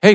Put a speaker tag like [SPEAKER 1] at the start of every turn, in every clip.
[SPEAKER 1] Hey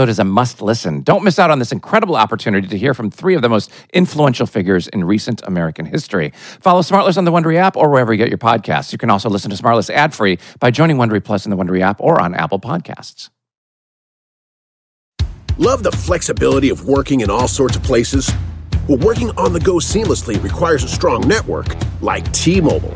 [SPEAKER 1] is a must listen. Don't miss out on this incredible opportunity to hear from three of the most influential figures in recent American history. Follow Smartless on the Wondery app or wherever you get your podcasts. You can also listen to Smartless ad free by joining Wondery Plus in the Wondery app or on Apple Podcasts.
[SPEAKER 2] Love the flexibility of working in all sorts of places? Well, working on the go seamlessly requires a strong network like T Mobile.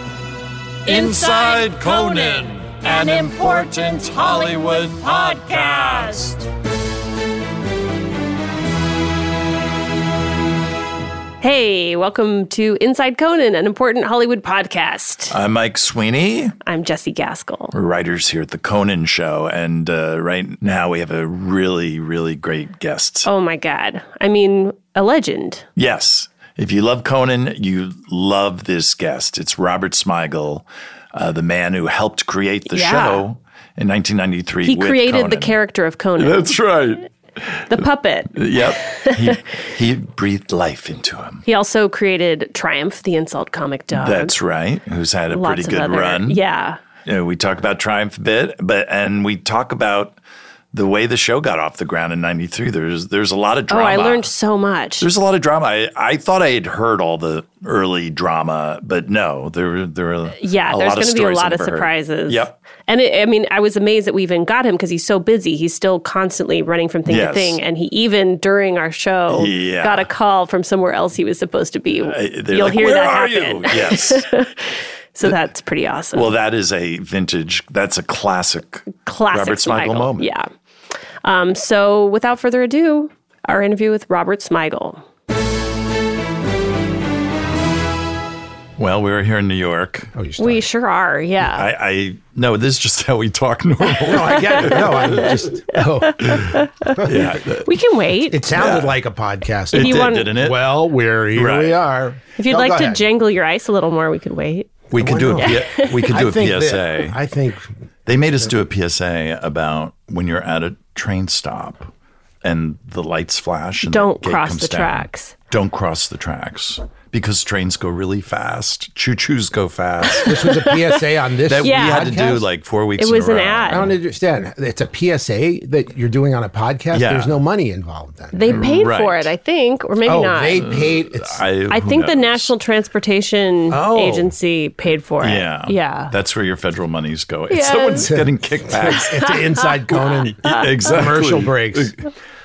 [SPEAKER 3] Inside Conan, an important Hollywood podcast.
[SPEAKER 4] Hey, welcome to Inside Conan, an important Hollywood podcast.
[SPEAKER 3] I'm Mike Sweeney.
[SPEAKER 4] I'm Jesse Gaskell.
[SPEAKER 3] We're writers here at the Conan Show, and uh, right now we have a really, really great guest.
[SPEAKER 4] Oh my god. I mean, a legend.
[SPEAKER 3] Yes, if you love Conan, you love this guest. It's Robert Smigel, uh, the man who helped create the
[SPEAKER 4] Yeah.
[SPEAKER 3] show in 1993.
[SPEAKER 4] He
[SPEAKER 3] with
[SPEAKER 4] created the
[SPEAKER 3] Conan.
[SPEAKER 4] character of Conan,
[SPEAKER 3] That's right.
[SPEAKER 4] the puppet.
[SPEAKER 3] Yep. He, he breathed life into him.
[SPEAKER 4] He also created Triumph, the insult comic dog.
[SPEAKER 3] That's right. Who's had a
[SPEAKER 4] Uh-huh.
[SPEAKER 3] pretty
[SPEAKER 4] Lots of
[SPEAKER 3] good
[SPEAKER 4] other-
[SPEAKER 3] run.
[SPEAKER 4] Yeah.
[SPEAKER 3] you know, we talk about triumph a bit, but and we talk about the way the show got off the ground in '93. There's there's a lot of
[SPEAKER 4] Oh,
[SPEAKER 3] drama.
[SPEAKER 4] I learned so much.
[SPEAKER 3] There's a lot of drama. I, I thought I had heard all the early drama, but no, there were there were
[SPEAKER 4] Uh, Yeah,
[SPEAKER 3] a lot
[SPEAKER 4] there's going
[SPEAKER 3] of
[SPEAKER 4] to be a
[SPEAKER 3] stories I
[SPEAKER 4] lot of
[SPEAKER 3] never heard.
[SPEAKER 4] surprises.
[SPEAKER 3] Yep.
[SPEAKER 4] And it, I mean, I was amazed that we even got him because he's so busy. He's still constantly running from thing
[SPEAKER 3] Yes.
[SPEAKER 4] to thing. And he even during our show
[SPEAKER 3] Yeah.
[SPEAKER 4] got a call from somewhere else he was supposed to be.
[SPEAKER 3] I- they're
[SPEAKER 4] You'll
[SPEAKER 3] like,
[SPEAKER 4] hear
[SPEAKER 3] Where
[SPEAKER 4] that
[SPEAKER 3] are
[SPEAKER 4] happen.
[SPEAKER 3] you? Yes.
[SPEAKER 4] So that's pretty awesome.
[SPEAKER 3] well, that is a vintage. That's a classic.
[SPEAKER 4] Classic
[SPEAKER 3] Robert Smigel moment.
[SPEAKER 4] Yeah. Um, so without further ado, our interview with Robert Smigel.
[SPEAKER 3] Well, we were here in New York.
[SPEAKER 5] Oh, you
[SPEAKER 4] We sure are. Yeah.
[SPEAKER 3] I, I no, this is just how we talk normal.
[SPEAKER 5] No, Oh, I get it. No, I'm just. Oh,
[SPEAKER 3] yeah,
[SPEAKER 4] we can wait.
[SPEAKER 5] it sounded like a podcast.
[SPEAKER 3] it
[SPEAKER 4] you
[SPEAKER 3] did,
[SPEAKER 4] want-
[SPEAKER 3] didn't it?
[SPEAKER 5] well, we're here.
[SPEAKER 3] Right.
[SPEAKER 5] We are.
[SPEAKER 4] if you'd
[SPEAKER 5] No,
[SPEAKER 4] like
[SPEAKER 5] go
[SPEAKER 4] to
[SPEAKER 5] ahead.
[SPEAKER 4] jangle your ice a little more, we could wait.
[SPEAKER 3] we could
[SPEAKER 5] Why
[SPEAKER 3] do a
[SPEAKER 5] not?
[SPEAKER 3] P- we could
[SPEAKER 5] I
[SPEAKER 3] do a
[SPEAKER 5] think that-
[SPEAKER 3] PSA.
[SPEAKER 5] I think
[SPEAKER 3] They made us do a PSA about when you're at a train stop and the lights flash and
[SPEAKER 4] Don't
[SPEAKER 3] the gate
[SPEAKER 4] cross
[SPEAKER 3] comes
[SPEAKER 4] the
[SPEAKER 3] down.
[SPEAKER 4] tracks.
[SPEAKER 3] Don't cross the tracks because trains go really fast. Choo choos go fast.
[SPEAKER 5] this was a PSA on this.
[SPEAKER 3] that
[SPEAKER 4] Yeah.
[SPEAKER 3] we had to do
[SPEAKER 5] podcast?
[SPEAKER 3] like four weeks.
[SPEAKER 4] It
[SPEAKER 3] in a
[SPEAKER 4] was an
[SPEAKER 3] row.
[SPEAKER 5] I
[SPEAKER 4] ad.
[SPEAKER 5] don't understand. It's a PSA that you're doing on a podcast.
[SPEAKER 3] Yeah.
[SPEAKER 5] There's no money involved then.
[SPEAKER 4] They paid for
[SPEAKER 3] Right.
[SPEAKER 4] it, I think, or maybe
[SPEAKER 5] oh,
[SPEAKER 4] not.
[SPEAKER 5] they paid. It's,
[SPEAKER 3] I,
[SPEAKER 4] I
[SPEAKER 3] who
[SPEAKER 4] think the
[SPEAKER 3] knows?
[SPEAKER 4] National Transportation
[SPEAKER 5] Oh.
[SPEAKER 4] Agency paid for it.
[SPEAKER 3] Yeah,
[SPEAKER 4] Yeah.
[SPEAKER 3] That's where your federal monies go. If
[SPEAKER 4] Yes.
[SPEAKER 3] someone's getting kickbacks,
[SPEAKER 5] it's an inside Conan.
[SPEAKER 3] exactly.
[SPEAKER 5] Commercial breaks.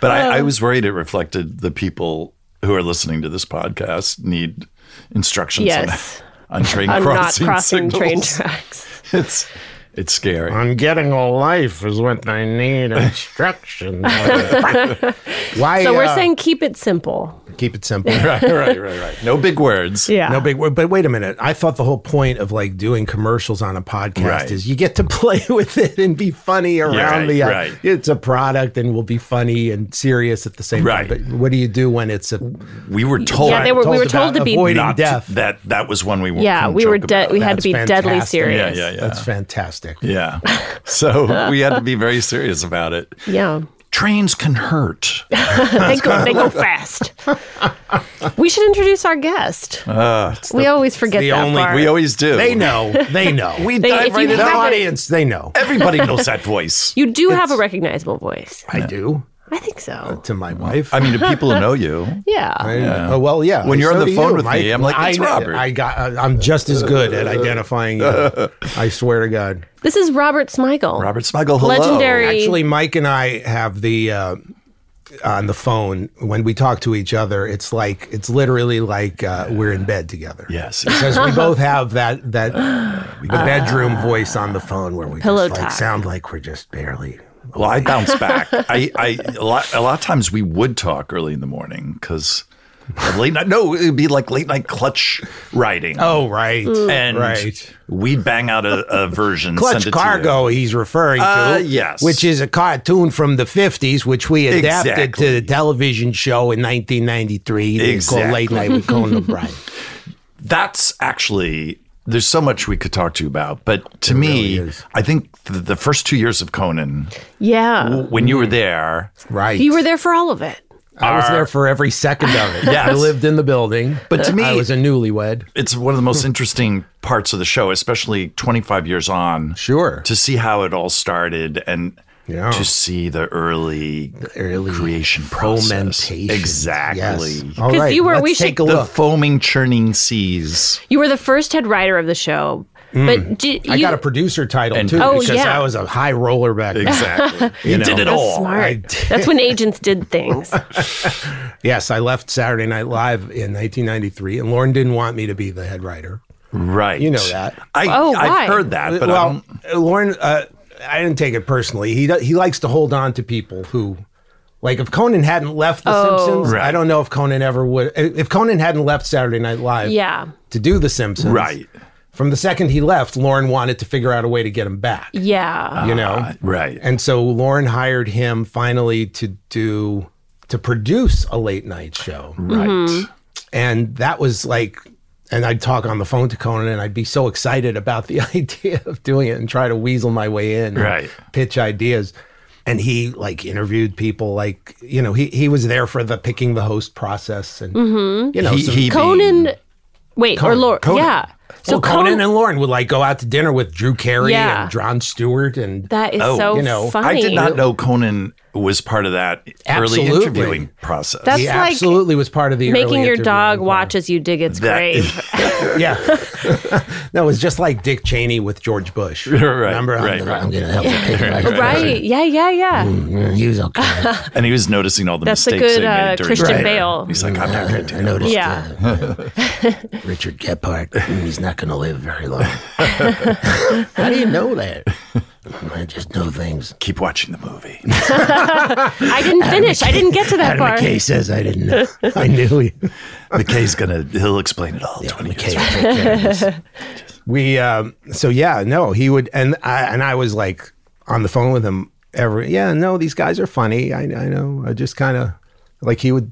[SPEAKER 3] But I, I
[SPEAKER 4] Oh.
[SPEAKER 3] was worried it reflected the people who are listening to this podcast need instructions
[SPEAKER 4] Yes.
[SPEAKER 3] on, on train
[SPEAKER 4] I'm not
[SPEAKER 3] crossing
[SPEAKER 4] crossing train
[SPEAKER 3] signals.
[SPEAKER 4] tracks.
[SPEAKER 3] it's it's scary.
[SPEAKER 6] I'm getting a life is what I need instruction.
[SPEAKER 5] Why?
[SPEAKER 4] So we're
[SPEAKER 5] uh,
[SPEAKER 4] saying keep it simple.
[SPEAKER 5] keep it simple.
[SPEAKER 3] right, right, right, right. No big words.
[SPEAKER 4] Yeah.
[SPEAKER 5] No big word, but wait a minute. I thought the whole point of like doing commercials on a podcast
[SPEAKER 3] Right.
[SPEAKER 5] is you get to play with it and be funny around
[SPEAKER 3] right,
[SPEAKER 5] the. uh,
[SPEAKER 3] right.
[SPEAKER 5] It's a product, and will be funny and serious at the same
[SPEAKER 3] Right.
[SPEAKER 5] time. But what do you do when it's a
[SPEAKER 3] We were told
[SPEAKER 4] yeah, they were, we
[SPEAKER 5] told
[SPEAKER 4] were
[SPEAKER 5] us
[SPEAKER 4] told
[SPEAKER 5] about
[SPEAKER 4] to be.
[SPEAKER 5] avoiding-
[SPEAKER 3] not
[SPEAKER 5] deaf.
[SPEAKER 3] that that was one we were.
[SPEAKER 4] yeah, we were de- we had to
[SPEAKER 5] That's
[SPEAKER 4] be
[SPEAKER 5] fantastic.
[SPEAKER 4] deadly
[SPEAKER 3] Yeah,
[SPEAKER 4] serious.
[SPEAKER 3] yeah, yeah.
[SPEAKER 5] That's fantastic.
[SPEAKER 3] yeah. So we had to be very serious about it.
[SPEAKER 4] yeah.
[SPEAKER 3] Trains can hurt.
[SPEAKER 4] they go they go fast. we should introduce our guest. we always forget
[SPEAKER 5] the
[SPEAKER 4] that
[SPEAKER 5] only-
[SPEAKER 4] part.
[SPEAKER 3] We always do.
[SPEAKER 5] They know. They know. we
[SPEAKER 4] They- if you
[SPEAKER 5] the
[SPEAKER 4] haven't-
[SPEAKER 5] audience. They know.
[SPEAKER 3] Everybody knows that voice.
[SPEAKER 4] you do have a recognizable voice.
[SPEAKER 5] I do.
[SPEAKER 4] I I think so.
[SPEAKER 7] to my wife.
[SPEAKER 8] I mean, do people know you?
[SPEAKER 4] Yeah.
[SPEAKER 7] I-
[SPEAKER 5] uh,
[SPEAKER 7] oh, well, yeah.
[SPEAKER 8] When you're on
[SPEAKER 7] So
[SPEAKER 8] the
[SPEAKER 7] do
[SPEAKER 8] phone
[SPEAKER 7] you,
[SPEAKER 8] with me, I'm like, "It's
[SPEAKER 7] I,
[SPEAKER 8] Robert."
[SPEAKER 7] I got. I, I'm just as good at identifying you. I swear to God.
[SPEAKER 4] This is Robert Smigel.
[SPEAKER 3] Robert Smigel, hello.
[SPEAKER 4] Legendary.
[SPEAKER 7] Actually, Mike and I have the uh, on the phone when we talk to each other. It's like it's literally like uh, we're in bed together.
[SPEAKER 3] Yes.
[SPEAKER 7] because we both have that that the bedroom voice on the phone where we
[SPEAKER 4] Pillow
[SPEAKER 7] just,
[SPEAKER 4] talk.
[SPEAKER 7] like, sound like we're just barely.
[SPEAKER 3] Well, I bounce back. I, I a lot, a lot of times we would talk early in the morning because late night. No, it'd be like late night clutch writing.
[SPEAKER 7] Oh right,
[SPEAKER 4] Mm.
[SPEAKER 3] and
[SPEAKER 7] right.
[SPEAKER 3] we'd bang out a, a version. send
[SPEAKER 7] Clutch
[SPEAKER 3] it to you.
[SPEAKER 7] Cargo, he's referring to.
[SPEAKER 3] Uh, yes.
[SPEAKER 7] Which is a cartoon from the 50s, which we adapted
[SPEAKER 3] Exactly.
[SPEAKER 7] to the television show in 1993 that is called Late Night with Conan O'Brien.
[SPEAKER 3] That's actually there's so much we could talk to you about, but to me, I think the, the first two years of Conan,
[SPEAKER 4] yeah.
[SPEAKER 3] when you were there,
[SPEAKER 7] Right.
[SPEAKER 4] You were there for all of it.
[SPEAKER 7] I was there for every second of it.
[SPEAKER 3] Yes.
[SPEAKER 7] I lived in the building.
[SPEAKER 3] But to me-
[SPEAKER 7] I was a newlywed.
[SPEAKER 3] it's one of the most interesting parts of the show, especially 25 years on.
[SPEAKER 7] Sure.
[SPEAKER 3] To see how it all started and
[SPEAKER 7] Yeah.
[SPEAKER 3] to see the early,
[SPEAKER 7] early
[SPEAKER 3] creation process.
[SPEAKER 7] Fermentation.
[SPEAKER 3] Exactly.
[SPEAKER 7] Yes. All
[SPEAKER 4] 'Cause
[SPEAKER 7] right.
[SPEAKER 4] you were-
[SPEAKER 7] Let's
[SPEAKER 4] we
[SPEAKER 7] take
[SPEAKER 4] should-
[SPEAKER 7] a
[SPEAKER 3] The
[SPEAKER 7] look.
[SPEAKER 3] foaming, churning seas.
[SPEAKER 4] You were the first head writer of the show. But do, you,
[SPEAKER 7] I got a producer title too
[SPEAKER 4] Oh,
[SPEAKER 7] because
[SPEAKER 4] yeah.
[SPEAKER 7] I was a high roller back then.
[SPEAKER 3] Exactly. you
[SPEAKER 7] know.
[SPEAKER 3] did it
[SPEAKER 4] that's
[SPEAKER 3] all.
[SPEAKER 4] smart.
[SPEAKER 7] I-
[SPEAKER 4] That's when agents did things.
[SPEAKER 7] Yes, I left Saturday Night Live in 1993, and Lauren didn't want me to be the head writer.
[SPEAKER 3] Right.
[SPEAKER 7] You know that.
[SPEAKER 3] I,
[SPEAKER 4] Oh, why?
[SPEAKER 3] I've heard
[SPEAKER 7] Ah,
[SPEAKER 3] that, but I
[SPEAKER 7] well,
[SPEAKER 3] don't.
[SPEAKER 7] Lauren, uh, I didn't take it personally. He do- he likes to hold on to people who, like, if Conan hadn't left The
[SPEAKER 4] Oh.
[SPEAKER 7] Simpsons,
[SPEAKER 3] Right.
[SPEAKER 7] I don't know if Conan ever would. If Conan hadn't left Saturday Night Live,
[SPEAKER 4] Yeah.
[SPEAKER 7] to do The Simpsons,
[SPEAKER 3] Right.
[SPEAKER 7] From the second he left, Lauren wanted to figure out a way to get him back.
[SPEAKER 4] Yeah.
[SPEAKER 7] You know,
[SPEAKER 3] Ah, Right.
[SPEAKER 7] and so Lauren hired him finally to do to produce a late night show.
[SPEAKER 4] Mm-hmm.
[SPEAKER 3] right.
[SPEAKER 7] And that was like, and I'd talk on the phone to Conan and I'd be so excited about the idea of doing it and try to weasel my way in, and
[SPEAKER 3] Right.
[SPEAKER 7] Pitch ideas. And he like interviewed people, like, you know, he, he was there for the picking the host process and, you know,
[SPEAKER 3] He,
[SPEAKER 7] some-
[SPEAKER 3] he
[SPEAKER 4] Conan. Wait, or Laura.
[SPEAKER 7] Conan.
[SPEAKER 4] Yeah. So
[SPEAKER 7] well, Conan,
[SPEAKER 4] Con-
[SPEAKER 7] and Lauren would like go out to dinner with Drew Carey
[SPEAKER 4] Yeah.
[SPEAKER 7] and John Stewart and
[SPEAKER 4] That is
[SPEAKER 3] Oh,
[SPEAKER 4] so
[SPEAKER 7] you know, I
[SPEAKER 4] funny.
[SPEAKER 3] I did not know Conan was part of that early
[SPEAKER 7] Absolutely.
[SPEAKER 3] interviewing process.
[SPEAKER 4] That's
[SPEAKER 7] he
[SPEAKER 4] like
[SPEAKER 7] absolutely was part of the
[SPEAKER 4] Making
[SPEAKER 7] early
[SPEAKER 4] your
[SPEAKER 7] interviewing
[SPEAKER 4] dog
[SPEAKER 7] process.
[SPEAKER 4] watch as you dig its
[SPEAKER 3] That-
[SPEAKER 4] grave.
[SPEAKER 7] Yeah. no, it was just like Dick Cheney with George Bush. Remember? I'm
[SPEAKER 3] right,
[SPEAKER 7] gonna-
[SPEAKER 3] right.
[SPEAKER 7] I'm going to help you. pick my-
[SPEAKER 4] Oh, right. Yeah, yeah, yeah.
[SPEAKER 7] Mm, He was okay.
[SPEAKER 3] and he was noticing all the
[SPEAKER 4] That's a
[SPEAKER 3] mistakes
[SPEAKER 4] good,
[SPEAKER 3] they made
[SPEAKER 4] uh,
[SPEAKER 3] during
[SPEAKER 4] Christian
[SPEAKER 3] dinner.
[SPEAKER 4] Bale.
[SPEAKER 3] He's like, I'm not going to do that.
[SPEAKER 7] Noticed
[SPEAKER 4] Yeah.
[SPEAKER 7] uh, Richard Gephardt. mm, He's not going to live very long. How do you know that? I just know things.
[SPEAKER 3] Keep watching the movie.
[SPEAKER 4] I didn't finish. I didn't get to that
[SPEAKER 7] Adam
[SPEAKER 4] part.
[SPEAKER 7] McKay says I didn't know. I knew he.
[SPEAKER 3] McKay's gonna, he'll explain it all. 20
[SPEAKER 7] McKay,
[SPEAKER 3] years.
[SPEAKER 7] will take care of this. We um, so yeah, no, he would, and I and I was like on the phone with him every. Yeah, no, these guys are funny. I I know. I just kind of like he would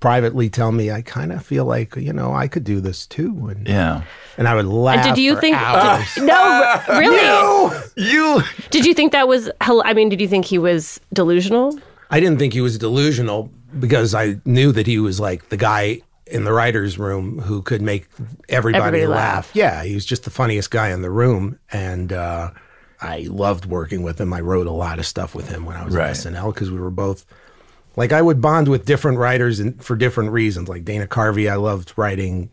[SPEAKER 7] privately tell me. I kind of feel like you know I could do this too, and
[SPEAKER 3] Yeah.
[SPEAKER 7] and I would
[SPEAKER 4] And
[SPEAKER 7] laugh.
[SPEAKER 4] did you
[SPEAKER 7] for
[SPEAKER 4] think?
[SPEAKER 7] hours.
[SPEAKER 4] did- no, r- really?
[SPEAKER 3] You.
[SPEAKER 4] Did you think that was? hel- I mean, did you think he was delusional?
[SPEAKER 7] I didn't think he was delusional because I knew that he was like the guy in the writers' room who could make everybody,
[SPEAKER 4] Everybody
[SPEAKER 7] laugh.
[SPEAKER 4] laugh.
[SPEAKER 7] Yeah, he was just the funniest guy in the room, and uh, I loved working with him. I wrote a lot of stuff with him when I was
[SPEAKER 3] Right.
[SPEAKER 7] at SNL because we were both like I would bond with different writers and for different reasons. Like Dana Carvey, I loved writing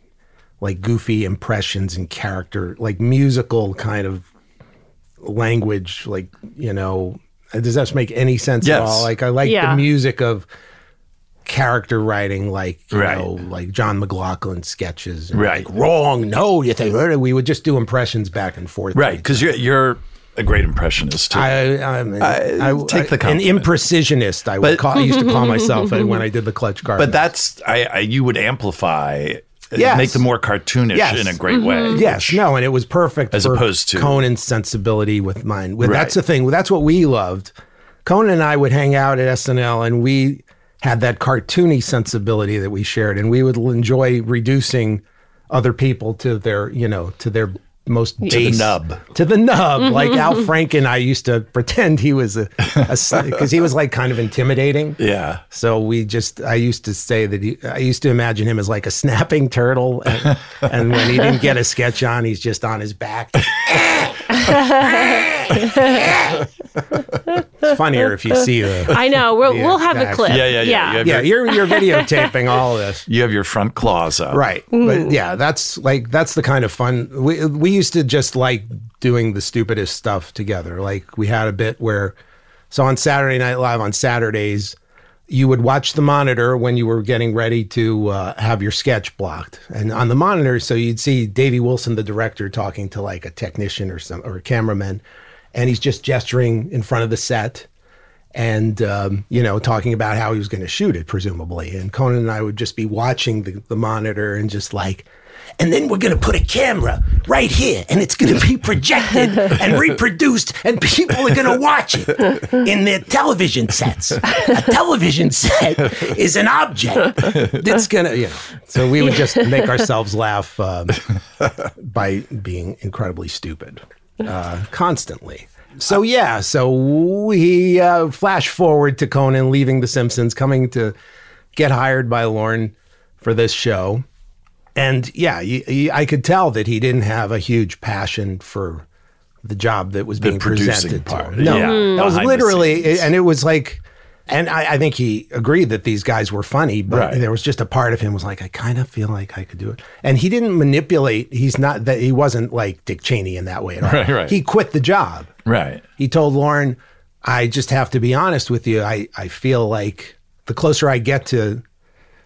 [SPEAKER 7] like goofy impressions and character, like musical kind of language, like, you know, does that make any sense at
[SPEAKER 3] Yes.
[SPEAKER 7] all? Like I like
[SPEAKER 4] Yeah.
[SPEAKER 7] the music of character writing, like you
[SPEAKER 3] Right.
[SPEAKER 7] know, like John McLaughlin sketches, and,
[SPEAKER 3] Right.
[SPEAKER 7] Like, wrong, no, you think we would just do impressions back and forth,
[SPEAKER 3] Right. Because you're, you're a great impressionist, too.
[SPEAKER 7] I, I'm, I,
[SPEAKER 3] take the
[SPEAKER 7] an
[SPEAKER 3] compliment.
[SPEAKER 7] imprecisionist. I
[SPEAKER 3] But-
[SPEAKER 7] would call, I used to call myself uh, when I did the clutch card.
[SPEAKER 3] but that's, I, I you would amplify, uh,
[SPEAKER 7] Yes.
[SPEAKER 3] make them more cartoonish
[SPEAKER 7] Yes.
[SPEAKER 3] in a great way.
[SPEAKER 7] Yes, no, and it was perfect
[SPEAKER 3] As
[SPEAKER 7] for
[SPEAKER 3] opposed to-
[SPEAKER 7] Conan's sensibility with mine. With, That's the
[SPEAKER 3] Right.
[SPEAKER 7] thing. That's what we loved. Conan and I would hang out at SNL, and we had that cartoony sensibility that we shared, and we would l- enjoy reducing other people to their, you know, to their most to base,
[SPEAKER 3] nub.
[SPEAKER 7] to the nub. Like Al Franken, I used to pretend he was a because he was like kind of intimidating.
[SPEAKER 3] Yeah.
[SPEAKER 7] So we just, I used to say that he, I used to imagine him as like a snapping turtle. And, and when he didn't get a sketch on, he's just on his back. it's funnier if you see the.
[SPEAKER 4] I know. We'll,
[SPEAKER 7] Yeah,
[SPEAKER 4] we'll have a
[SPEAKER 7] actually.
[SPEAKER 4] clip.
[SPEAKER 3] Yeah, yeah, yeah, you have
[SPEAKER 7] Yeah, you're you're videotaping all this,
[SPEAKER 3] You have your front claws out.
[SPEAKER 7] right? But yeah, that's like that's the kind of fun we we used to just like doing the stupidest stuff together. Like we had a bit where, so on Saturday Night Live on Saturdays, you would watch the monitor when you were getting ready to uh, have your sketch blocked, and on the monitor, so you'd see Davey Wilson, the director, talking to like a technician or some or a cameraman, and he's just gesturing in front of the set and um, you know talking about how he was going to shoot it presumably and conan and i would just be watching the, the monitor and just like and then we're going to put a camera right here and it's going to be projected and reproduced and people are going to watch it in their television sets a television set is an object that's going to you know so we would just make ourselves laugh um, by being incredibly stupid uh, constantly. So yeah, so we uh, flash forward to Conan leaving The Simpsons, coming to get hired by Lorne for this show, and yeah, y y I I could tell that he didn't have a huge passion for the job that was being
[SPEAKER 3] producing
[SPEAKER 7] presented
[SPEAKER 3] part,
[SPEAKER 7] to him. No,
[SPEAKER 3] yeah,
[SPEAKER 7] that was
[SPEAKER 3] behind the
[SPEAKER 7] literally,
[SPEAKER 3] scenes.
[SPEAKER 7] and it was like. And I, I think he agreed that these guys were funny, but
[SPEAKER 3] Right.
[SPEAKER 7] there was just a part of him was like, I kind of feel like I could do it. And he didn't manipulate. He's not that he wasn't like Dick Cheney in that way at all.
[SPEAKER 3] Right, right.
[SPEAKER 7] He quit the job.
[SPEAKER 3] Right.
[SPEAKER 7] He told Lauren, I just have to be honest with you. I, I feel like the closer I get to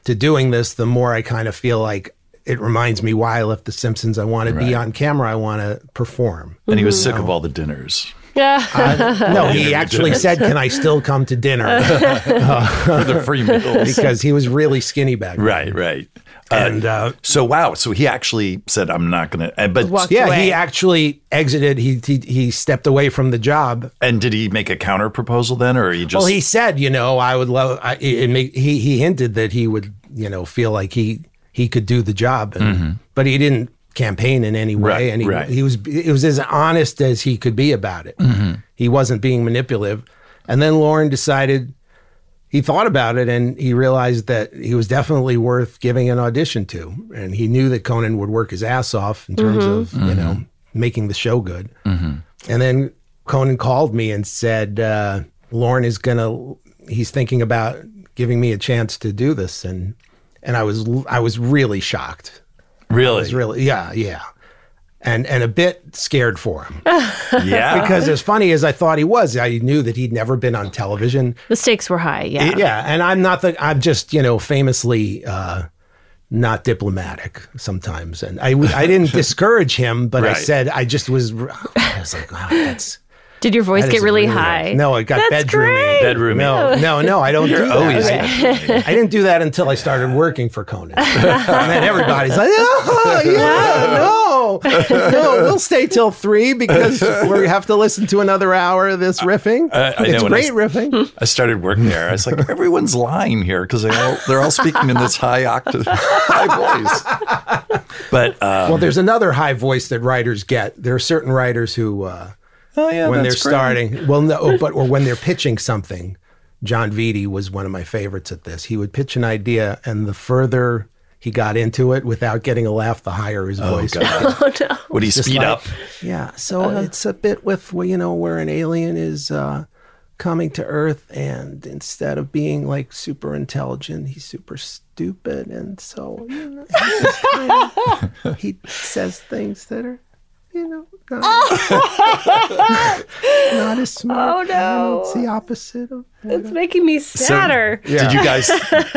[SPEAKER 7] to doing this, the more I kind of feel like it reminds me why I left The Simpsons. I want to be on camera. I want to perform.
[SPEAKER 3] And he was sick
[SPEAKER 7] Mm-hmm.
[SPEAKER 3] of all the dinners.
[SPEAKER 4] Yeah.
[SPEAKER 7] no, he actually said, Can I still come to dinner?
[SPEAKER 3] For the free meals.
[SPEAKER 7] because he was really skinny back then.
[SPEAKER 3] right, right.
[SPEAKER 7] And
[SPEAKER 3] uh,
[SPEAKER 7] uh,
[SPEAKER 3] so wow, so he actually said I'm not going to but
[SPEAKER 4] Walked
[SPEAKER 7] Yeah,
[SPEAKER 4] away.
[SPEAKER 7] he actually exited. He, he he stepped away from the job.
[SPEAKER 3] and did he make a counter proposal then or he just
[SPEAKER 7] Well, he said, you know, I would love. I, it make, he he hinted that he would, you know, feel like he he could do the job, and, but he didn't campaign in any way,
[SPEAKER 3] Right,
[SPEAKER 7] and he,
[SPEAKER 3] right.
[SPEAKER 7] he was it was as honest as he could be about it.
[SPEAKER 3] Mm-hmm.
[SPEAKER 7] He wasn't being manipulative. And then Lauren decided he thought about it and he realized that he was definitely worth giving an audition to. And he knew that Conan would work his ass off in terms of, you know,
[SPEAKER 3] Mm-hmm.
[SPEAKER 7] making the show good. And then Conan called me and said, uh, Lauren is going to, he's thinking about giving me a chance to do this. And, and I was, I was really shocked.
[SPEAKER 3] really?
[SPEAKER 7] It's really, yeah, yeah. And, and a bit scared for him
[SPEAKER 3] Yeah.
[SPEAKER 7] because as funny as I thought he was, I knew that he'd never been on television.
[SPEAKER 4] the stakes were high. Yeah.
[SPEAKER 7] Yeah, and I'm not the. I'm just you know famously uh, not diplomatic sometimes, and I w- I didn't discourage him, but I
[SPEAKER 3] Right.
[SPEAKER 7] said I just was. I was like, wow, that's
[SPEAKER 4] Did your voice
[SPEAKER 7] that
[SPEAKER 4] get
[SPEAKER 7] is
[SPEAKER 4] really, high?
[SPEAKER 7] No, it got
[SPEAKER 4] That's
[SPEAKER 7] bedroomy.
[SPEAKER 4] great.
[SPEAKER 3] Bedroomy.
[SPEAKER 7] No, no, no. I don't. do that.
[SPEAKER 3] always
[SPEAKER 7] I- I didn't do that until I started working for Conan. and then everybody's like, oh, yeah, no. No, we'll stay till three because we have to listen to another hour of this riffing.
[SPEAKER 3] Uh, I- I
[SPEAKER 7] it's
[SPEAKER 3] know when I s-
[SPEAKER 7] great riffing.
[SPEAKER 3] I started working there. I was like, everyone's lying here because they all they're all speaking in this high octave, high voice. But uh,
[SPEAKER 7] Well, there's another high voice that writers get. There are certain writers who, uh,
[SPEAKER 3] oh yeah,
[SPEAKER 7] when they're
[SPEAKER 3] that's great.
[SPEAKER 7] starting, well, no, oh, but or when they're pitching something. John Vitti was one of my favorites at this. He would pitch an idea, and the further he got into it without getting a laugh, the higher his
[SPEAKER 3] Oh,
[SPEAKER 7] voice. got.
[SPEAKER 4] Oh,
[SPEAKER 3] would he speed
[SPEAKER 7] like-
[SPEAKER 3] up?
[SPEAKER 7] Yeah, so it's a bit with well, you know where an alien is uh, coming to Earth, and instead of being like super intelligent, he's super stupid, and so you know, he's just kind of- he says things that are. You know, not, not as smart.
[SPEAKER 4] Oh, no.
[SPEAKER 7] It's the opposite of.
[SPEAKER 4] It's making me
[SPEAKER 3] So
[SPEAKER 4] sadder.
[SPEAKER 3] Did you guys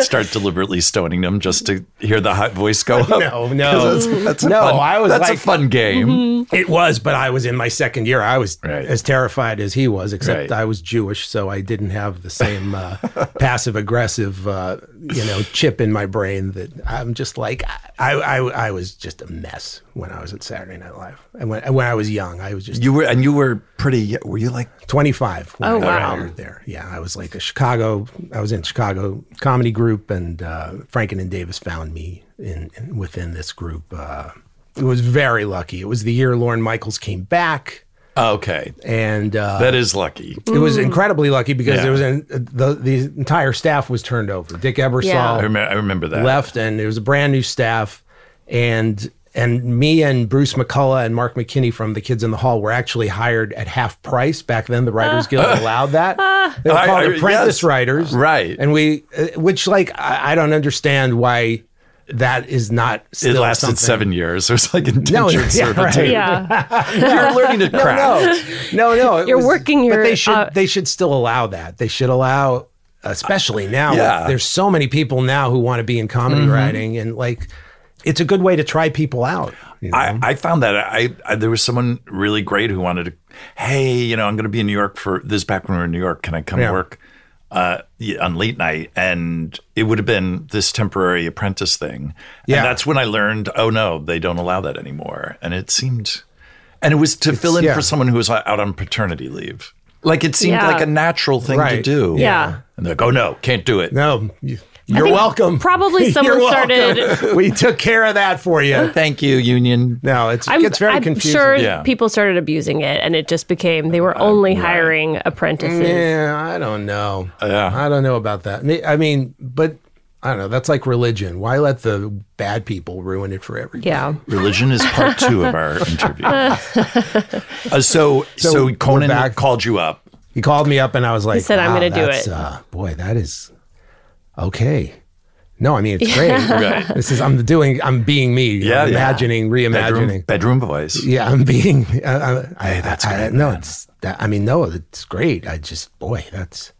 [SPEAKER 3] start deliberately stoning him just to hear the high voice go up?
[SPEAKER 7] No, no, no.
[SPEAKER 3] Fun-
[SPEAKER 7] I was
[SPEAKER 3] that's
[SPEAKER 7] like, Mm-hmm.
[SPEAKER 3] a fun game.
[SPEAKER 7] It was, but I was in my second year. I was
[SPEAKER 3] Right.
[SPEAKER 7] as terrified as he was, except
[SPEAKER 3] Right.
[SPEAKER 7] I was Jewish, so I didn't have the same uh, passive aggressive, uh, you know, chip in my brain that I'm just like I, I, I was just a mess when I was at Saturday Night Live, and when when I was young, I was just
[SPEAKER 3] You were and you were pretty. Were you like
[SPEAKER 7] 25. When
[SPEAKER 4] Oh,
[SPEAKER 7] I got
[SPEAKER 4] wow.
[SPEAKER 7] hired There, yeah, I was like a Chicago. I was in Chicago comedy group, and uh, Franken and Davis found me in, in- within this group. Uh, it was very lucky. It was the year Lauren Michaels came back,
[SPEAKER 3] okay?
[SPEAKER 7] and uh,
[SPEAKER 3] That is lucky.
[SPEAKER 7] it was incredibly lucky because
[SPEAKER 3] Yeah.
[SPEAKER 7] there was an, uh, the the entire staff was turned over. Dick Ebersol
[SPEAKER 4] Yeah.
[SPEAKER 3] I remember. I remember that.
[SPEAKER 7] left, and it was a brand new staff. And and me and Bruce McCullough and Mark McKinney from The Kids in the Hall were actually hired at half price back then. The Writers Guild allowed that. They were
[SPEAKER 3] I-
[SPEAKER 7] called
[SPEAKER 3] I-
[SPEAKER 7] apprentice
[SPEAKER 3] yes.
[SPEAKER 7] writers,
[SPEAKER 3] Right.
[SPEAKER 7] And we, uh, which like I, I don't understand why that is not.
[SPEAKER 3] It
[SPEAKER 7] Still
[SPEAKER 3] lasted
[SPEAKER 7] something.
[SPEAKER 3] seven years. It was like indentured
[SPEAKER 7] yeah,
[SPEAKER 3] servitude.
[SPEAKER 4] Yeah.
[SPEAKER 3] You're learning to craft.
[SPEAKER 7] No, no, no. it
[SPEAKER 4] You're working
[SPEAKER 7] But
[SPEAKER 4] your,
[SPEAKER 7] they should.
[SPEAKER 4] uh,
[SPEAKER 7] they should still allow that. They should allow, especially now.
[SPEAKER 3] Yeah. Mm-hmm.
[SPEAKER 7] there's so many people now who want to be in comedy writing, and like, it's a good way to try people out. you know?
[SPEAKER 3] I, I found that I, I there was someone really great who wanted to, hey, you know, I'm going to be in New York for this is back when we were in New York. Can I come
[SPEAKER 7] Yeah.
[SPEAKER 3] work uh, yeah, on late night? And it would have been this temporary apprentice thing.
[SPEAKER 7] Yeah.
[SPEAKER 3] And that's when I learned, oh no, they don't allow that anymore. And it seemed, and it was to fill in
[SPEAKER 7] yeah.
[SPEAKER 3] for someone who was uh, out on paternity leave. Like it seemed
[SPEAKER 4] Yeah.
[SPEAKER 3] like a natural thing to
[SPEAKER 7] Right.
[SPEAKER 3] do.
[SPEAKER 4] Yeah.
[SPEAKER 3] And they're like, oh no, can't do it.
[SPEAKER 7] no, you,
[SPEAKER 4] I
[SPEAKER 7] you're
[SPEAKER 4] think
[SPEAKER 7] welcome.
[SPEAKER 4] Probably
[SPEAKER 7] You're
[SPEAKER 4] someone
[SPEAKER 7] welcome.
[SPEAKER 4] started.
[SPEAKER 7] we took care of that for you.
[SPEAKER 3] Thank you, union.
[SPEAKER 7] No, it's
[SPEAKER 4] I'm,
[SPEAKER 7] it gets very
[SPEAKER 4] I'm
[SPEAKER 7] confusing.
[SPEAKER 4] sure
[SPEAKER 3] Yeah.
[SPEAKER 4] people started abusing it, and it just became they were
[SPEAKER 7] Uh,
[SPEAKER 4] only hiring apprentices.
[SPEAKER 7] Yeah, I don't know.
[SPEAKER 3] Yeah.
[SPEAKER 7] I don't know about that. Me- I mean, but I don't know. That's like religion. Why let the bad people ruin it for everybody?
[SPEAKER 4] Yeah.
[SPEAKER 3] Religion is part two of our interview. Uh, so, so,
[SPEAKER 7] we're
[SPEAKER 3] Conan
[SPEAKER 7] back.
[SPEAKER 3] called you up.
[SPEAKER 7] He called me up and I was like,
[SPEAKER 4] said, "I'm
[SPEAKER 7] wow,
[SPEAKER 4] gonna do
[SPEAKER 7] that's,
[SPEAKER 4] it."
[SPEAKER 7] Uh, boy, that is okay. No, I mean, it's great. this is, I'm doing, I'm being me,
[SPEAKER 3] Yeah,
[SPEAKER 7] I'm
[SPEAKER 3] yeah.
[SPEAKER 7] imagining,
[SPEAKER 3] Bedroom,
[SPEAKER 7] reimagining.
[SPEAKER 3] bedroom voice.
[SPEAKER 7] Yeah, I'm being, uh, I,
[SPEAKER 3] Hey, that's
[SPEAKER 7] I, I,
[SPEAKER 3] great,
[SPEAKER 7] no,
[SPEAKER 3] man.
[SPEAKER 7] it's, that, I mean, no, it's great. I just, boy, that's,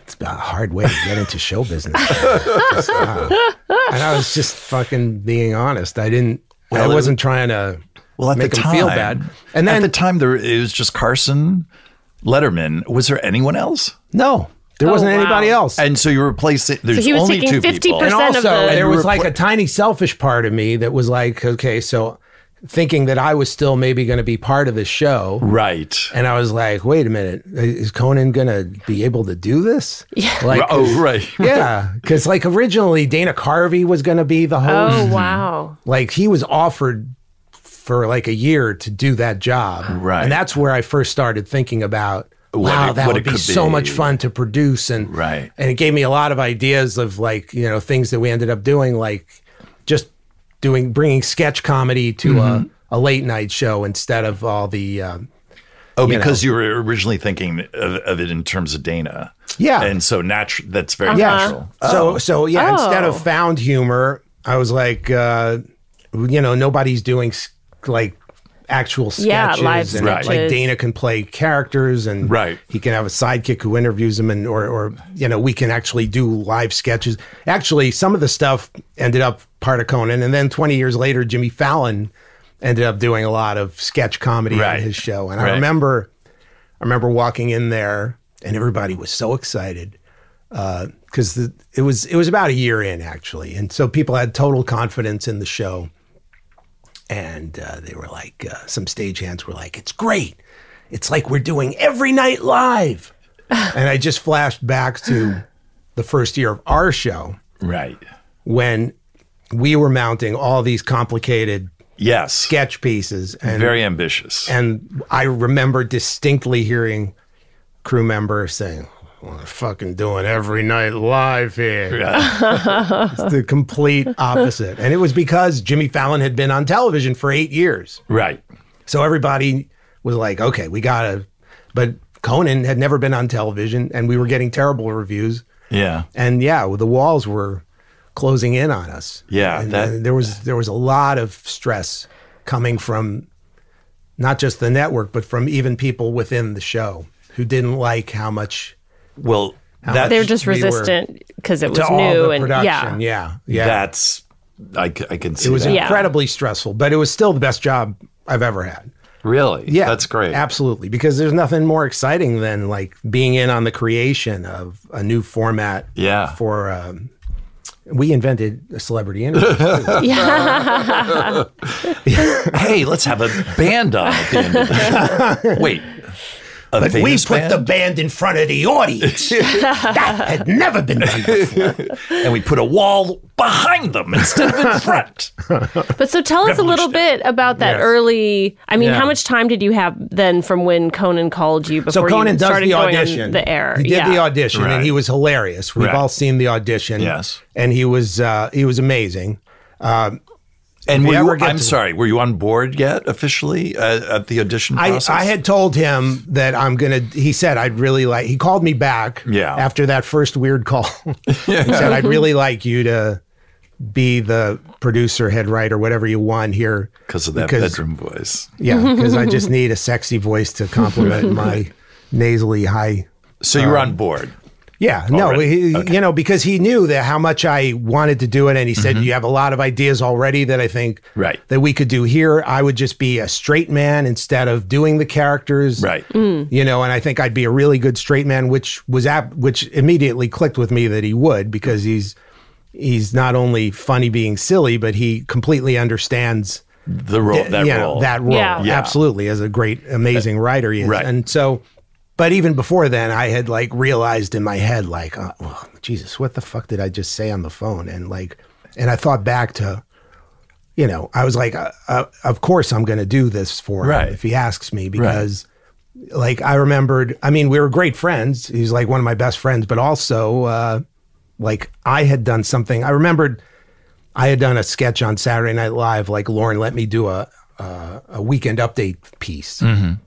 [SPEAKER 7] it's a hard way to get into show business. Just, wow. And I was just fucking being honest. I didn't,
[SPEAKER 3] Well,
[SPEAKER 7] I
[SPEAKER 3] it-
[SPEAKER 7] wasn't trying to
[SPEAKER 3] Well, at
[SPEAKER 7] make
[SPEAKER 3] the
[SPEAKER 7] him
[SPEAKER 3] time,
[SPEAKER 7] feel bad. And
[SPEAKER 3] at
[SPEAKER 7] then,
[SPEAKER 3] the time, there it was just Carson, Letterman. Was there anyone else?
[SPEAKER 7] no, there
[SPEAKER 4] Oh,
[SPEAKER 7] wasn't anybody
[SPEAKER 4] wow.
[SPEAKER 7] else.
[SPEAKER 3] And so you replaced it. There's
[SPEAKER 4] he was
[SPEAKER 3] only two
[SPEAKER 4] taking
[SPEAKER 3] people.
[SPEAKER 4] 50%.
[SPEAKER 7] and
[SPEAKER 4] percent of
[SPEAKER 7] also
[SPEAKER 4] the-
[SPEAKER 7] there
[SPEAKER 3] And
[SPEAKER 7] was
[SPEAKER 3] repl-
[SPEAKER 7] like a tiny selfish part of me that was like okay so thinking that i was still maybe going to be part of the show
[SPEAKER 3] Right.
[SPEAKER 7] and i was like wait a minute is conan going to be able to do this yeah like
[SPEAKER 3] oh, right.
[SPEAKER 7] yeah because like originally dana carvey was going to be the host
[SPEAKER 4] Oh wow.
[SPEAKER 7] like he was offered for like a year to do that job
[SPEAKER 3] Right.
[SPEAKER 7] and that's where i first started thinking about
[SPEAKER 3] What
[SPEAKER 7] wow
[SPEAKER 3] it-
[SPEAKER 7] that
[SPEAKER 3] what
[SPEAKER 7] would
[SPEAKER 3] it
[SPEAKER 7] be
[SPEAKER 3] could
[SPEAKER 7] so
[SPEAKER 3] be.
[SPEAKER 7] much fun to produce and
[SPEAKER 3] Right.
[SPEAKER 7] and it gave me a lot of ideas of like you know things that we ended up doing like just doing bringing sketch comedy to
[SPEAKER 3] Mm-hmm.
[SPEAKER 7] a, a late night show instead of all the um,
[SPEAKER 3] Oh, because you, were originally thinking of, of it in terms of Dana.
[SPEAKER 7] Yeah. Uh-huh.
[SPEAKER 3] And so natural. That's very natural.
[SPEAKER 7] So so yeah, instead
[SPEAKER 4] Uh-huh. Oh.
[SPEAKER 7] of found humor, I was like, uh, you know, nobody's doing s- like actual
[SPEAKER 4] Yeah,
[SPEAKER 7] sketches,
[SPEAKER 4] live
[SPEAKER 7] and like
[SPEAKER 4] sketches.
[SPEAKER 7] Dana can play characters, and
[SPEAKER 3] Right.
[SPEAKER 7] he can have a sidekick who interviews him, and or or you know, we can actually do live sketches. Actually, some of the stuff ended up part of Conan, and then twenty years later, Jimmy Fallon ended up doing a lot of sketch comedy
[SPEAKER 3] Right.
[SPEAKER 7] on his show, and
[SPEAKER 3] Right.
[SPEAKER 7] I remember. I remember walking in there and everybody was so excited because the it was it was about a year in actually, and so people had total confidence in the show, and uh, they were like, uh, some stagehands were like, "It's great, it's like we're doing every night live," and I just flashed back to the first year of our show
[SPEAKER 3] Right.
[SPEAKER 7] when we were mounting all these complicated
[SPEAKER 3] Yes.
[SPEAKER 7] sketch pieces and
[SPEAKER 3] Very ambitious.
[SPEAKER 7] and I remember distinctly hearing crew member saying, "We're fucking doing every night live here."
[SPEAKER 3] Yeah.
[SPEAKER 7] It's the complete opposite, and it was because Jimmy Fallon had been on television for eight years,
[SPEAKER 3] right.
[SPEAKER 7] so everybody was like, "Okay, we gotta," but Conan had never been on television, and we were getting terrible reviews,
[SPEAKER 3] Yeah.
[SPEAKER 7] and yeah, the walls were closing in on us.
[SPEAKER 3] Yeah,
[SPEAKER 7] and
[SPEAKER 3] that-
[SPEAKER 7] uh, there was there was a lot of stress coming from not just the network, but from even people within the show who didn't like how much
[SPEAKER 3] Well, that,
[SPEAKER 4] They were just
[SPEAKER 7] We were-
[SPEAKER 4] resistant because it was
[SPEAKER 7] to all
[SPEAKER 4] new
[SPEAKER 7] the
[SPEAKER 4] and
[SPEAKER 7] production.
[SPEAKER 4] yeah.
[SPEAKER 7] Yeah, yeah,
[SPEAKER 3] that's I, c- I can see
[SPEAKER 7] it was
[SPEAKER 3] that.
[SPEAKER 4] Yeah.
[SPEAKER 7] incredibly stressful, but it was still the best job I've ever had.
[SPEAKER 3] Really?
[SPEAKER 7] Yeah,
[SPEAKER 3] That's great.
[SPEAKER 7] Absolutely, because there's nothing more exciting than like being in on the creation of a new format.
[SPEAKER 3] Yeah.
[SPEAKER 7] for. Um, we invented a celebrity interview.
[SPEAKER 3] hey, let's have a band on at the end of the show. Wait. A
[SPEAKER 7] But we
[SPEAKER 3] famous
[SPEAKER 7] put the
[SPEAKER 3] band?
[SPEAKER 7] band in front of the audience. that had never been done before.
[SPEAKER 3] and we put a wall behind them instead of in front.
[SPEAKER 4] But so tell us a little bit about that early. I mean,
[SPEAKER 7] Yeah.
[SPEAKER 4] how much time did you have then from when Conan called you
[SPEAKER 7] So
[SPEAKER 4] before
[SPEAKER 7] Conan
[SPEAKER 4] you
[SPEAKER 7] does
[SPEAKER 4] started
[SPEAKER 7] the
[SPEAKER 4] going on
[SPEAKER 7] audition.
[SPEAKER 4] the air?
[SPEAKER 7] He did
[SPEAKER 4] yeah.
[SPEAKER 7] the audition,
[SPEAKER 3] Right.
[SPEAKER 7] and he was hilarious. We've
[SPEAKER 3] Right.
[SPEAKER 7] all seen the audition.
[SPEAKER 3] Yes.
[SPEAKER 7] and he was uh, he was amazing. Um
[SPEAKER 3] And
[SPEAKER 7] If
[SPEAKER 3] were
[SPEAKER 7] you
[SPEAKER 3] you,
[SPEAKER 7] ever get
[SPEAKER 3] I'm
[SPEAKER 7] to-
[SPEAKER 3] sorry, were you on board yet officially uh, at the audition
[SPEAKER 7] I,
[SPEAKER 3] process?
[SPEAKER 7] I had told him that I'm gonna. He said I'd really like. He called me back.
[SPEAKER 3] Yeah.
[SPEAKER 7] After that first weird call, he said I'd really like you to be the producer, head writer, whatever you want here.
[SPEAKER 3] because of that
[SPEAKER 7] because-
[SPEAKER 3] bedroom voice.
[SPEAKER 7] Yeah, because I just need a sexy voice to complement my nasally high.
[SPEAKER 3] So you were
[SPEAKER 7] Um,
[SPEAKER 3] on board.
[SPEAKER 7] Yeah, no,
[SPEAKER 3] Already?
[SPEAKER 7] he, you know, because he knew that how much I wanted to do it, and he said, "You have a lot of ideas already that I think
[SPEAKER 3] Mm-hmm. Right.
[SPEAKER 7] that we could do here. I would just be a straight man instead of doing the characters,
[SPEAKER 3] Right.
[SPEAKER 7] You know, and I think I'd be a really good straight man, which was ap- which immediately clicked with me that he would because he's he's not only funny being silly, but he completely understands
[SPEAKER 3] The role that
[SPEAKER 7] you know,
[SPEAKER 3] role.
[SPEAKER 7] that role.
[SPEAKER 4] Yeah.
[SPEAKER 3] Yeah.
[SPEAKER 7] Absolutely. As a great, amazing writer he is.
[SPEAKER 3] Right.
[SPEAKER 7] And so, but even before then, I had like realized in my head, like, uh, well, Jesus, what the fuck did I just say on the phone? And like, and I thought back to, you know, I was like, uh, uh, of course I'm going to do this for him
[SPEAKER 3] Right.
[SPEAKER 7] if he asks me because like I remembered, I mean, we were great friends. He's like one of my best friends, but also uh, like I had done something. I remembered I had done a sketch on Saturday Night Live, like Lauren let me do a uh, a weekend update piece,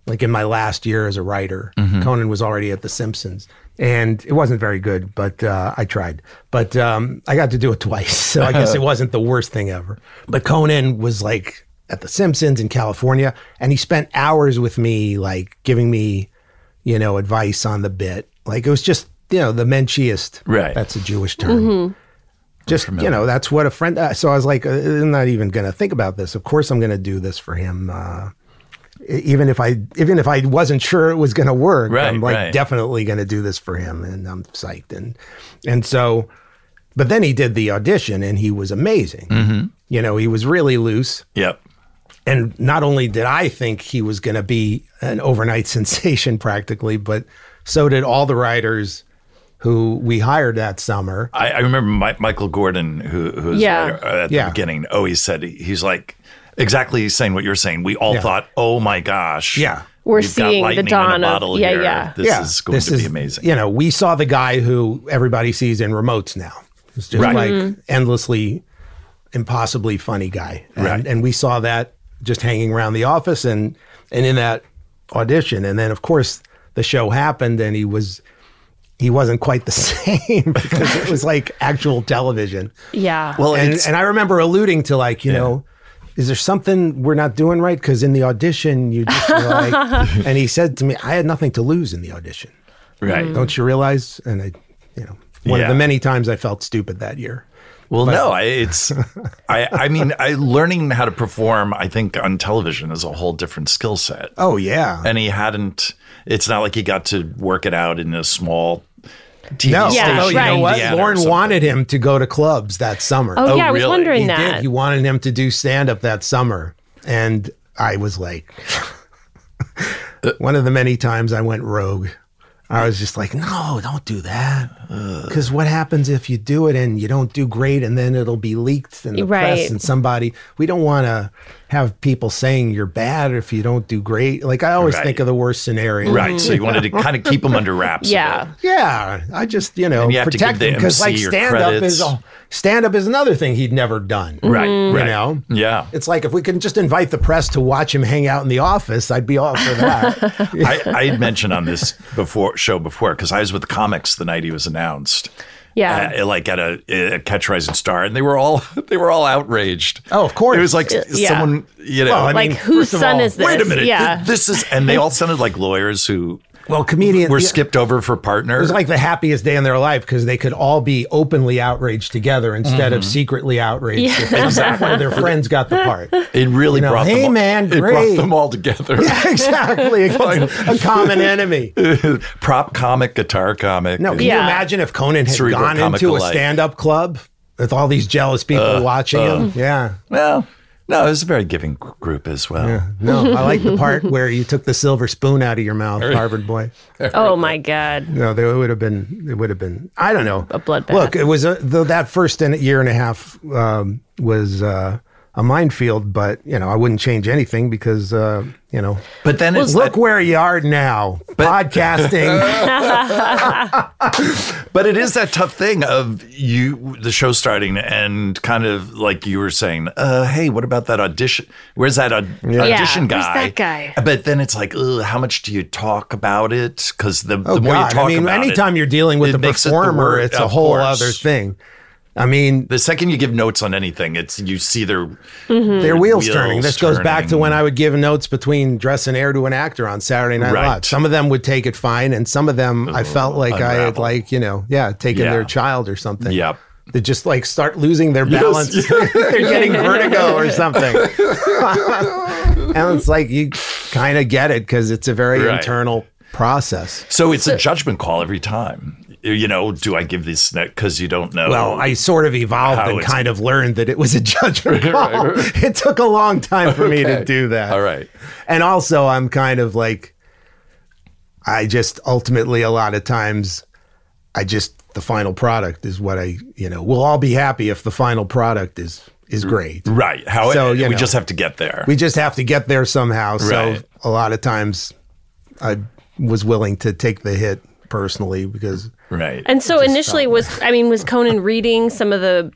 [SPEAKER 7] like in my last year as a writer. Conan was already at The Simpsons, and it wasn't very good, but uh, I tried. But um, I got to do it twice, so I guess it wasn't the worst thing ever. But Conan was like at The Simpsons in California, and he spent hours with me, like giving me, you know, advice on the bit. Like it was just, you know, the menschiest.
[SPEAKER 3] Right.
[SPEAKER 7] That's a Jewish term just you know that's what a friend uh, so i was like uh, i'm not even gonna think about this of course i'm gonna do this for him uh, e- even if i even if i wasn't sure it was gonna work
[SPEAKER 3] Right,
[SPEAKER 7] i'm like
[SPEAKER 3] right.
[SPEAKER 7] definitely gonna do this for him and i'm psyched and and so but then he did the audition and he was amazing
[SPEAKER 3] Mm-hmm.
[SPEAKER 7] you know he was really loose
[SPEAKER 3] Yep.
[SPEAKER 7] and not only did I think he was going to be an overnight sensation practically, but so did all the writers who we hired that summer.
[SPEAKER 3] I, I remember Mi- Michael Gordon, who who's
[SPEAKER 4] Yeah.
[SPEAKER 3] at the
[SPEAKER 7] Yeah.
[SPEAKER 3] beginning, always said he's like exactly saying what you're saying. We all
[SPEAKER 7] Yeah.
[SPEAKER 3] thought, oh my gosh,
[SPEAKER 7] Yeah.
[SPEAKER 4] We're
[SPEAKER 3] we've got
[SPEAKER 4] seeing the
[SPEAKER 3] lightning in a
[SPEAKER 4] dawn of-
[SPEAKER 3] bottle
[SPEAKER 4] yeah,
[SPEAKER 3] here.
[SPEAKER 4] yeah.
[SPEAKER 3] This is going
[SPEAKER 7] this
[SPEAKER 3] to be
[SPEAKER 7] is-
[SPEAKER 3] amazing.
[SPEAKER 7] You know, we saw the guy who everybody sees in remotes now. It's just
[SPEAKER 3] Right.
[SPEAKER 7] like endlessly, impossibly funny guy. And,
[SPEAKER 3] Right.
[SPEAKER 7] and we saw that just hanging around the office and and in that audition. And then of course the show happened and he was he wasn't quite the same because it was like actual television.
[SPEAKER 4] Yeah.
[SPEAKER 3] Well,
[SPEAKER 7] and,
[SPEAKER 3] it's,
[SPEAKER 7] and I remember alluding to like, you know, is there something we're not doing right? Because in the audition, you just were like, and he said to me, I had nothing to lose in the audition.
[SPEAKER 3] right.
[SPEAKER 7] Don't you realize? And I, you know, one
[SPEAKER 3] Yeah.
[SPEAKER 7] of the many times I felt stupid that year.
[SPEAKER 3] Well, no, I, it's. I, I mean, I learning how to perform. I think on television is a whole different skill set.
[SPEAKER 7] Oh yeah,
[SPEAKER 3] and he hadn't. It's not like he got to work it out in a small TV
[SPEAKER 7] no,
[SPEAKER 3] station.
[SPEAKER 4] Yeah,
[SPEAKER 7] no, you
[SPEAKER 4] right.
[SPEAKER 7] know
[SPEAKER 3] in
[SPEAKER 7] what?
[SPEAKER 3] Indiana or
[SPEAKER 7] Lauren
[SPEAKER 3] something.
[SPEAKER 7] wanted him to go to clubs that summer.
[SPEAKER 4] oh, yeah, I
[SPEAKER 3] really?
[SPEAKER 4] was wondering
[SPEAKER 7] he
[SPEAKER 4] that.
[SPEAKER 7] did. He wanted him to do stand up that summer, and I was like, one of the many times I went rogue. I was just like, no, don't do that. Because what happens if you do it and you don't do great, and then it'll be leaked in the
[SPEAKER 4] Right.
[SPEAKER 7] press, and somebody we don't want to have people saying you're bad if you don't do great. Like I always
[SPEAKER 3] Right.
[SPEAKER 7] think of the worst scenario.
[SPEAKER 3] Right, so you wanted to kind of keep him under wraps. a
[SPEAKER 4] Yeah.
[SPEAKER 3] bit.
[SPEAKER 7] Yeah, I just you know
[SPEAKER 3] you have to give
[SPEAKER 7] protect
[SPEAKER 3] the
[SPEAKER 7] him because
[SPEAKER 3] MC
[SPEAKER 7] like
[SPEAKER 3] your
[SPEAKER 7] stand up is
[SPEAKER 3] credits.
[SPEAKER 7] stand up is another thing he'd never done.
[SPEAKER 3] right,
[SPEAKER 4] Mm.
[SPEAKER 7] You
[SPEAKER 3] right.
[SPEAKER 7] know,
[SPEAKER 3] Yeah,
[SPEAKER 7] it's like if we can just invite the press to watch him hang out in the office, I'd be all for that.
[SPEAKER 3] I, I had mentioned on this before show before because I was with the comics the night he was announced.
[SPEAKER 4] Yeah.
[SPEAKER 3] Uh, like at a, a Catch Rising Star, and they were all they were all outraged.
[SPEAKER 7] Oh, of course.
[SPEAKER 3] it was like
[SPEAKER 4] yeah.
[SPEAKER 3] someone you know.
[SPEAKER 7] Well, I
[SPEAKER 4] like,
[SPEAKER 7] mean,
[SPEAKER 4] whose
[SPEAKER 7] first of
[SPEAKER 4] son
[SPEAKER 7] all-
[SPEAKER 4] is this?
[SPEAKER 3] wait a minute,
[SPEAKER 4] Yeah.
[SPEAKER 3] th- this is, and they all sounded like lawyers who
[SPEAKER 7] well, comedian
[SPEAKER 3] were
[SPEAKER 7] yeah,
[SPEAKER 3] skipped over for partner.
[SPEAKER 7] It was like the happiest day in their life because they could all be openly outraged together instead of secretly outraged. if one of their friends got the part.
[SPEAKER 3] it really
[SPEAKER 7] you know,
[SPEAKER 3] brought
[SPEAKER 7] hey,
[SPEAKER 3] them. all-
[SPEAKER 7] man,
[SPEAKER 3] it brought
[SPEAKER 7] great.
[SPEAKER 3] them all together.
[SPEAKER 7] exactly, against a common enemy.
[SPEAKER 3] prop comic, guitar comic.
[SPEAKER 7] No, can
[SPEAKER 4] Yeah.
[SPEAKER 7] you imagine if Conan had
[SPEAKER 3] Cerebral
[SPEAKER 7] gone
[SPEAKER 3] comic
[SPEAKER 7] into a
[SPEAKER 3] alike.
[SPEAKER 7] stand-up club with all these jealous people watching him? Yeah.
[SPEAKER 3] Well, no, it was a very giving gr- group as well.
[SPEAKER 7] No, I like the part where you took the silver spoon out of your mouth, Harvard boy.
[SPEAKER 4] oh, my God.
[SPEAKER 7] No, there would have been. It would have been. I don't know.
[SPEAKER 4] A bloodbath.
[SPEAKER 7] Look, it was a, the, that first and- year and a half um, was uh, a minefield, but you know, I wouldn't change anything because uh, you know.
[SPEAKER 3] But then it's
[SPEAKER 7] look where you are now, podcasting.
[SPEAKER 3] But it is that tough thing of you, the show starting, and kind of like you were saying, uh, hey, what about that audition? Where's that au- audition
[SPEAKER 4] Yeah, where's
[SPEAKER 3] guy?
[SPEAKER 4] that guy?
[SPEAKER 3] But then it's like, ugh, how much do you talk about it? Because the,
[SPEAKER 7] Oh
[SPEAKER 3] the more you
[SPEAKER 7] God!
[SPEAKER 3] talk
[SPEAKER 7] I mean,
[SPEAKER 3] about
[SPEAKER 7] anytime
[SPEAKER 3] it,
[SPEAKER 7] you're dealing with
[SPEAKER 3] it
[SPEAKER 7] a
[SPEAKER 3] makes it the
[SPEAKER 7] performer,
[SPEAKER 3] word-
[SPEAKER 7] it's a
[SPEAKER 3] of
[SPEAKER 7] whole
[SPEAKER 3] course.
[SPEAKER 7] other thing. I mean,
[SPEAKER 3] the second you give notes on anything, it's you see their
[SPEAKER 4] Mm-hmm.
[SPEAKER 7] their wheels,
[SPEAKER 3] wheels
[SPEAKER 7] turning. This goes back to
[SPEAKER 3] turning.
[SPEAKER 7] when I would give notes between dress and air to an actor on Saturday Night
[SPEAKER 3] Right.
[SPEAKER 7] Live. Some of them would take it fine, and some of them I felt like I had,
[SPEAKER 3] unravel.
[SPEAKER 7] like you know, yeah, taken
[SPEAKER 3] Yeah.
[SPEAKER 7] their child or something.
[SPEAKER 3] Yep.
[SPEAKER 7] They just like start losing their balance. They're getting vertigo or something. and it's like you kind of get it because it's a very
[SPEAKER 3] Right.
[SPEAKER 7] internal process.
[SPEAKER 3] So it's a judgment call every time. You know, do I give this neck? Because you don't know.
[SPEAKER 7] Well, I sort of evolved
[SPEAKER 3] How
[SPEAKER 7] and
[SPEAKER 3] it's-
[SPEAKER 7] kind of learned that it was a judgment call. It took a long time for me to do that.
[SPEAKER 3] All right.
[SPEAKER 7] And also, I'm kind of like, I just ultimately, a lot of times, I just, the final product is what I, you know, we'll all be happy if the final product is
[SPEAKER 3] Mm.
[SPEAKER 7] is great.
[SPEAKER 3] Right. How
[SPEAKER 7] So,
[SPEAKER 3] so,
[SPEAKER 7] you
[SPEAKER 3] we
[SPEAKER 7] know.
[SPEAKER 3] just have to get there.
[SPEAKER 7] We just have to get there somehow. So
[SPEAKER 3] Right.
[SPEAKER 7] a lot of times, I was willing to take the hit personally because
[SPEAKER 3] right.
[SPEAKER 4] And so initially was I mean was Conan reading some of the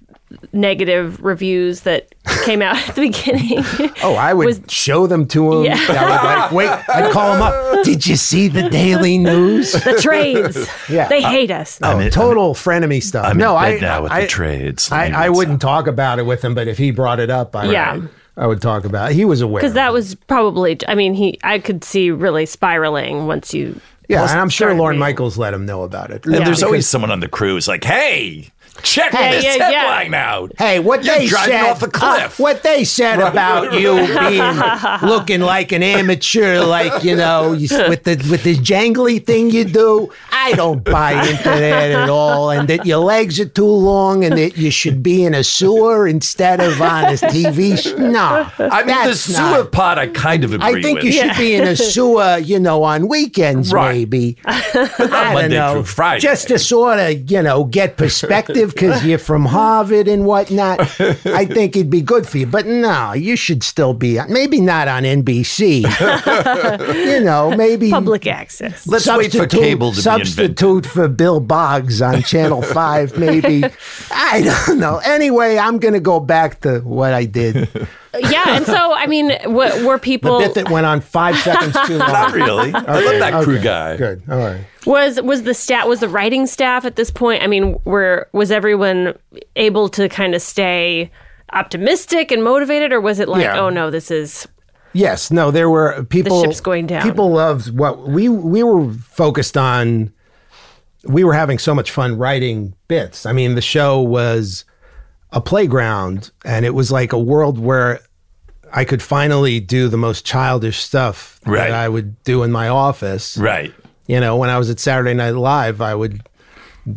[SPEAKER 4] negative reviews that came out at the beginning?
[SPEAKER 7] Oh, I would
[SPEAKER 4] Was-
[SPEAKER 7] show them to him.
[SPEAKER 4] Yeah.
[SPEAKER 7] I would like, wait, I'd call him up. Did you see the Daily News?
[SPEAKER 4] the trades.
[SPEAKER 7] Yeah.
[SPEAKER 4] They hate us.
[SPEAKER 7] Oh,
[SPEAKER 3] in- I'm
[SPEAKER 7] total frenemy stuff.
[SPEAKER 3] I'm
[SPEAKER 7] no,
[SPEAKER 3] in bed
[SPEAKER 7] I
[SPEAKER 3] now with
[SPEAKER 7] I,
[SPEAKER 3] the trades. Let me
[SPEAKER 7] I, I
[SPEAKER 3] read
[SPEAKER 7] wouldn't talk about it with him, but if he brought it up, I,
[SPEAKER 4] Yeah.
[SPEAKER 7] I would talk about it. He was aware.
[SPEAKER 4] Because that was probably I mean he I could see really spiraling once you
[SPEAKER 7] yeah, and I'm sure
[SPEAKER 4] started
[SPEAKER 7] Lauren
[SPEAKER 4] reading.
[SPEAKER 7] Michaels let him know about it.
[SPEAKER 3] And there's always someone on the crew who's like, hey, check this
[SPEAKER 4] yeah, yeah.
[SPEAKER 3] headline out.
[SPEAKER 7] Hey, what
[SPEAKER 3] You're
[SPEAKER 7] they
[SPEAKER 3] driving
[SPEAKER 7] said
[SPEAKER 3] off a cliff.
[SPEAKER 7] uh, what they said about you being looking like an amateur, like you know, you, with the with the jangly thing you do. I don't buy into that at all, and that your legs are too long, and that you should be in a sewer instead of on a TV. Sh- no,
[SPEAKER 3] I mean, the
[SPEAKER 7] that's
[SPEAKER 3] sewer
[SPEAKER 7] not-
[SPEAKER 3] pot, I kind of agree
[SPEAKER 7] I think
[SPEAKER 3] with.
[SPEAKER 7] you should be in a sewer, you know, on weekends
[SPEAKER 3] Right.
[SPEAKER 7] maybe. I don't
[SPEAKER 3] Monday
[SPEAKER 7] know,
[SPEAKER 3] through Friday.
[SPEAKER 7] just to sort of you know get perspective because you're from Harvard and whatnot. I think it'd be good for you, but no, you should still be maybe not on NBC. you know, maybe
[SPEAKER 4] public access.
[SPEAKER 3] Let's wait for cable to be
[SPEAKER 7] substitute for Bill Boggs on Channel Five, maybe. I don't know. Anyway, I'm going to go back to what I did.
[SPEAKER 4] yeah, and so I mean w- were
[SPEAKER 7] The
[SPEAKER 4] people
[SPEAKER 7] bit that went on five seconds too long.
[SPEAKER 3] Not really. I love that crew guy.
[SPEAKER 7] Good. All right.
[SPEAKER 4] Was was the stat was the writing staff at this point? I mean, were was everyone able to kind of stay optimistic and motivated, or was it like,
[SPEAKER 7] Yeah.
[SPEAKER 4] oh no, this is
[SPEAKER 7] Yes, no, there were people.
[SPEAKER 4] ship's going down.
[SPEAKER 7] People loved what we we were focused on. We were having so much fun writing bits. I mean, the show was a playground, and it was like a world where I could finally do the most childish stuff
[SPEAKER 3] Right.
[SPEAKER 7] that I would do in my office.
[SPEAKER 3] Right.
[SPEAKER 7] You know, when I was at Saturday Night Live, I would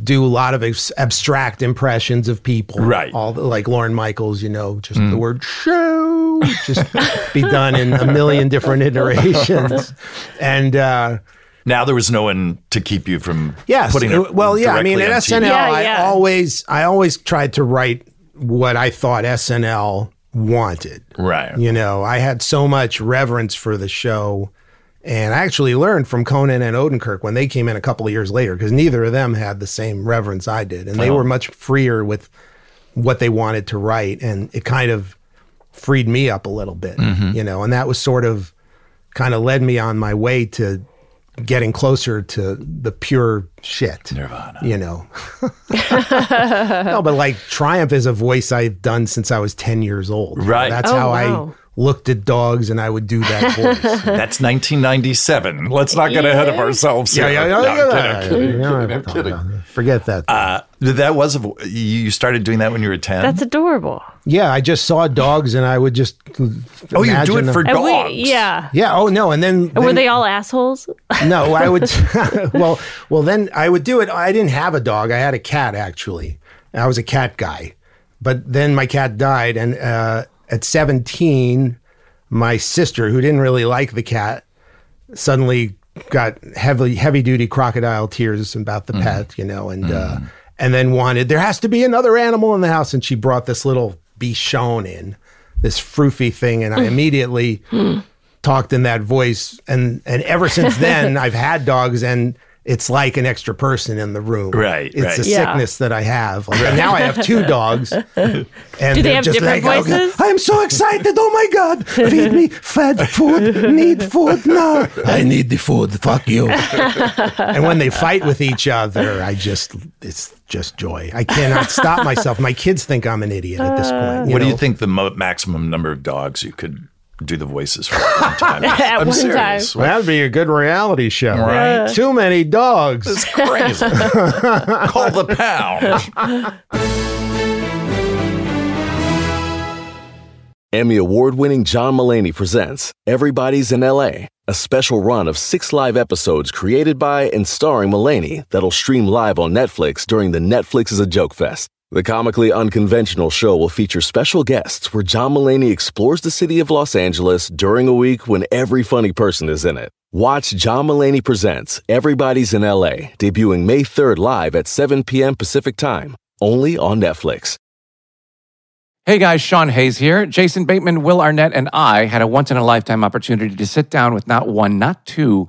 [SPEAKER 7] do a lot of abs- abstract impressions of people.
[SPEAKER 3] Right. Mm.
[SPEAKER 7] All the, like Lauren Michaels, you know, just the word show, just be done in a million different iterations. And, uh,
[SPEAKER 3] Now there was no one to keep you from
[SPEAKER 7] Yes.
[SPEAKER 3] putting it.
[SPEAKER 7] well, yeah. I mean,
[SPEAKER 3] directly
[SPEAKER 7] at
[SPEAKER 3] on TV.
[SPEAKER 7] SNL,
[SPEAKER 4] Yeah,
[SPEAKER 7] I
[SPEAKER 4] yeah.
[SPEAKER 7] always, I always tried to write what I thought SNL wanted.
[SPEAKER 3] Right.
[SPEAKER 7] You know, I had so much reverence for the show, and I actually learned from Conan and Odenkirk when they came in a couple of years later because neither of them had the same reverence I did, and they were much freer with what they wanted to write, and it kind of freed me up a little bit. You know, and that was sort of kind of led me on my way to getting closer to the pure shit. Nirvana. You know. no, but like Triumph is a voice I've done since I was 10 years old.
[SPEAKER 3] Right.
[SPEAKER 7] That's
[SPEAKER 4] Oh,
[SPEAKER 7] how
[SPEAKER 4] wow.
[SPEAKER 7] I looked at dogs and I would do that voice.
[SPEAKER 3] That's 1997. Let's not get ahead of ourselves.
[SPEAKER 7] yeah,
[SPEAKER 3] here.
[SPEAKER 7] yeah, yeah,
[SPEAKER 3] No,
[SPEAKER 7] yeah,
[SPEAKER 3] I'm kidding, I'm
[SPEAKER 7] yeah,
[SPEAKER 3] kidding.
[SPEAKER 7] yeah, yeah, I'm kidding. Forget that.
[SPEAKER 3] Uh, that was a, vo- you started doing that when you were 10.
[SPEAKER 4] that's adorable?
[SPEAKER 7] yeah, I just saw dogs and I would just.
[SPEAKER 3] oh, you do it for
[SPEAKER 4] And we-
[SPEAKER 3] dogs.
[SPEAKER 4] yeah.
[SPEAKER 7] Yeah. Oh no. And then,
[SPEAKER 4] And were
[SPEAKER 7] then-
[SPEAKER 4] they all assholes?
[SPEAKER 7] No, I would. well, well, then I would do it. I didn't have a dog. I had a cat actually. I was a cat guy, but then my cat died, and uh, at seventeen, my sister, who didn't really like the cat, suddenly got heavy heavy duty crocodile tears about
[SPEAKER 3] Mm-hmm.
[SPEAKER 7] the pet, you know, and uh, and then wanted there has to be another animal in the house, and she brought this little Bichon in, this froofy thing, and I
[SPEAKER 3] Mm.
[SPEAKER 7] immediately talked in that voice. And and ever since then, I've had dogs, and it's like an extra person in the room.
[SPEAKER 3] Right,
[SPEAKER 7] It's
[SPEAKER 3] right.
[SPEAKER 7] a
[SPEAKER 4] Yeah.
[SPEAKER 7] sickness that I have. Like, and now I have two dogs. And
[SPEAKER 4] Do they
[SPEAKER 7] they're
[SPEAKER 4] have
[SPEAKER 7] just
[SPEAKER 4] different
[SPEAKER 7] like, "Oh, God,
[SPEAKER 4] voices?"
[SPEAKER 7] I'm so excited. Oh my God. Feed me fed food. Need food now. I need the food. Fuck you. and when they fight with each other, I just, it's just joy. I cannot stop myself. My kids think I'm an idiot at this point.
[SPEAKER 3] what do you
[SPEAKER 7] know?
[SPEAKER 3] think the mo- maximum number of dogs you could do the voices for at one time?
[SPEAKER 4] At
[SPEAKER 3] I'm
[SPEAKER 4] one
[SPEAKER 3] serious.
[SPEAKER 7] Well, that'd be a good reality show.
[SPEAKER 3] Right.
[SPEAKER 7] Too many dogs.
[SPEAKER 3] It's crazy. Call the pound.
[SPEAKER 9] Emmy award winning John Mullaney presents Everybody's in LA, a special run of six live episodes created by and starring Mullaney that'll stream live on Netflix during the Netflix is a Joke Fest. The comically unconventional show will feature special guests where John Mullaney explores the city of Los Angeles during a week when every funny person is in it. Watch John Mullaney Presents Everybody's in LA, debuting May 3rd live at 7 p.m. Pacific Time, only on Netflix.
[SPEAKER 1] Hey guys, Sean Hayes here. Jason Bateman, Will Arnett, and I had a once in a lifetime opportunity to sit down with not one, not two,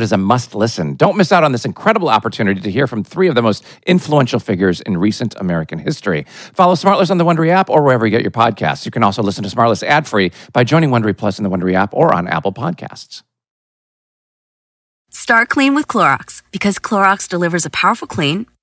[SPEAKER 1] is a must listen. Don't miss out on this incredible opportunity to hear from three of the most influential figures in recent American history. Follow Smartless on the Wondery app or wherever you get your podcasts. You can also listen to Smartless ad free by joining Wondery Plus in the Wondery app or on Apple Podcasts.
[SPEAKER 10] Start clean with Clorox because Clorox delivers a powerful clean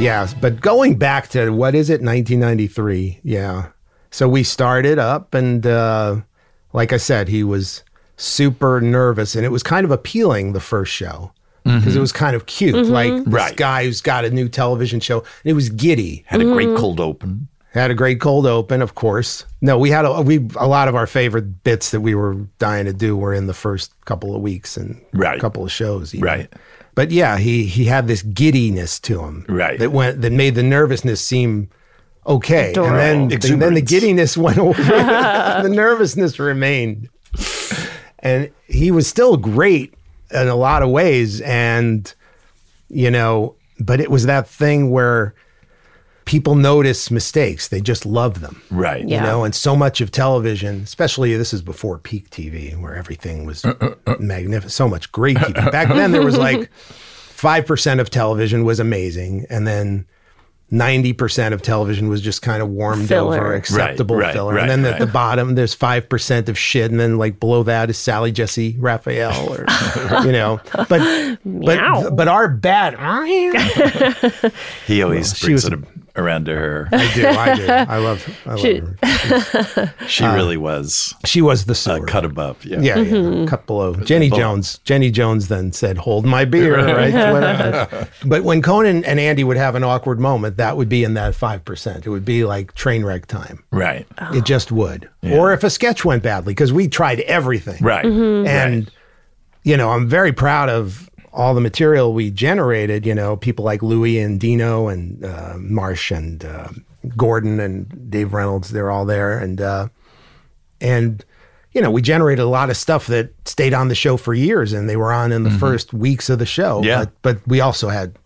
[SPEAKER 7] Yeah, but going back to what is it, 1993? Yeah. So we started up, and uh, like I said, he was super nervous, and it was kind of appealing the first show because it was kind of cute, like this
[SPEAKER 3] Mm-hmm. Right.
[SPEAKER 7] guy who's got a new television show, and it was giddy.
[SPEAKER 3] Had a great cold open.
[SPEAKER 7] Had a great cold open, of course. No, we had a, we a lot of our favorite bits that we were dying to do were in the first couple of weeks and
[SPEAKER 3] Right.
[SPEAKER 7] couple of shows, even.
[SPEAKER 3] Right.
[SPEAKER 7] But yeah, he he had this giddiness to him,
[SPEAKER 3] Right.
[SPEAKER 7] That went that made the nervousness seem okay, and then and then the
[SPEAKER 3] Exuberance.
[SPEAKER 7] giddiness went away, the nervousness remained, and he was still great in a lot of ways, and you know, but it was that thing where people notice mistakes; they just love them
[SPEAKER 3] Right.
[SPEAKER 4] Yeah.
[SPEAKER 7] you know and so much of television especially this is before peak tv where everything was magnificent so much great TV. back then there was like 5% of television was amazing and then 90% of television was just kind of warmed
[SPEAKER 4] Filler.
[SPEAKER 7] over acceptable
[SPEAKER 3] right,
[SPEAKER 7] filler
[SPEAKER 3] right,
[SPEAKER 7] and then
[SPEAKER 3] right.
[SPEAKER 7] at the bottom there's 5% of shit and then like below that is sally jesse raphael or you know but
[SPEAKER 4] Meow.
[SPEAKER 7] but but our bad
[SPEAKER 3] He always
[SPEAKER 7] she
[SPEAKER 3] brings
[SPEAKER 7] was-
[SPEAKER 3] it around to her.
[SPEAKER 7] i do i do i love i love
[SPEAKER 4] She-
[SPEAKER 7] her
[SPEAKER 3] She really was
[SPEAKER 7] she was the
[SPEAKER 3] uh,
[SPEAKER 7] sewer.
[SPEAKER 3] cut above. Uh, Yeah.
[SPEAKER 7] Yeah, yeah, cut below. Jenny
[SPEAKER 3] Below.
[SPEAKER 7] Jones. Jenny Jones then said, "Hold my beer." Right. Whatever. but when Conan and Andy would have an awkward moment, that would be in that five percent. It would be like train wreck time.
[SPEAKER 3] Right.
[SPEAKER 7] It just would. Or if a sketch went badly, because we tried everything.
[SPEAKER 3] Right.
[SPEAKER 4] Mm-hmm.
[SPEAKER 7] And you know, I'm very proud of all the material we generated. You know, people like Louis and Dino and uh, Marsh and uh, Gordon and Dave Reynolds. They're all there, and uh, and you know we generated a lot of stuff that stayed on the show for years, and they were on in the first weeks of the show.
[SPEAKER 3] Mm-hmm. Yeah.
[SPEAKER 7] but, but we also had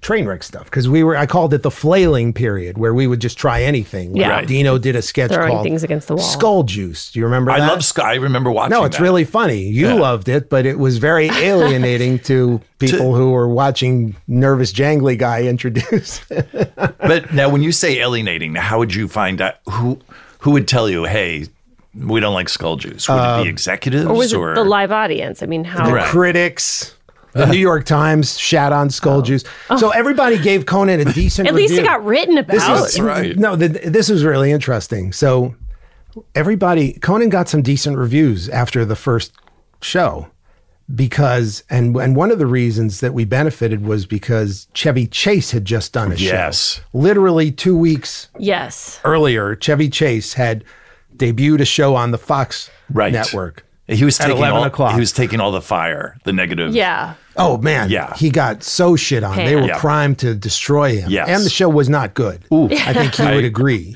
[SPEAKER 7] train wreck stuff because we were I called it the flailing period where we would just try anything.
[SPEAKER 4] Yeah.
[SPEAKER 7] Like, Dino did a sketch
[SPEAKER 4] Throwing
[SPEAKER 7] called
[SPEAKER 4] things against the wall.
[SPEAKER 7] Skull Juice. Do you remember?
[SPEAKER 3] I
[SPEAKER 7] that?
[SPEAKER 3] love Sky. I remember watching.
[SPEAKER 7] No, it's
[SPEAKER 3] that.
[SPEAKER 7] really funny. You loved it, but it was very alienating to people who were watching nervous jangly guy introduce.
[SPEAKER 3] But now, when you say alienating, how would you find out who who would tell you, "Hey, we don't like skull juice"? Would it
[SPEAKER 7] Um,
[SPEAKER 3] be executives
[SPEAKER 4] or was it the live audience? I mean, how?
[SPEAKER 7] the critics, the New York Times shat on Skull Juice. So everybody gave Conan a decent.
[SPEAKER 4] At least it
[SPEAKER 7] review.
[SPEAKER 4] got written about.
[SPEAKER 7] This is No, the, this is really interesting. So everybody, Conan got some decent reviews after the first show because, and and one of the reasons that we benefited was because Chevy Chase had just done a show.
[SPEAKER 3] Yes.
[SPEAKER 7] literally two weeks
[SPEAKER 4] Yes.
[SPEAKER 7] earlier, Chevy Chase had debuted a show on the Fox network.
[SPEAKER 3] He was
[SPEAKER 7] at
[SPEAKER 3] taking
[SPEAKER 7] eleven
[SPEAKER 3] all,
[SPEAKER 7] o'clock.
[SPEAKER 3] He was taking all the fire, the negative.
[SPEAKER 4] Yeah.
[SPEAKER 7] Oh man,
[SPEAKER 3] Yeah.
[SPEAKER 7] he got so shit on. They
[SPEAKER 3] Pan.
[SPEAKER 7] were
[SPEAKER 3] Yeah.
[SPEAKER 7] primed to destroy him.
[SPEAKER 3] Yes.
[SPEAKER 7] and the show was not good. I think he
[SPEAKER 3] I-
[SPEAKER 7] would agree.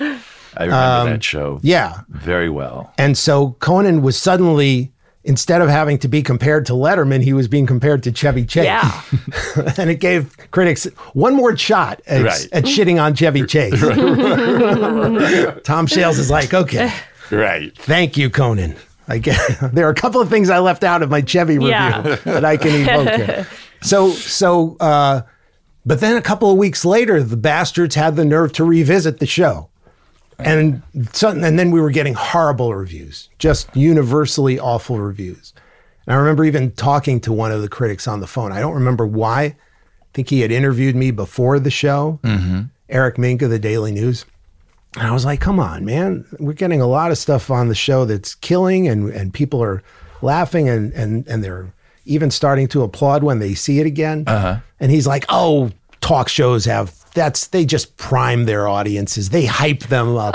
[SPEAKER 3] I remember
[SPEAKER 7] Um,
[SPEAKER 3] that show.
[SPEAKER 7] yeah.
[SPEAKER 3] very well.
[SPEAKER 7] And so Conan was suddenly, instead of having to be compared to Letterman, he was being compared to Chevy Chase.
[SPEAKER 4] Yeah.
[SPEAKER 7] and it gave critics one more shot at,
[SPEAKER 3] Right.
[SPEAKER 7] at shitting on Chevy Chase.
[SPEAKER 3] Right.
[SPEAKER 7] Tom Shales is like, okay,
[SPEAKER 3] Right.
[SPEAKER 7] thank you, Conan. I get, there are a couple of things I left out of my Chevy review
[SPEAKER 3] Yeah.
[SPEAKER 7] that I can evoke. Here. So, so, uh, but then a couple of weeks later, the bastards had the nerve to revisit the show. And sudden, and then we were getting horrible reviews, just universally awful reviews. And I remember even talking to one of the critics on the phone. I don't remember why. I think he had interviewed me before the show, Eric Mink of the Daily News. And I was like, come on, man. We're getting a lot of stuff on the show that's killing and, and people are laughing and, and, and they're even starting to applaud when they see it again. Uh-huh. And he's like, oh, talk shows have that's they just prime their audiences. They hype them up.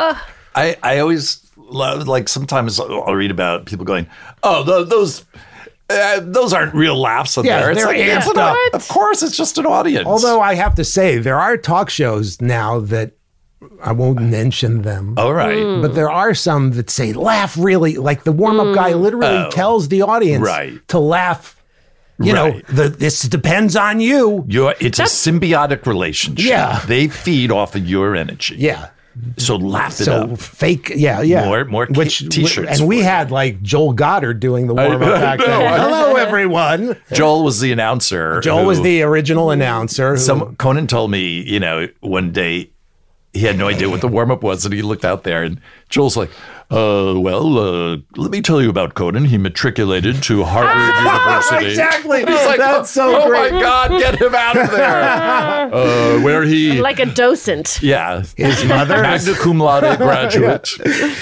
[SPEAKER 3] I, I always love like sometimes I'll I'll read about people going, oh tho- those uh, those aren't real laughs in
[SPEAKER 7] Yeah,
[SPEAKER 3] there. It's
[SPEAKER 7] they're
[SPEAKER 3] like, it's
[SPEAKER 7] amped
[SPEAKER 3] an au-
[SPEAKER 7] up.
[SPEAKER 3] Of course, it's just an audience.
[SPEAKER 7] Although I have to say, there are talk shows now that I won't mention them.
[SPEAKER 3] All right. Mm.
[SPEAKER 7] But there are some that say, laugh really. Like the warm up guy literally
[SPEAKER 3] Oh.
[SPEAKER 7] tells the audience
[SPEAKER 3] Right.
[SPEAKER 7] to laugh. You
[SPEAKER 3] Right.
[SPEAKER 7] know, the, this depends on you.
[SPEAKER 3] You're, it's a symbiotic relationship.
[SPEAKER 7] Yeah.
[SPEAKER 3] They feed off of your energy.
[SPEAKER 7] Yeah.
[SPEAKER 3] So laugh it
[SPEAKER 7] so
[SPEAKER 3] up.
[SPEAKER 7] fake, yeah, yeah.
[SPEAKER 3] More, more
[SPEAKER 7] Which
[SPEAKER 3] t shirts.
[SPEAKER 7] and we had like Joel Goddard doing the
[SPEAKER 3] I-
[SPEAKER 7] warm up back
[SPEAKER 3] I know,
[SPEAKER 7] then.
[SPEAKER 3] I-
[SPEAKER 7] Hello, everyone.
[SPEAKER 3] Joel was the announcer.
[SPEAKER 7] Joel was
[SPEAKER 3] who-
[SPEAKER 7] the original announcer. who-
[SPEAKER 3] Some Conan told me, you know, one day he had no idea what the warm up was, and he looked out there, and Joel's like, "Uh, well, uh, let me tell you about Conan. He matriculated to Harvard University.
[SPEAKER 7] Exactly.
[SPEAKER 3] He's like,
[SPEAKER 7] That's so
[SPEAKER 3] oh
[SPEAKER 7] great.
[SPEAKER 3] my God, get him out of there. uh, where he,
[SPEAKER 4] Like a docent.
[SPEAKER 3] yeah,
[SPEAKER 7] His mother is-
[SPEAKER 3] magna cum laude graduate,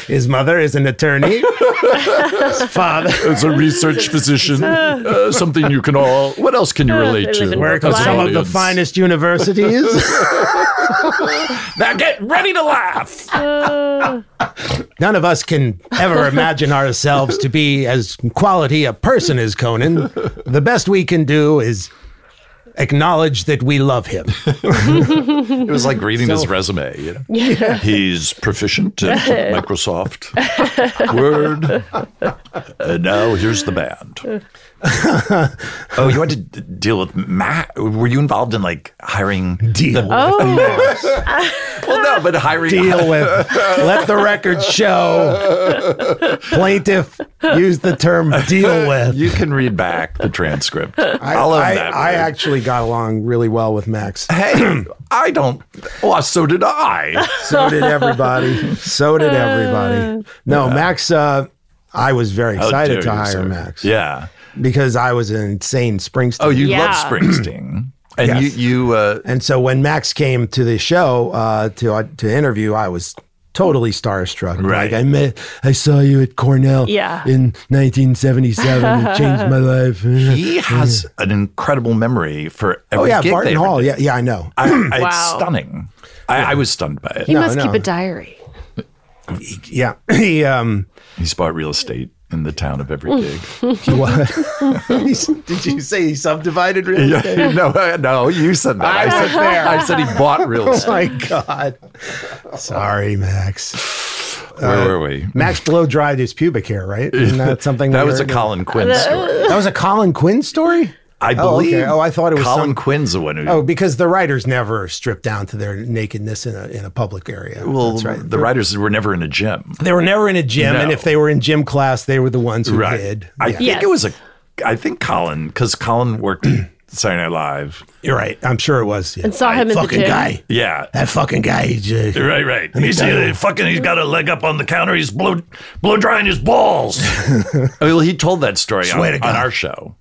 [SPEAKER 7] His mother is an attorney. His father
[SPEAKER 3] is a research physician. Uh, something you can all. What else can you relate
[SPEAKER 7] Uh, They
[SPEAKER 3] to?
[SPEAKER 7] live in Work at
[SPEAKER 3] as an
[SPEAKER 7] some of the
[SPEAKER 3] audience?
[SPEAKER 7] finest universities.
[SPEAKER 3] now get ready to laugh.
[SPEAKER 7] None of us can ever imagine ourselves to be as quality a person as Conan. The best we can do is acknowledge that we love him.
[SPEAKER 3] It was like reading his resume. You know?
[SPEAKER 7] Yeah.
[SPEAKER 3] He's proficient in Microsoft Word. And now here's the band. oh, you had to d- deal with Matt. Were you involved in like hiring? Deal.
[SPEAKER 4] Oh,
[SPEAKER 3] well, no, but hiring.
[SPEAKER 7] Deal with. Let the record show. Plaintiff used the term deal with.
[SPEAKER 3] You can read back the transcript.
[SPEAKER 7] I,
[SPEAKER 3] I'll own
[SPEAKER 7] I-
[SPEAKER 3] that
[SPEAKER 7] I
[SPEAKER 3] word.
[SPEAKER 7] actually got along really well with Max.
[SPEAKER 3] Hey, I don't. Well, so did I.
[SPEAKER 7] So did everybody. So did everybody. No, Max. Uh, I was very
[SPEAKER 3] How
[SPEAKER 7] excited
[SPEAKER 3] dare
[SPEAKER 7] to
[SPEAKER 3] you,
[SPEAKER 7] hire
[SPEAKER 3] sir.
[SPEAKER 7] Max
[SPEAKER 3] Yeah.
[SPEAKER 7] because I was an insane Springsteen.
[SPEAKER 3] Oh, you love Springsteen. And
[SPEAKER 7] Yes.
[SPEAKER 3] you, you uh,
[SPEAKER 7] And so when Max came to the show uh, to uh, to interview, I was totally starstruck.
[SPEAKER 3] Right.
[SPEAKER 7] Like I met, I saw you at Cornell.
[SPEAKER 3] Yeah.
[SPEAKER 7] In 1977, it changed my life.
[SPEAKER 3] he has an incredible memory for every
[SPEAKER 7] Oh yeah,
[SPEAKER 3] gig
[SPEAKER 7] Barton
[SPEAKER 3] they ever
[SPEAKER 7] Hall.
[SPEAKER 3] did.
[SPEAKER 7] Yeah, yeah, I know.
[SPEAKER 3] I, I,
[SPEAKER 4] Wow.
[SPEAKER 3] It's stunning. I, I was stunned by it.
[SPEAKER 4] He must keep a diary.
[SPEAKER 7] yeah. He um
[SPEAKER 3] He's bought real estate. in the town of
[SPEAKER 7] Mm.
[SPEAKER 3] every pig.
[SPEAKER 7] What? Did you say he subdivided real
[SPEAKER 3] Yeah,
[SPEAKER 7] estate?
[SPEAKER 3] no, uh, no, you said that.
[SPEAKER 7] I was
[SPEAKER 3] said
[SPEAKER 7] there.
[SPEAKER 3] I said he bought real estate.
[SPEAKER 7] Oh my god! Sorry, Max.
[SPEAKER 3] Where were we?
[SPEAKER 7] Max blow dried his pubic hair, right? Isn't that something
[SPEAKER 3] That
[SPEAKER 7] we
[SPEAKER 3] was
[SPEAKER 7] heard?
[SPEAKER 3] a Colin Quinn
[SPEAKER 7] That-
[SPEAKER 3] story.
[SPEAKER 7] That was a Colin Quinn story.
[SPEAKER 3] I
[SPEAKER 7] Oh, okay.
[SPEAKER 3] believe.
[SPEAKER 7] Oh, I thought it was
[SPEAKER 3] Colin
[SPEAKER 7] some-
[SPEAKER 3] Quinn's the one who.
[SPEAKER 7] Oh, because the writers never strip down to their nakedness in a in a public area.
[SPEAKER 3] well,
[SPEAKER 7] That's right.
[SPEAKER 3] the writers were never in a gym.
[SPEAKER 7] They were never in a gym, and
[SPEAKER 3] No.
[SPEAKER 7] if they were in gym class, they were the ones who
[SPEAKER 3] right.
[SPEAKER 7] did.
[SPEAKER 3] I
[SPEAKER 7] Yeah.
[SPEAKER 3] think it was a. I think Colin, because Colin worked at Saturday Night Live.
[SPEAKER 7] You're right. I'm sure it was. yeah.
[SPEAKER 4] And saw him in the
[SPEAKER 7] fucking
[SPEAKER 4] gym.
[SPEAKER 7] guy.
[SPEAKER 3] Yeah.
[SPEAKER 7] That fucking guy. he's, uh,
[SPEAKER 3] Right, right.
[SPEAKER 7] Let me
[SPEAKER 3] He's
[SPEAKER 7] tell you.
[SPEAKER 3] uh, fucking. He's got a leg up on the counter. He's blow, blow drying his balls. I mean, well, he told that story on,
[SPEAKER 7] Swear to
[SPEAKER 3] on
[SPEAKER 7] God.
[SPEAKER 3] our show.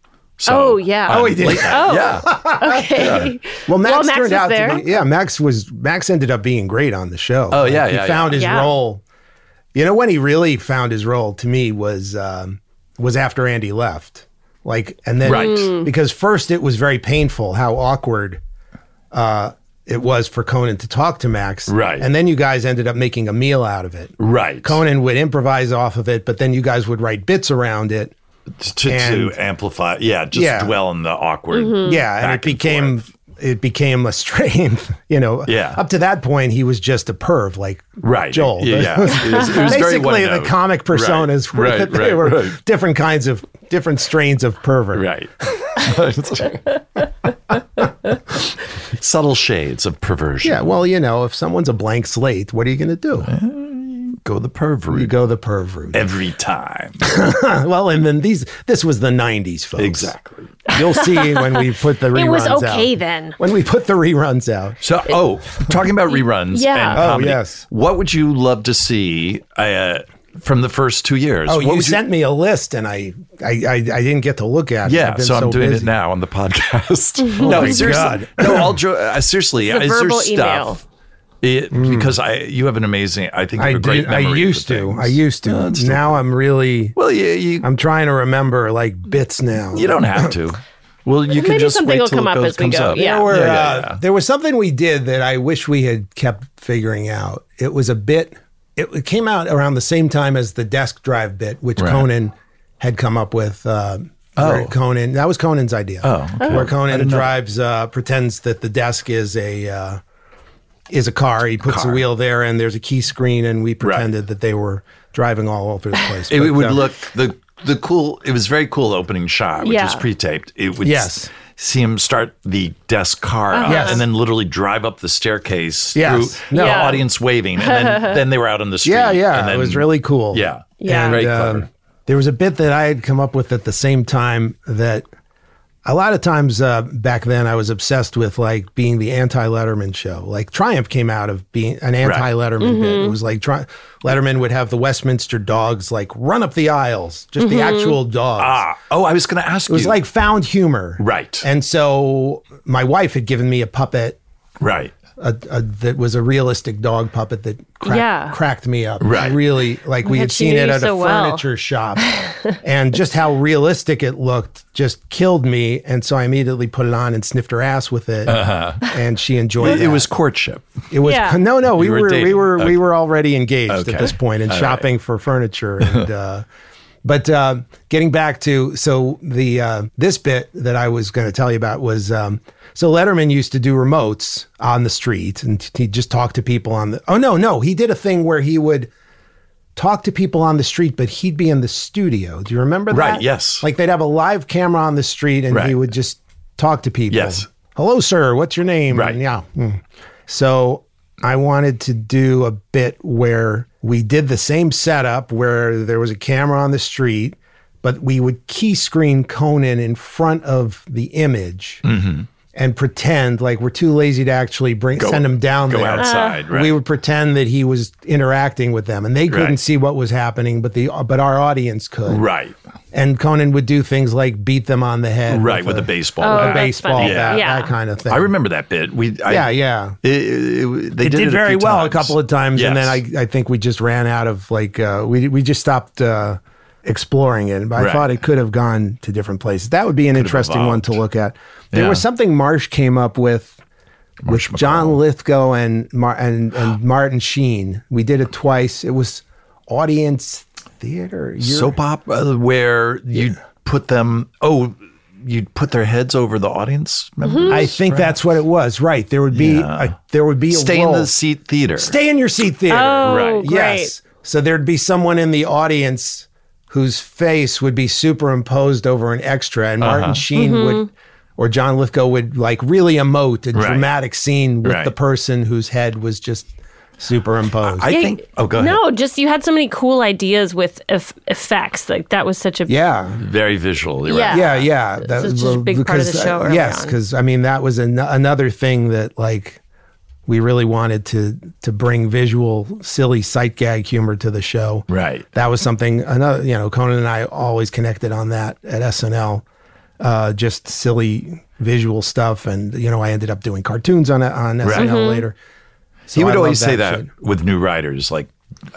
[SPEAKER 4] oh yeah.
[SPEAKER 3] on late night.
[SPEAKER 4] Oh
[SPEAKER 3] Yeah.
[SPEAKER 4] okay.
[SPEAKER 7] Well, Max,
[SPEAKER 4] was
[SPEAKER 7] turned out
[SPEAKER 4] there.
[SPEAKER 7] to be. Yeah, Max was. Max ended up being great on the show.
[SPEAKER 3] Oh, yeah,
[SPEAKER 7] he
[SPEAKER 3] yeah,
[SPEAKER 7] found
[SPEAKER 3] yeah.
[SPEAKER 7] his
[SPEAKER 4] Yeah.
[SPEAKER 7] role. You know when he really found his role to me was um, was after Andy left. Like, and then
[SPEAKER 3] Right.
[SPEAKER 4] Hmm.
[SPEAKER 3] Mm.
[SPEAKER 7] because first it was very painful how awkward uh, it was for Conan to talk to Max.
[SPEAKER 3] Right.
[SPEAKER 7] and then you guys ended up making a meal out of it.
[SPEAKER 3] Right.
[SPEAKER 7] Conan would improvise off of it, but then you guys would write bits around it.
[SPEAKER 3] to, to
[SPEAKER 7] And-
[SPEAKER 3] amplify yeah just
[SPEAKER 7] Yeah.
[SPEAKER 3] dwell on the awkward
[SPEAKER 4] Mm-hmm.
[SPEAKER 7] yeah and
[SPEAKER 3] back
[SPEAKER 7] it became it became a strain you know
[SPEAKER 3] Yeah.
[SPEAKER 7] up to that point he was just a perv like
[SPEAKER 3] Right.
[SPEAKER 7] joel
[SPEAKER 3] Yeah, yeah. It was- it was very
[SPEAKER 7] basically the
[SPEAKER 3] one-note.
[SPEAKER 7] comic
[SPEAKER 3] Right,
[SPEAKER 7] personas were
[SPEAKER 3] right,
[SPEAKER 7] that they
[SPEAKER 3] right,
[SPEAKER 7] were
[SPEAKER 3] right.
[SPEAKER 7] different kinds of different strains of pervert
[SPEAKER 3] right subtle shades of perversion
[SPEAKER 7] yeah well you know if someone's a blank slate what are you going to do
[SPEAKER 3] go the perv
[SPEAKER 7] you
[SPEAKER 3] route
[SPEAKER 7] go the perv route
[SPEAKER 3] every time
[SPEAKER 7] well and then these this was the 90s folks
[SPEAKER 3] exactly
[SPEAKER 7] you'll see when we put the reruns
[SPEAKER 4] It was okay
[SPEAKER 7] out.
[SPEAKER 4] then.
[SPEAKER 7] when we put the reruns out
[SPEAKER 3] so oh talking about reruns
[SPEAKER 4] Yeah.
[SPEAKER 3] and
[SPEAKER 7] Oh,
[SPEAKER 3] comedy,
[SPEAKER 7] yes.
[SPEAKER 3] what would you love to see uh, from the first two years
[SPEAKER 7] Oh,
[SPEAKER 3] What
[SPEAKER 7] you
[SPEAKER 3] would
[SPEAKER 7] sent me a list, and I I, I, I didn't get to look at it.
[SPEAKER 3] yeah,
[SPEAKER 7] I've been
[SPEAKER 3] so I'm doing
[SPEAKER 7] busy. Oh,
[SPEAKER 3] it now on the podcast. no,
[SPEAKER 7] my
[SPEAKER 3] seriously.
[SPEAKER 7] God.
[SPEAKER 3] No, I'll jo- uh, seriously.
[SPEAKER 4] It's a
[SPEAKER 3] is there
[SPEAKER 4] verbal
[SPEAKER 3] stuff?
[SPEAKER 4] email.
[SPEAKER 3] It, Because I, you have an amazing. I think you
[SPEAKER 7] Mm. I
[SPEAKER 3] have a
[SPEAKER 7] did.
[SPEAKER 3] great
[SPEAKER 7] I
[SPEAKER 3] memory. for
[SPEAKER 7] used to.
[SPEAKER 3] things.
[SPEAKER 7] I used to.
[SPEAKER 3] No, it's still-
[SPEAKER 7] now I'm really.
[SPEAKER 3] Well, yeah, you
[SPEAKER 7] I'm trying to remember like bits now.
[SPEAKER 3] You don't have to. Well, you can
[SPEAKER 4] Maybe
[SPEAKER 3] just
[SPEAKER 4] something
[SPEAKER 3] wait
[SPEAKER 4] will
[SPEAKER 3] till
[SPEAKER 4] come
[SPEAKER 3] it
[SPEAKER 4] up
[SPEAKER 3] goes,
[SPEAKER 4] as we
[SPEAKER 3] comes
[SPEAKER 4] go.
[SPEAKER 3] up.
[SPEAKER 4] Yeah.
[SPEAKER 7] There were,
[SPEAKER 3] yeah,
[SPEAKER 7] uh,
[SPEAKER 3] yeah.
[SPEAKER 7] there was something we did that I wish we had kept figuring out. It was a bit. It, it came out around the same time as the desk drive bit, which
[SPEAKER 3] Right.
[SPEAKER 7] Conan had come up with. Uh, where
[SPEAKER 3] Oh.
[SPEAKER 7] Conan. That was Conan's idea.
[SPEAKER 3] Oh, okay.
[SPEAKER 7] where Conan drives uh, pretends that the desk is a. Uh, is a car. He puts a
[SPEAKER 3] Car.
[SPEAKER 7] wheel there, and there's a key screen, and we pretended that they were driving all over the place.
[SPEAKER 3] It,
[SPEAKER 7] But,
[SPEAKER 3] would
[SPEAKER 7] uh,
[SPEAKER 3] look the the cool. It was very cool opening shot, which
[SPEAKER 4] Yeah.
[SPEAKER 3] was pre-taped. It would
[SPEAKER 7] Yes.
[SPEAKER 3] s- see him start the desk car up,
[SPEAKER 7] Yes.
[SPEAKER 3] and then literally drive up the staircase
[SPEAKER 7] Yes.
[SPEAKER 3] through
[SPEAKER 7] No.
[SPEAKER 3] the
[SPEAKER 4] Yeah.
[SPEAKER 3] audience waving, and then then they were out on the street.
[SPEAKER 7] Yeah, yeah,
[SPEAKER 3] and then,
[SPEAKER 7] it was really cool.
[SPEAKER 3] yeah,
[SPEAKER 4] Yeah. And,
[SPEAKER 3] very
[SPEAKER 7] um,
[SPEAKER 3] clever.
[SPEAKER 7] there was a bit that I had come up with at the same time that a lot of times uh, back then I was obsessed with like being the anti-Letterman show. Like Triumph came out of being an anti-Letterman bit. It was like tri- Letterman would have the Westminster dogs like run up the aisles, just the actual dogs.
[SPEAKER 3] ah, oh, I was going to ask
[SPEAKER 7] It was
[SPEAKER 3] you.
[SPEAKER 7] like found humor,
[SPEAKER 3] Right.
[SPEAKER 7] And so my wife had given me a puppet
[SPEAKER 3] right.
[SPEAKER 7] a, a, that was a realistic dog puppet that cracked,
[SPEAKER 4] Yeah.
[SPEAKER 7] cracked me up.
[SPEAKER 3] Right.
[SPEAKER 7] Really, like we
[SPEAKER 4] God,
[SPEAKER 7] had
[SPEAKER 4] she
[SPEAKER 7] seen
[SPEAKER 4] knew
[SPEAKER 7] it
[SPEAKER 4] you
[SPEAKER 7] at
[SPEAKER 4] so
[SPEAKER 7] a
[SPEAKER 4] well.
[SPEAKER 7] furniture shop and just how realistic it looked just killed me. And so I immediately put it on and sniffed her ass with it. And she enjoyed
[SPEAKER 3] Uh-huh. It,
[SPEAKER 7] it.
[SPEAKER 3] was courtship.
[SPEAKER 7] it was,
[SPEAKER 4] Yeah.
[SPEAKER 7] no, no, we
[SPEAKER 3] were
[SPEAKER 7] were, we
[SPEAKER 3] dating.
[SPEAKER 7] were,
[SPEAKER 3] Okay.
[SPEAKER 7] we were already engaged
[SPEAKER 3] Okay.
[SPEAKER 7] at this point and
[SPEAKER 3] All right.
[SPEAKER 7] shopping for furniture. And, uh, but uh, getting back to so the uh, this bit that I was going to tell you about was um, so Letterman used to do remotes on the street and he just talked to people on the oh no no he did a thing where he would talk to people on the street but he'd be in the studio do you remember that
[SPEAKER 3] Right, yes.
[SPEAKER 7] like they'd have a live camera on the street and he
[SPEAKER 3] Right.
[SPEAKER 7] would just talk to people
[SPEAKER 3] Yes.
[SPEAKER 7] hello sir what's your name
[SPEAKER 3] Right.
[SPEAKER 7] And yeah mm. so I wanted to do a bit where we did the same setup where there was a camera on the street, but we would key screen Conan in front of the image and pretend like we're too lazy to actually bring send him down
[SPEAKER 3] Mm-hmm. go
[SPEAKER 7] there. Uh-huh.
[SPEAKER 3] outside, right.
[SPEAKER 7] We would pretend that he was interacting with them and they couldn't
[SPEAKER 3] Right.
[SPEAKER 7] see what was happening, but the but our audience could.
[SPEAKER 3] Right.
[SPEAKER 7] And Conan would do things like beat them on the head
[SPEAKER 3] Right. With a baseball.
[SPEAKER 4] Oh,
[SPEAKER 3] bat.
[SPEAKER 4] that's
[SPEAKER 7] baseball
[SPEAKER 4] funny.
[SPEAKER 7] bat,
[SPEAKER 3] Yeah.
[SPEAKER 4] Yeah.
[SPEAKER 7] that kind of thing.
[SPEAKER 3] I remember that bit. We. I,
[SPEAKER 7] Yeah, yeah
[SPEAKER 3] It, it- it- they
[SPEAKER 7] it
[SPEAKER 3] did,
[SPEAKER 7] did,
[SPEAKER 3] it a
[SPEAKER 7] very
[SPEAKER 3] few
[SPEAKER 7] well
[SPEAKER 3] times.
[SPEAKER 7] a couple of times,
[SPEAKER 3] Yes.
[SPEAKER 7] and then I, I think we just ran out of like uh, we we just stopped uh, exploring it. But I
[SPEAKER 3] Right.
[SPEAKER 7] thought it could have gone to different places. That would be an interesting one to
[SPEAKER 3] evolved.
[SPEAKER 7] look at. There
[SPEAKER 3] Yeah.
[SPEAKER 7] was something Marsh came up with with John Lithgow and Mar- and and Martin Sheen. We did it twice. It was audience theater? You're-
[SPEAKER 3] soap opera where you put them. Oh, you'd put their heads over the audience members.
[SPEAKER 7] I think that's what it was. Right. There would be a, there would be a
[SPEAKER 3] Stay in
[SPEAKER 7] role.
[SPEAKER 3] the seat theater.
[SPEAKER 7] Stay in your seat theater.
[SPEAKER 3] Oh, Right. great.
[SPEAKER 7] Yes. So there'd be someone in the audience whose face would be superimposed over an extra, and Martin
[SPEAKER 3] Uh-huh.
[SPEAKER 7] Sheen
[SPEAKER 3] Mhm.
[SPEAKER 7] would, or John Lithgow would like really emote a
[SPEAKER 3] Right.
[SPEAKER 7] dramatic scene with
[SPEAKER 3] Right.
[SPEAKER 7] the person whose head was just superimposed.
[SPEAKER 4] Yeah,
[SPEAKER 3] oh,
[SPEAKER 4] No, just you had so many cool ideas with eff effects. Like that was such a
[SPEAKER 7] Yeah.
[SPEAKER 3] Very visual. you're
[SPEAKER 4] Yeah.
[SPEAKER 3] right.
[SPEAKER 7] Yeah, yeah.
[SPEAKER 4] So it's just a big part of the
[SPEAKER 7] because,
[SPEAKER 4] show
[SPEAKER 7] uh,
[SPEAKER 4] early
[SPEAKER 7] yes,
[SPEAKER 4] on.
[SPEAKER 7] because I mean that was an, another thing that like we really wanted to to bring visual, silly sight gag humor to the show.
[SPEAKER 3] Right.
[SPEAKER 7] That was something another you know Conan and I always connected on that at SNL. Uh, just silly visual stuff, and you know I ended up doing cartoons on on
[SPEAKER 3] Right.
[SPEAKER 7] SNL
[SPEAKER 3] Mhm.
[SPEAKER 7] later.
[SPEAKER 3] he
[SPEAKER 7] So Oh, I
[SPEAKER 3] would
[SPEAKER 7] love
[SPEAKER 3] always say that
[SPEAKER 7] shit.
[SPEAKER 3] with new writers, like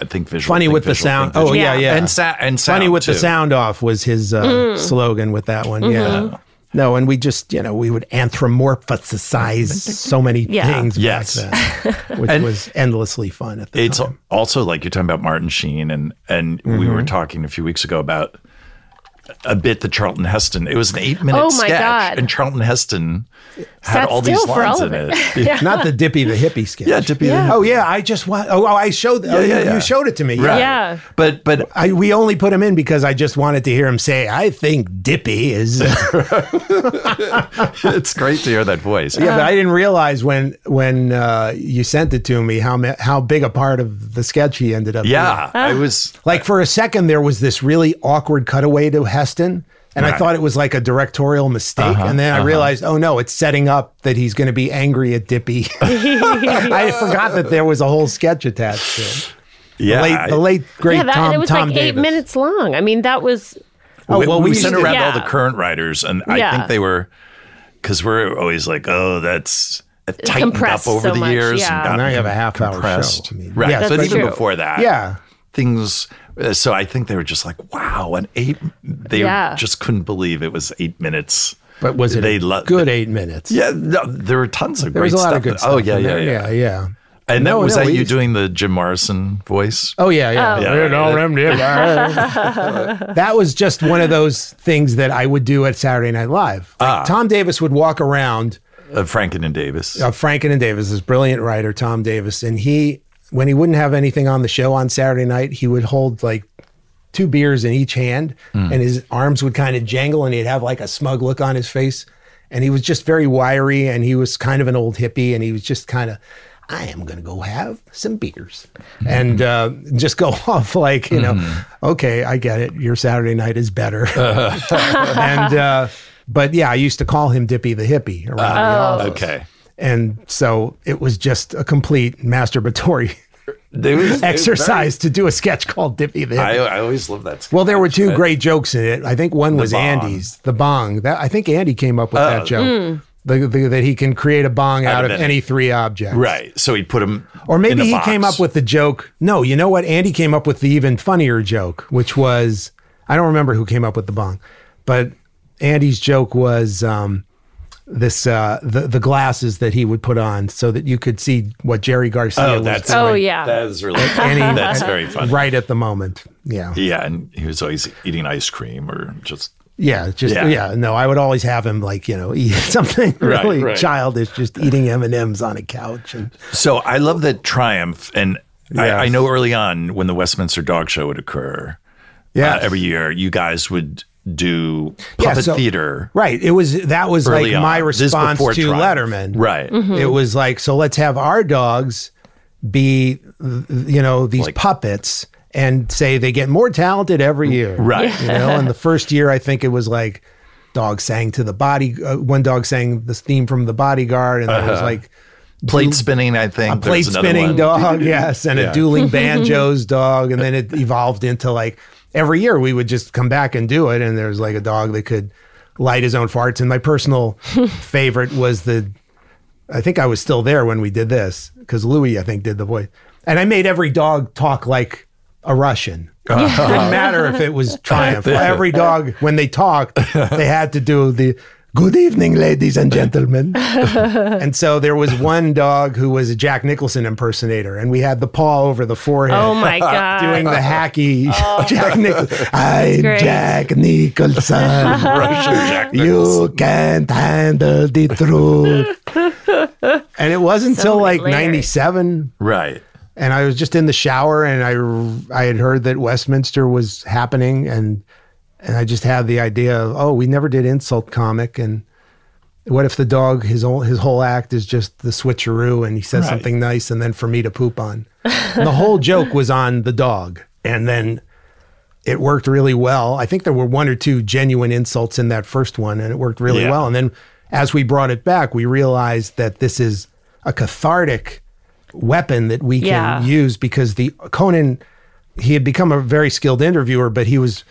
[SPEAKER 3] I think visual.
[SPEAKER 7] Funny
[SPEAKER 3] think
[SPEAKER 7] with the
[SPEAKER 3] visual,
[SPEAKER 7] sound.
[SPEAKER 3] think
[SPEAKER 7] Oh yeah,
[SPEAKER 3] visual.
[SPEAKER 7] yeah.
[SPEAKER 3] and sa- and sound
[SPEAKER 7] Funny with the
[SPEAKER 3] too.
[SPEAKER 7] sound off was his uh,
[SPEAKER 3] Mm.
[SPEAKER 7] slogan with that one.
[SPEAKER 3] Mhm.
[SPEAKER 7] Yeah. No, and we just you know we would anthropomorphize so many
[SPEAKER 3] Yeah.
[SPEAKER 7] things
[SPEAKER 3] Yes.
[SPEAKER 7] back then, which
[SPEAKER 3] And-
[SPEAKER 7] was endlessly fun. At the
[SPEAKER 3] it's also like you're talking about Martin Sheen, and and we
[SPEAKER 7] Mhm.
[SPEAKER 3] were talking a few weeks ago about a bit that Charlton Heston. It was an eight minute
[SPEAKER 4] Oh my
[SPEAKER 3] sketch,
[SPEAKER 4] God.
[SPEAKER 3] and Charlton Heston had
[SPEAKER 4] Sat
[SPEAKER 3] all these
[SPEAKER 4] still for
[SPEAKER 3] lines
[SPEAKER 4] all
[SPEAKER 3] in
[SPEAKER 4] of
[SPEAKER 3] it.
[SPEAKER 4] it. Yeah.
[SPEAKER 7] Not the Dippy the Hippie sketch.
[SPEAKER 3] Yeah, Dippy the
[SPEAKER 7] Oh yeah, I just want. Oh, oh, I showed.
[SPEAKER 3] Yeah,
[SPEAKER 7] oh,
[SPEAKER 3] yeah,
[SPEAKER 7] you-
[SPEAKER 3] yeah.
[SPEAKER 7] You showed it to me.
[SPEAKER 3] Right. Yeah. But but
[SPEAKER 7] I, we only put him in because I just wanted to hear him say, "I think Dippy is."
[SPEAKER 3] it's great to hear that voice.
[SPEAKER 7] Yeah, but I didn't realize when when uh, you sent it to me how ma- how big a part of the sketch he ended up.
[SPEAKER 3] Yeah,
[SPEAKER 7] being.
[SPEAKER 3] I was-
[SPEAKER 7] like for a second there was this really awkward cutaway to Heston, and I
[SPEAKER 3] Right.
[SPEAKER 7] thought it was like a directorial mistake,
[SPEAKER 3] Uh-huh,
[SPEAKER 7] and then I
[SPEAKER 3] uh-huh.
[SPEAKER 7] realized, oh no, it's setting up that he's going to be angry at Dippy. I forgot that there was a whole sketch attached to it.
[SPEAKER 3] Yeah, I-
[SPEAKER 7] the late, the late great
[SPEAKER 4] yeah, that,
[SPEAKER 7] Tom
[SPEAKER 4] it was
[SPEAKER 7] Tom
[SPEAKER 4] like eight
[SPEAKER 7] Davis.
[SPEAKER 4] minutes long. I mean, that was
[SPEAKER 3] Oh, we, well, we,
[SPEAKER 4] sent
[SPEAKER 3] sent around all the current writers, and I
[SPEAKER 4] Yeah.
[SPEAKER 3] think they were because we're always like, oh, that's it tightened
[SPEAKER 4] compressed
[SPEAKER 3] up over
[SPEAKER 4] so
[SPEAKER 3] the
[SPEAKER 4] much,
[SPEAKER 3] years.
[SPEAKER 4] yeah.
[SPEAKER 3] And got
[SPEAKER 4] Now
[SPEAKER 7] you have a half hour
[SPEAKER 3] compressed.
[SPEAKER 7] show, I mean.
[SPEAKER 3] right?
[SPEAKER 7] Yes,
[SPEAKER 3] but
[SPEAKER 7] but
[SPEAKER 3] even
[SPEAKER 7] true.
[SPEAKER 3] before that,
[SPEAKER 7] Yeah.
[SPEAKER 3] things. uh, So I think they were just like, wow, an eight. They
[SPEAKER 7] Yeah.
[SPEAKER 3] just couldn't believe it was eight minutes.
[SPEAKER 7] But was it
[SPEAKER 3] They
[SPEAKER 7] a
[SPEAKER 3] lo-
[SPEAKER 7] good eight minutes?
[SPEAKER 3] Yeah, no, there were tons of
[SPEAKER 7] There
[SPEAKER 3] great
[SPEAKER 7] was a lot
[SPEAKER 3] stuff.
[SPEAKER 7] of good
[SPEAKER 3] that-
[SPEAKER 7] stuff.
[SPEAKER 3] oh yeah,
[SPEAKER 7] in
[SPEAKER 3] yeah,
[SPEAKER 7] there.
[SPEAKER 3] yeah,
[SPEAKER 7] yeah, yeah.
[SPEAKER 3] And
[SPEAKER 7] No,
[SPEAKER 3] that was
[SPEAKER 7] no,
[SPEAKER 3] that you
[SPEAKER 7] he's-
[SPEAKER 3] doing the Jim Morrison voice?
[SPEAKER 7] Oh yeah, yeah.
[SPEAKER 3] Oh. Yeah, right.
[SPEAKER 7] that was just one of those things that I would do at Saturday Night Live. Like,
[SPEAKER 3] Ah.
[SPEAKER 7] Tom Davis would walk around.
[SPEAKER 3] Uh, Franken and Davis.
[SPEAKER 7] Uh, Franken and Davis, this brilliant writer, Tom Davis, and he, when he wouldn't have anything on the show on Saturday night, he would hold like two beers in each hand,
[SPEAKER 11] Mm.
[SPEAKER 7] and his arms would kind of jangle, and he'd have like a smug look on his face, and he was just very wiry, and he was kind of an old hippie, and he was just kind of. I am going to go have some beers and uh, just go off like, you know, okay, I get it. Your Saturday night is better. and, uh, but yeah, I used to call him Dippy the Hippie around the
[SPEAKER 3] Ah,
[SPEAKER 7] office.
[SPEAKER 3] okay.
[SPEAKER 7] And so it was just a complete masturbatory
[SPEAKER 3] They was- they was
[SPEAKER 7] exercise to do a sketch called Dippy the
[SPEAKER 3] I,
[SPEAKER 7] Hippie.
[SPEAKER 3] I always love that.
[SPEAKER 7] well, there were
[SPEAKER 3] sketch,
[SPEAKER 7] two
[SPEAKER 3] but-
[SPEAKER 7] great jokes in it. I think one
[SPEAKER 3] The
[SPEAKER 7] was
[SPEAKER 3] bong.
[SPEAKER 7] Andy's, the bong. That I think Andy came up with
[SPEAKER 3] Oh.
[SPEAKER 7] that joke.
[SPEAKER 3] Mm.
[SPEAKER 7] The, the, that he can create a bong out,
[SPEAKER 3] Out
[SPEAKER 7] of
[SPEAKER 3] of
[SPEAKER 7] any,
[SPEAKER 3] any-
[SPEAKER 7] three objects.
[SPEAKER 3] Right. So he put him.
[SPEAKER 7] Or
[SPEAKER 3] in
[SPEAKER 7] maybe
[SPEAKER 3] a
[SPEAKER 7] he
[SPEAKER 3] box.
[SPEAKER 7] came up with the joke. No, you know what? Andy came up with the even funnier joke, which was I don't remember who came up with the bong, but Andy's joke was um, this uh, the the glasses that he would put on so that you could see what Jerry Garcia
[SPEAKER 3] Oh,
[SPEAKER 7] was
[SPEAKER 3] that's
[SPEAKER 7] doing.
[SPEAKER 4] Oh, yeah.
[SPEAKER 3] That is really.
[SPEAKER 7] And he-
[SPEAKER 3] that's very funny.
[SPEAKER 7] Right at the moment. Yeah.
[SPEAKER 3] Yeah, and he was always eating ice cream or just.
[SPEAKER 7] Yeah, just yeah.
[SPEAKER 3] Yeah.
[SPEAKER 7] No, I would always have him like you know eat something
[SPEAKER 3] Right,
[SPEAKER 7] really
[SPEAKER 3] right.
[SPEAKER 7] childish, just eating M and M's on a couch and
[SPEAKER 3] So I love that triumph, and I, I know early on when the Westminster Dog Show would occur. uh,
[SPEAKER 7] Yes.
[SPEAKER 3] every year you guys would do
[SPEAKER 7] Yeah,
[SPEAKER 3] puppet
[SPEAKER 7] so-
[SPEAKER 3] theater.
[SPEAKER 7] Right. It was that was
[SPEAKER 3] Early
[SPEAKER 7] like my
[SPEAKER 3] on. This is
[SPEAKER 7] response
[SPEAKER 3] before
[SPEAKER 7] to
[SPEAKER 3] Triumph.
[SPEAKER 7] Letterman. Mm-hmm.
[SPEAKER 3] Right. Mhm.
[SPEAKER 7] It was like so let's have our dogs be th- you know these puppets and say they get more talented every year.
[SPEAKER 3] Mm, Right.
[SPEAKER 7] You know, and the first year I think it was like dogs sang to the body uh, one dog sang the theme from the bodyguard and there was
[SPEAKER 3] Uh-huh.
[SPEAKER 7] like
[SPEAKER 3] Plate spinning, I think.
[SPEAKER 7] a plate
[SPEAKER 3] There's another
[SPEAKER 7] spinning
[SPEAKER 3] one.
[SPEAKER 7] dog, yes, and
[SPEAKER 3] Yeah.
[SPEAKER 7] a dueling banjos dog, and then it evolved into like every year we would just come back and do it, and there was like a dog that could light his own farts, and my personal favorite was the, I think I was still there when we did this because Louis I think did the voice, and I made every dog talk like a Russian.
[SPEAKER 4] Uh-huh.
[SPEAKER 7] It didn't matter if it was triumph. Every dog, when they talked, they had to do the Good evening, ladies and gentlemen. and so there was one dog who was a Jack Nicholson impersonator, and we had the paw over the forehead.
[SPEAKER 4] Oh, my God.
[SPEAKER 7] Doing the hacky
[SPEAKER 4] Oh.
[SPEAKER 7] Jack Nicholson. I'm
[SPEAKER 4] great.
[SPEAKER 7] Jack Nicholson.
[SPEAKER 4] Russian
[SPEAKER 3] Jack
[SPEAKER 7] You can't handle the truth. and it wasn't
[SPEAKER 3] So
[SPEAKER 7] until like
[SPEAKER 3] layered.
[SPEAKER 7] '97,
[SPEAKER 3] Right.
[SPEAKER 7] and I was just in the shower, and I I had heard that Westminster was happening, and and I just had the idea of oh, we never did insult comic, and what if the dog his whole, his whole act is just the switcheroo, and he says
[SPEAKER 11] Right.
[SPEAKER 7] something nice, and then for me to poop on. And the whole joke was on the dog, and then it worked really well. I think there were one or two genuine insults in that first one, and it worked really
[SPEAKER 11] Yeah.
[SPEAKER 7] well. And then as we brought it back, we realized that this is a cathartic weapon that we
[SPEAKER 11] Yeah.
[SPEAKER 7] can use because the Conan, he had become a very skilled interviewer, but he was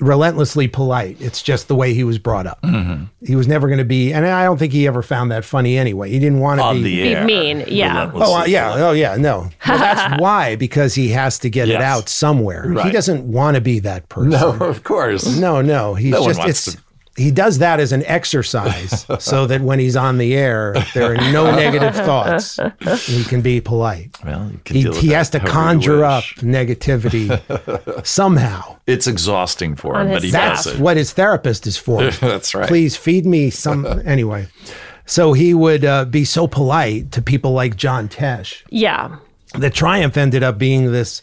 [SPEAKER 7] relentlessly polite. It's just the way he was brought up.
[SPEAKER 3] Mm-hmm.
[SPEAKER 7] He was never going to be, and I don't think he ever found that funny anyway. He didn't want to be,
[SPEAKER 4] Be mean, yeah.
[SPEAKER 7] Oh uh, yeah, oh yeah, no. Well, that's why because he has to get it
[SPEAKER 3] Yes.
[SPEAKER 7] out somewhere. He
[SPEAKER 3] Right.
[SPEAKER 7] doesn't want to be that person.
[SPEAKER 3] No, of course.
[SPEAKER 7] No, no. He's
[SPEAKER 3] No one
[SPEAKER 7] just
[SPEAKER 3] wants
[SPEAKER 7] it's
[SPEAKER 3] to-
[SPEAKER 7] he does that as an exercise so that when he's on the air, there are no negative thoughts. and He can be polite.
[SPEAKER 3] Well, you can
[SPEAKER 7] He,
[SPEAKER 3] deal with
[SPEAKER 7] he
[SPEAKER 3] that
[SPEAKER 7] has to
[SPEAKER 3] however you
[SPEAKER 7] conjure
[SPEAKER 3] wish.
[SPEAKER 7] up negativity somehow.
[SPEAKER 3] It's exhausting for
[SPEAKER 7] On
[SPEAKER 3] him,
[SPEAKER 7] his
[SPEAKER 3] but he
[SPEAKER 7] That's
[SPEAKER 3] does it.
[SPEAKER 7] what his therapist is for.
[SPEAKER 3] That's right.
[SPEAKER 7] Please feed me some. anyway, so he would uh, be so polite to people like John Tesh.
[SPEAKER 4] Yeah.
[SPEAKER 7] The Triumph ended up being this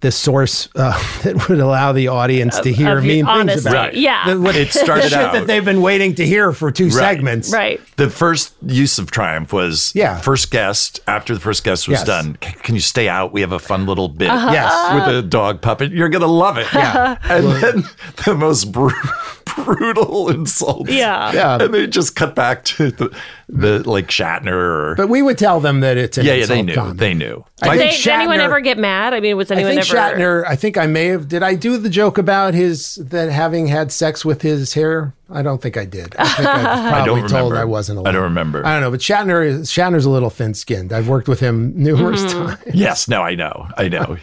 [SPEAKER 7] this source uh, that would allow the audience to
[SPEAKER 4] Of-
[SPEAKER 7] hear
[SPEAKER 4] of your
[SPEAKER 7] mean things
[SPEAKER 4] honesty.
[SPEAKER 7] about
[SPEAKER 4] Right. Yeah.
[SPEAKER 7] The- what-
[SPEAKER 3] It started
[SPEAKER 7] the shit
[SPEAKER 3] out-
[SPEAKER 7] that they've been waiting to hear for two
[SPEAKER 3] Right.
[SPEAKER 7] segments.
[SPEAKER 4] Right.
[SPEAKER 3] The first use of Triumph was
[SPEAKER 7] Yeah.
[SPEAKER 3] first guest, after the first guest was
[SPEAKER 7] Yes.
[SPEAKER 3] done, "C- can you stay out? We have a fun little bit
[SPEAKER 7] Uh-huh. Yes.
[SPEAKER 3] with a dog puppet. You're going to love it.
[SPEAKER 7] Yeah.
[SPEAKER 3] and then the most bru- brutal insults.
[SPEAKER 4] Yeah.
[SPEAKER 7] Yeah.
[SPEAKER 3] And they just cut back to the, the like Shatner or.
[SPEAKER 7] But we would tell them that it's an
[SPEAKER 3] yeah, yeah,
[SPEAKER 7] insult
[SPEAKER 3] they knew.
[SPEAKER 7] comic.
[SPEAKER 3] They knew.
[SPEAKER 7] I
[SPEAKER 4] Did,
[SPEAKER 7] think
[SPEAKER 4] they- did anyone
[SPEAKER 7] Shatner-
[SPEAKER 4] ever get mad? I mean, was anyone
[SPEAKER 7] I think
[SPEAKER 4] ever?
[SPEAKER 7] Shatner. I think I may have. Did I do the joke about his that having had sex with his hair? I don't think I did. I think I was
[SPEAKER 3] I
[SPEAKER 7] probably
[SPEAKER 3] don't
[SPEAKER 7] told
[SPEAKER 3] remember.
[SPEAKER 7] I wasn't. Allowed.
[SPEAKER 3] I don't remember.
[SPEAKER 7] I don't know, but Shatner is Shatner's a little thin skinned. I've worked with him numerous
[SPEAKER 4] Mm-hmm.
[SPEAKER 7] times.
[SPEAKER 3] Yes, no, I know, I know.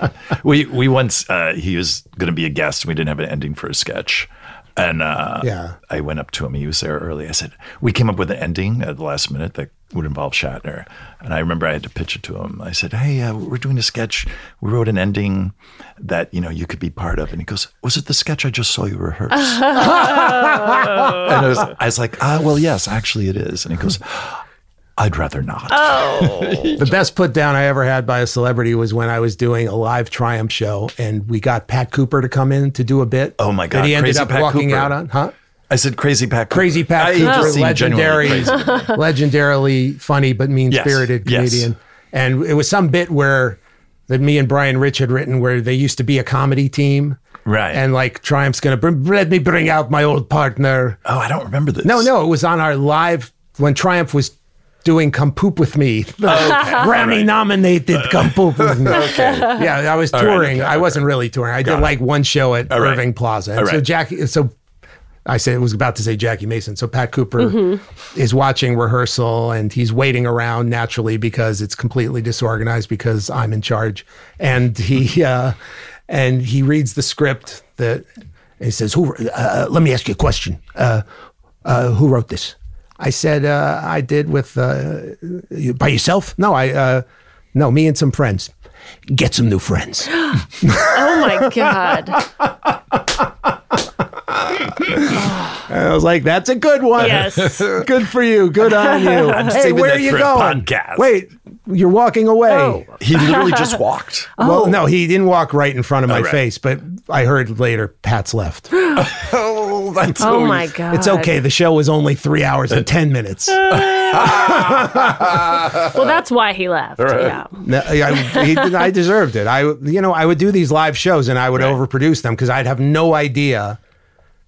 [SPEAKER 3] we we once uh, he was going to be a guest, and we didn't have an ending for a sketch, and uh,
[SPEAKER 7] Yeah.
[SPEAKER 3] I went up to him. He was there early. I said we came up with an ending at the last minute that would involve Shatner, and I remember I had to pitch it to him. I said, "Hey, uh, we're doing a sketch. We wrote an ending that you know you could be part of," and he goes, "Was it the sketch I just saw you rehearse?" and I was, I was like, "Ah, well, yes, actually, it is." And he goes, "I'd rather not."
[SPEAKER 4] Oh.
[SPEAKER 7] The best put down I ever had by a celebrity was when I was doing a live Triumph show, and we got Pat Cooper to come in to do a bit.
[SPEAKER 3] Oh my
[SPEAKER 7] That
[SPEAKER 3] God!
[SPEAKER 7] he ended
[SPEAKER 3] Crazy
[SPEAKER 7] up
[SPEAKER 3] Pat
[SPEAKER 7] walking
[SPEAKER 3] Cooper.
[SPEAKER 7] out on, huh?
[SPEAKER 3] I said crazy Pat. Cooper.
[SPEAKER 7] Crazy Pat
[SPEAKER 3] I- he
[SPEAKER 7] Cooper,
[SPEAKER 3] just seemed
[SPEAKER 7] legendary,
[SPEAKER 3] genuinely crazy to me.
[SPEAKER 7] legendarily funny but mean spirited
[SPEAKER 3] Yes.
[SPEAKER 7] comedian. And it was some bit where that me and Brian Rich had written where they used to be a comedy team.
[SPEAKER 3] Right.
[SPEAKER 7] And like Triumph's gonna bring, let me bring out my old partner.
[SPEAKER 3] Oh, I don't remember this.
[SPEAKER 7] No, no, it was on our live when Triumph was doing "Come Poop with Me," Grammy nominated "Come Poop with Me."
[SPEAKER 3] Okay.
[SPEAKER 7] Yeah, I was
[SPEAKER 3] All right,
[SPEAKER 7] touring.
[SPEAKER 3] okay,
[SPEAKER 7] I wasn't really touring. I did like one show at
[SPEAKER 3] All right.
[SPEAKER 7] Irving Plaza, and
[SPEAKER 3] All
[SPEAKER 7] so
[SPEAKER 3] right.
[SPEAKER 7] Jackie. So I said was about to say Jackie Mason. So Pat Cooper is watching rehearsal and he's waiting around naturally because it's completely disorganized because I'm in charge. And he uh, and he reads the script that and he says, "Who? Uh, let me ask you a question. Uh, uh, who wrote this?" I said, uh, "I did with uh, you- by yourself. No, I uh, no me and some friends. Get some new friends."
[SPEAKER 4] oh my god.
[SPEAKER 7] And I was like, "That's a good one.
[SPEAKER 4] Yes.
[SPEAKER 7] good for you. Good on you.
[SPEAKER 3] I'm
[SPEAKER 7] hey,
[SPEAKER 3] saving
[SPEAKER 7] where
[SPEAKER 3] that
[SPEAKER 7] are you
[SPEAKER 3] for a
[SPEAKER 7] going?
[SPEAKER 3] podcast. Oh.
[SPEAKER 7] Wait, you're walking away.
[SPEAKER 3] He literally just walked.
[SPEAKER 7] Well, no, he didn't walk right in front of my
[SPEAKER 3] Oh, right.
[SPEAKER 7] face, but I heard later Pat's left.
[SPEAKER 3] oh, that's
[SPEAKER 4] Oh, my God.
[SPEAKER 7] It's okay. The show was only three hours and ten minutes.
[SPEAKER 4] Well, that's why he left. Yeah.
[SPEAKER 7] No, I, he, I deserved it. I, you know, I would do these live shows and I would overproduce them because I'd have no idea.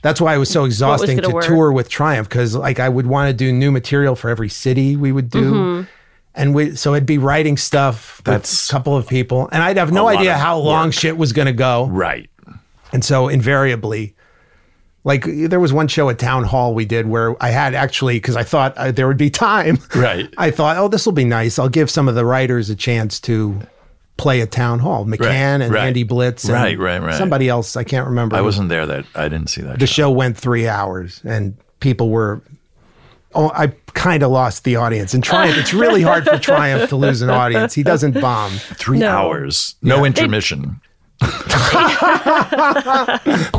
[SPEAKER 7] That's why it was so exhausting
[SPEAKER 4] gonna
[SPEAKER 7] to
[SPEAKER 4] work.
[SPEAKER 7] tour with Triumph because, like, I would want to do new material for every city we would do,
[SPEAKER 4] Mhm.
[SPEAKER 7] and we so I'd be writing stuff
[SPEAKER 3] That's
[SPEAKER 7] with a couple of people, and I'd have
[SPEAKER 3] a
[SPEAKER 7] no
[SPEAKER 3] lot
[SPEAKER 7] idea
[SPEAKER 3] of
[SPEAKER 7] how long
[SPEAKER 3] work.
[SPEAKER 7] shit was going to go,
[SPEAKER 3] right?
[SPEAKER 7] And so invariably, like, there was one show at Town Hall we did where I had actually because I thought uh, there would be time,
[SPEAKER 3] Right.
[SPEAKER 7] I thought, oh, this will be nice. I'll give some of the writers a chance to play at town hall. McCann and
[SPEAKER 3] right.
[SPEAKER 7] Andy Blitz, and
[SPEAKER 3] Right, right, right.
[SPEAKER 7] Somebody else, I can't remember.
[SPEAKER 3] I wasn't there. That I didn't see that.
[SPEAKER 7] The show went three hours, and people were oh, I kind of lost the audience. And Triumph, it's really hard for Triumph to lose an audience. He doesn't bomb.
[SPEAKER 3] Three No. hours, no intermission.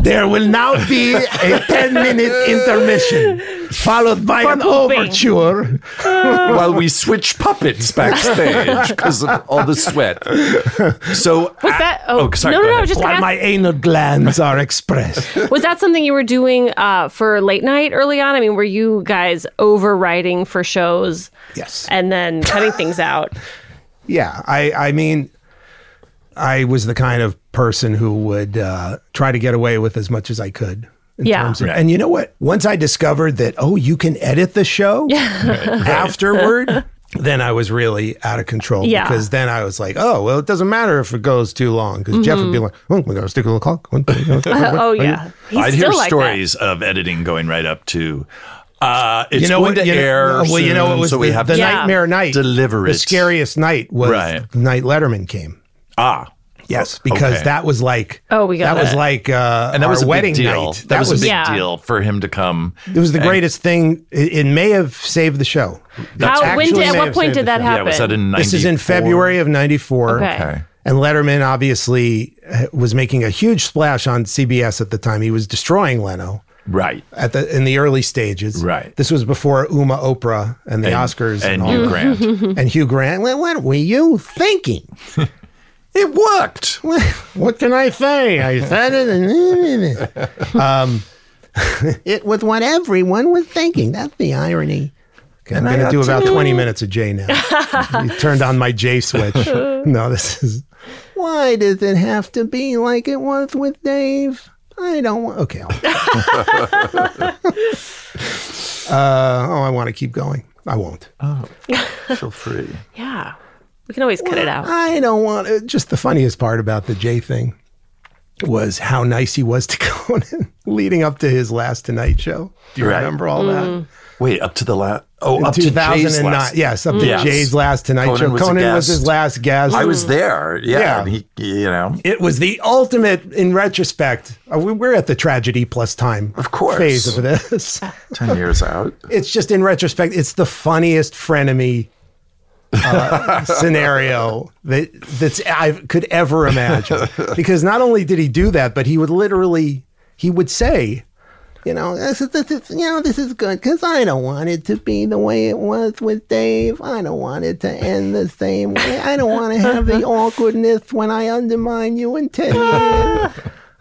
[SPEAKER 7] there will now be a 10 minute intermission, followed by an overture.
[SPEAKER 3] While we switch puppets backstage because of all the sweat. So
[SPEAKER 4] Was that?
[SPEAKER 3] oh, sorry,
[SPEAKER 4] No,
[SPEAKER 3] go
[SPEAKER 4] no, no. I
[SPEAKER 3] ahead.
[SPEAKER 4] was just
[SPEAKER 7] While
[SPEAKER 4] gonna
[SPEAKER 7] my anal glands are expressed.
[SPEAKER 4] ask, was that something you were doing uh, for late night early on? I mean, were you guys overwriting for shows?
[SPEAKER 7] Yes.
[SPEAKER 4] And then cutting things out.
[SPEAKER 7] Yeah, I I mean, I was the kind of person who would uh, try to get away with as much as I could. In
[SPEAKER 4] Yeah.
[SPEAKER 7] terms of- And you know what? Once I discovered that, oh, you can edit the show afterward. Then I was really out of control
[SPEAKER 4] Yeah.
[SPEAKER 7] because then I was like, oh, well, it doesn't matter if it goes too long because Jeff would be
[SPEAKER 4] Mhm.
[SPEAKER 7] like, oh, we got to stick to the clock.
[SPEAKER 4] oh, yeah. He's
[SPEAKER 3] I'd hear
[SPEAKER 4] still like that.
[SPEAKER 3] stories of editing going right up to. Uh, it's
[SPEAKER 7] You know
[SPEAKER 3] going
[SPEAKER 7] what-
[SPEAKER 3] to
[SPEAKER 7] you know-
[SPEAKER 3] air.
[SPEAKER 7] well, you know
[SPEAKER 3] soon,
[SPEAKER 7] what was
[SPEAKER 3] so we
[SPEAKER 7] the-
[SPEAKER 3] have
[SPEAKER 7] the
[SPEAKER 3] to
[SPEAKER 7] nightmare night?
[SPEAKER 3] Deliver it.
[SPEAKER 7] The scariest night was
[SPEAKER 3] Right.
[SPEAKER 7] the night Letterman came.
[SPEAKER 3] Ah.
[SPEAKER 7] Yes, because
[SPEAKER 3] Okay.
[SPEAKER 7] that was like
[SPEAKER 4] Oh, we got
[SPEAKER 7] that was like uh,
[SPEAKER 3] and that
[SPEAKER 7] our
[SPEAKER 3] was a
[SPEAKER 7] wedding
[SPEAKER 3] big deal.
[SPEAKER 7] night.
[SPEAKER 3] That, was, a big deal for him to come.
[SPEAKER 7] It was the
[SPEAKER 3] And-
[SPEAKER 7] greatest thing. It, it may have saved the show.
[SPEAKER 3] That's
[SPEAKER 4] How- when
[SPEAKER 7] actually
[SPEAKER 4] did- at
[SPEAKER 7] may
[SPEAKER 4] what
[SPEAKER 7] have
[SPEAKER 4] point
[SPEAKER 7] saved
[SPEAKER 4] did
[SPEAKER 7] the
[SPEAKER 4] that
[SPEAKER 7] show.
[SPEAKER 4] happen? Yeah, was that
[SPEAKER 3] in
[SPEAKER 7] This is in
[SPEAKER 3] 94?
[SPEAKER 7] February of '94.
[SPEAKER 4] Okay. Okay.
[SPEAKER 7] And Letterman obviously uh, was making a huge splash on CBS at the time. He was destroying Leno
[SPEAKER 3] right
[SPEAKER 7] at the in the early stages. Right. This was before Uma Oprah and the
[SPEAKER 3] And-
[SPEAKER 7] Oscars
[SPEAKER 3] and
[SPEAKER 7] all
[SPEAKER 3] Hugh
[SPEAKER 7] that.
[SPEAKER 3] Grant.
[SPEAKER 7] and Hugh Grant. Well, what were you thinking?
[SPEAKER 3] it worked.
[SPEAKER 7] What can I say? I said it. um, it was what everyone was thinking. That's the irony. Okay, I'm
[SPEAKER 3] And I
[SPEAKER 7] going to
[SPEAKER 3] got
[SPEAKER 7] do about
[SPEAKER 3] to-
[SPEAKER 7] 20 minutes of J now. you turned on my J switch. No, this is. Why does it have to be like it was with Dave? I don't want. Okay. I'll- uh, oh, I want to keep going. I won't. Oh,
[SPEAKER 3] feel free.
[SPEAKER 4] Yeah. We can always cut it out.
[SPEAKER 7] I don't want to. Just the funniest part about the Jay thing was how nice he was to Conan leading up to his last Tonight Show. Do you
[SPEAKER 3] Right. Mm.
[SPEAKER 7] remember all that?
[SPEAKER 3] Wait, up to the last. Oh,
[SPEAKER 7] In
[SPEAKER 3] up to Jay's last.
[SPEAKER 7] Yes, up to
[SPEAKER 3] Yes.
[SPEAKER 7] Jay's last Tonight Show.
[SPEAKER 3] a
[SPEAKER 7] Conan was
[SPEAKER 3] guest.
[SPEAKER 7] his last guest.
[SPEAKER 3] I was there. Yeah. and he, you know,
[SPEAKER 7] It was the ultimate, in retrospect, uh, we- we're at the tragedy plus time of
[SPEAKER 3] course.
[SPEAKER 7] phase of this.
[SPEAKER 3] 10 years out.
[SPEAKER 7] It's just in retrospect, it's the funniest frenemy uh, scenario that that's I could ever imagine. Because not only did he do that, but he would literally he would say, you know, this is, this is you know this is good because I don't want it to be the way it was with Dave. I don't want it to end the same way. I don't want to have the awkwardness when I undermine you in ten years.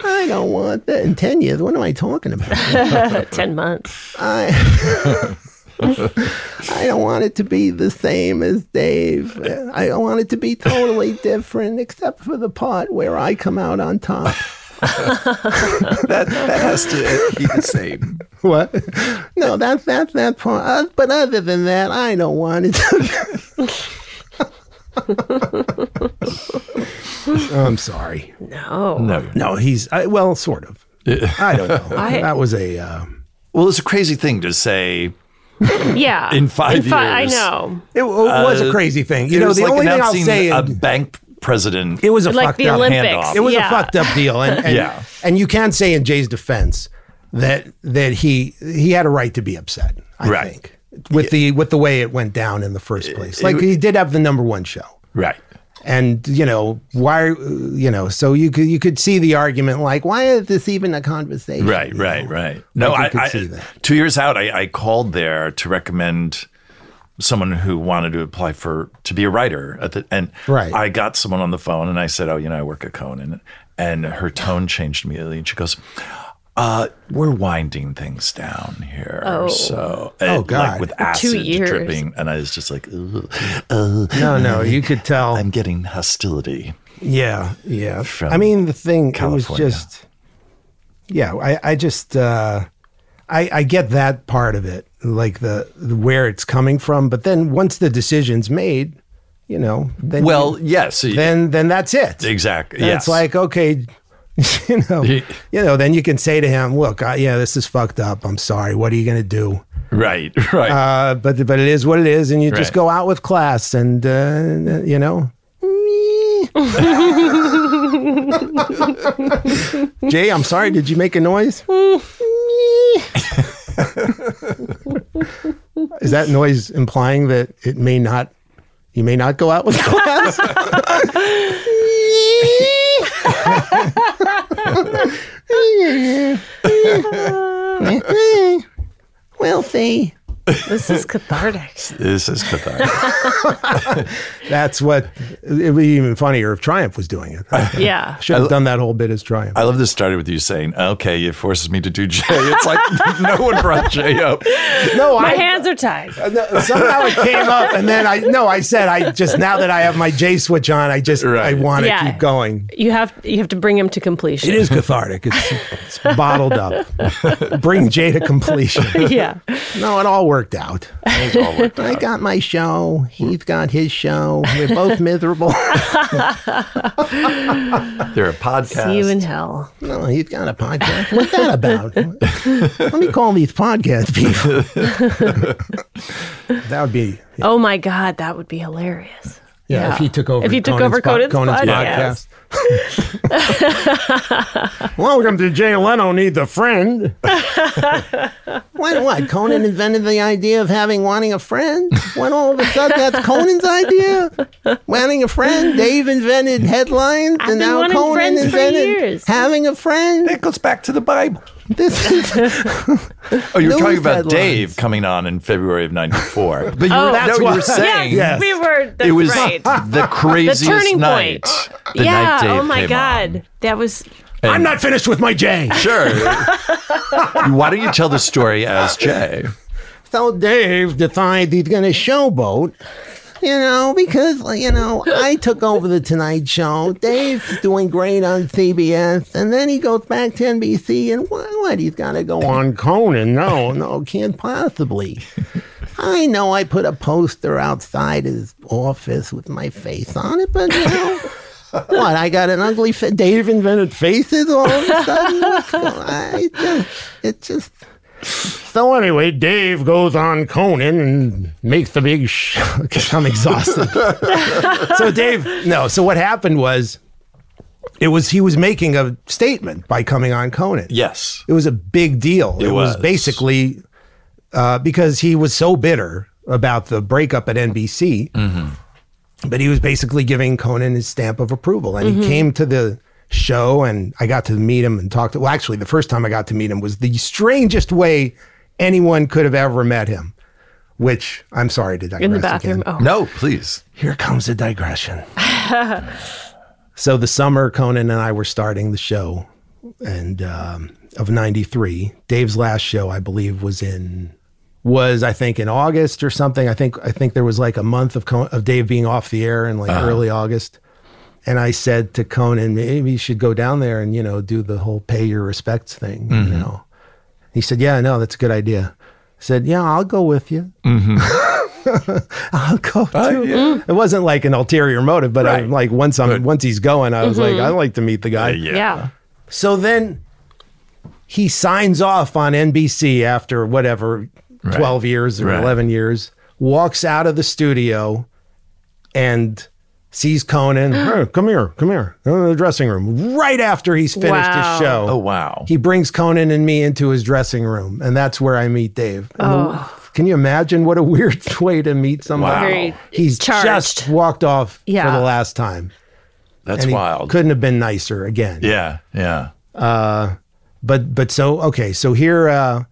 [SPEAKER 7] I don't want that in ten years. What am I talking about?
[SPEAKER 4] 10 months.
[SPEAKER 7] I I don't want it to be the same as Dave. I don't want it to be totally different, except for the part where I come out on top.
[SPEAKER 3] that, that has to be the same.
[SPEAKER 7] What? No, that's that's that part. Uh, but other than that, I don't want it. To I'm sorry.
[SPEAKER 4] No.
[SPEAKER 7] No, he's I, well, sort of. I don't know.
[SPEAKER 4] I-
[SPEAKER 7] that was a. Uh,
[SPEAKER 3] Well, it's a crazy thing to say.
[SPEAKER 4] Yeah.
[SPEAKER 3] In five
[SPEAKER 4] fi- I
[SPEAKER 3] years.
[SPEAKER 4] know.
[SPEAKER 7] It, was a
[SPEAKER 3] Uh,
[SPEAKER 7] crazy thing.
[SPEAKER 3] it
[SPEAKER 7] You know,
[SPEAKER 3] was
[SPEAKER 7] the
[SPEAKER 3] like
[SPEAKER 7] only thing I'll
[SPEAKER 3] announcing
[SPEAKER 7] say
[SPEAKER 3] a
[SPEAKER 7] is-
[SPEAKER 3] bank president.
[SPEAKER 7] It was a fucked up
[SPEAKER 3] handoff.
[SPEAKER 7] It was a fucked up deal, and, and
[SPEAKER 3] Yeah.
[SPEAKER 7] and you can say in Jay's defense that that he he had a right to be upset. I
[SPEAKER 3] Right.
[SPEAKER 7] think with the with the way it went down in the first place.
[SPEAKER 3] it-
[SPEAKER 7] Like he did have the number one show,
[SPEAKER 3] Right.
[SPEAKER 7] and you know why you know so you could you could see the argument like why is this even a conversation?
[SPEAKER 3] Right, right, right. No,
[SPEAKER 7] Like you
[SPEAKER 3] I,
[SPEAKER 7] could
[SPEAKER 3] I-
[SPEAKER 7] see that.
[SPEAKER 3] two years out, I, I called there to recommend someone who wanted to apply for to be a writer at the and
[SPEAKER 7] Right.
[SPEAKER 3] I got someone on the phone and I said, "Oh, you know, I work at Conan," and her tone changed immediately, and she goes. Uh, we're winding things down here,
[SPEAKER 4] Oh.
[SPEAKER 3] so
[SPEAKER 7] Oh,
[SPEAKER 3] and,
[SPEAKER 7] God.
[SPEAKER 3] like with
[SPEAKER 7] Two
[SPEAKER 3] acid
[SPEAKER 4] years.
[SPEAKER 3] dripping, and I was just like, Ugh, uh,
[SPEAKER 7] No, no, you could tell.
[SPEAKER 3] I'm getting hostility.
[SPEAKER 7] Yeah, yeah.
[SPEAKER 3] From
[SPEAKER 7] I mean, the thing it
[SPEAKER 3] California.
[SPEAKER 7] was just, yeah. I, I just, uh, I, I get that part of it, like the, the where it's coming from. But then once the decision's made, you know, then
[SPEAKER 3] well,
[SPEAKER 7] you-
[SPEAKER 3] yes,
[SPEAKER 7] then then that's it.
[SPEAKER 3] exactly.
[SPEAKER 7] Then
[SPEAKER 3] yes.
[SPEAKER 7] It's like okay, you know, you know. Then you can say to him, "Look, I, yeah, this is fucked up. I'm sorry. What are you gonna do?"
[SPEAKER 3] right, right.
[SPEAKER 7] Uh, but but it is what it is, and you just
[SPEAKER 3] Right.
[SPEAKER 7] go out with class, and uh, you know, Jay, I'm sorry. Did you make a noise? Is that noise implying that it may not, you may not go out with class? Wealthy.
[SPEAKER 4] This is cathartic.
[SPEAKER 3] This is cathartic.
[SPEAKER 7] That's what it'd be even funnier if Triumph was doing it.
[SPEAKER 4] Yeah.
[SPEAKER 7] Should have done that whole bit as Triumph.
[SPEAKER 3] I love this started with you saying, okay, it forces me to do Jay. It's like no one brought Jay up.
[SPEAKER 7] No,
[SPEAKER 4] My
[SPEAKER 7] I-
[SPEAKER 4] hands are tied.
[SPEAKER 7] Uh, Somehow it came up, and then I no, I said I just now that I have my J switch on, I just I want to
[SPEAKER 4] Yeah.
[SPEAKER 7] keep going.
[SPEAKER 4] You have you have to bring him to completion.
[SPEAKER 7] It is cathartic. It's, it's bottled up. Bring J to completion.
[SPEAKER 4] Yeah.
[SPEAKER 7] No, it all worked out. I got my show. He's got his show. We're both miserable.
[SPEAKER 3] They're a podcast.
[SPEAKER 4] See you in hell.
[SPEAKER 7] No, he's got a podcast. What's that about? Let me call these podcast people. that would be
[SPEAKER 4] Oh my god, that would be hilarious.
[SPEAKER 7] Yeah, if he took over
[SPEAKER 4] If you took
[SPEAKER 7] Conan's
[SPEAKER 4] over
[SPEAKER 7] po-
[SPEAKER 4] Conan's,
[SPEAKER 7] Conan's
[SPEAKER 4] podcast.
[SPEAKER 7] Welcome to Jay Leno Need a Friend. When what? Conan invented the idea of having wanting a friend? When all of a sudden that's Conan's idea? Wanting a friend? Dave invented headlines and
[SPEAKER 4] been
[SPEAKER 7] now
[SPEAKER 4] wanting
[SPEAKER 7] Conan
[SPEAKER 4] friends for
[SPEAKER 7] invented
[SPEAKER 4] years.
[SPEAKER 7] having a friend.
[SPEAKER 3] That goes back to the Bible.
[SPEAKER 7] This is
[SPEAKER 3] Oh, you were
[SPEAKER 7] News
[SPEAKER 3] talking about
[SPEAKER 7] headlines.
[SPEAKER 3] Dave coming on in February of 94. But you
[SPEAKER 4] Oh,
[SPEAKER 3] were,
[SPEAKER 4] that's
[SPEAKER 3] no, you
[SPEAKER 4] what-
[SPEAKER 3] were saying
[SPEAKER 4] Yes, we were. That's
[SPEAKER 3] it was
[SPEAKER 4] right.
[SPEAKER 3] the craziest
[SPEAKER 4] turning
[SPEAKER 3] night.
[SPEAKER 4] point.
[SPEAKER 3] The
[SPEAKER 4] yeah.
[SPEAKER 3] night Dave
[SPEAKER 4] oh my
[SPEAKER 3] came
[SPEAKER 4] god, that was.
[SPEAKER 3] on.
[SPEAKER 7] I'm
[SPEAKER 3] And-
[SPEAKER 7] not finished with my J.
[SPEAKER 3] Sure. Why don't you tell the story as Jay?
[SPEAKER 7] So Dave decides he's going to showboat, you know, because, you know, I took over the Tonight Show. Dave's doing great on CBS. And then he goes back to NBC and what? what he's got to go on Conan. No, no, can't possibly. I know I put a poster outside his office with my face on it, but, you know. What I got an ugly fa- Dave invented faces all of a sudden. I just, it just so anyway, Dave goes on Conan and makes the big. Sh- I'm exhausted. so Dave, no. So what happened was, it was he was making a statement by coming on Conan.
[SPEAKER 3] Yes.
[SPEAKER 7] It was a big deal.
[SPEAKER 3] It was.
[SPEAKER 7] basically uh, because he was so bitter about the breakup at NBC,
[SPEAKER 3] Mm-hmm.
[SPEAKER 7] but he was basically giving Conan his stamp of approval, and
[SPEAKER 4] Mm-hmm.
[SPEAKER 11] Mhm.
[SPEAKER 7] he came to the show, and I got to meet him and talk to. Well, actually, the first time I got to meet him was the strangest way anyone could have ever met him. Which I'm sorry to digress
[SPEAKER 4] In the bathroom?
[SPEAKER 7] Again.
[SPEAKER 4] Oh.
[SPEAKER 3] No, please.
[SPEAKER 7] Here comes a digression. So the summer Conan and I were starting the show, and um, of '93, Dave's last show I believe was in was I think in August or something. I think I think there was like a month of Con- of Dave being off the air in like
[SPEAKER 3] Uh-huh.
[SPEAKER 7] early August, and I said to Conan, maybe you should go down there and you know do the whole pay your respects thing.
[SPEAKER 3] Mhm.
[SPEAKER 7] You know, he said, yeah, no, that's a good idea. I said, yeah, I'll go with you. I'll go too. It wasn't like an ulterior motive, but I'm like once I'm once he's going, I was
[SPEAKER 4] Mhm.
[SPEAKER 7] like, I'd like to meet the guy.
[SPEAKER 4] Yeah.
[SPEAKER 7] So then he signs off on NBC after whatever
[SPEAKER 3] Right.
[SPEAKER 7] 12 years or
[SPEAKER 3] Right.
[SPEAKER 7] 11 years, walks out of the studio and sees Conan. "Hey, come here, come here, go to the dressing room. Right after he's finished
[SPEAKER 3] Wow.
[SPEAKER 7] his show.
[SPEAKER 3] Oh, wow.
[SPEAKER 7] He brings Conan and me into his dressing room, and that's where I meet Dave. And the-
[SPEAKER 4] Oh.
[SPEAKER 7] Can you imagine what a weird way to meet somebody?
[SPEAKER 4] Wow. Very
[SPEAKER 7] He's
[SPEAKER 4] charged.
[SPEAKER 7] just walked off
[SPEAKER 4] Yeah.
[SPEAKER 7] for the last time.
[SPEAKER 3] That's
[SPEAKER 7] And he
[SPEAKER 3] wild.
[SPEAKER 7] Couldn't have been nicer again.
[SPEAKER 3] Yeah, yeah.
[SPEAKER 7] Uh, but but so okay, so here uh,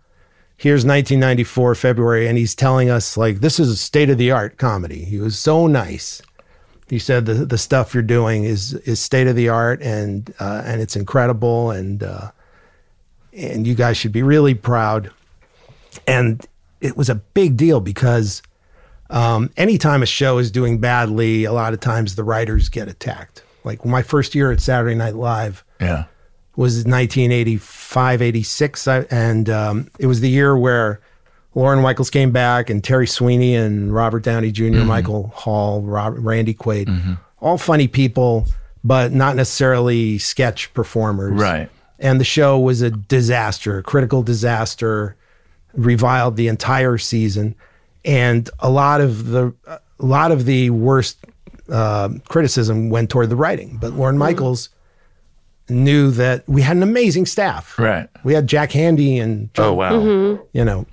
[SPEAKER 7] here's 1994 February, and he's telling us like this is state of the art comedy. He was so nice. He said the the stuff you're doing is is state of the art and uh, and it's incredible and uh, and you guys should be really proud. And it was a big deal because um, anytime a show is doing badly, a lot of times the writers get attacked. Like my first year at Saturday Night Live,
[SPEAKER 3] Yeah.
[SPEAKER 7] was 1985, 86. I, and um, it was the year where Lauren Michaels came back and Terry Sweeney and Robert Downey junior Michael Hall, Rob, Randy Quaid, all funny people, but not necessarily sketch performers.
[SPEAKER 3] Right.
[SPEAKER 7] And the show was a disaster, a critical disaster, reviled the entire season. And a lot of the, a lot of the worst uh, criticism went toward the writing. But Lauren Michaels knew that we had an amazing staff.
[SPEAKER 3] Right.
[SPEAKER 7] We had Jack Handy and
[SPEAKER 4] Mm-hmm.
[SPEAKER 3] Oh, wow. Mhm.
[SPEAKER 7] you know,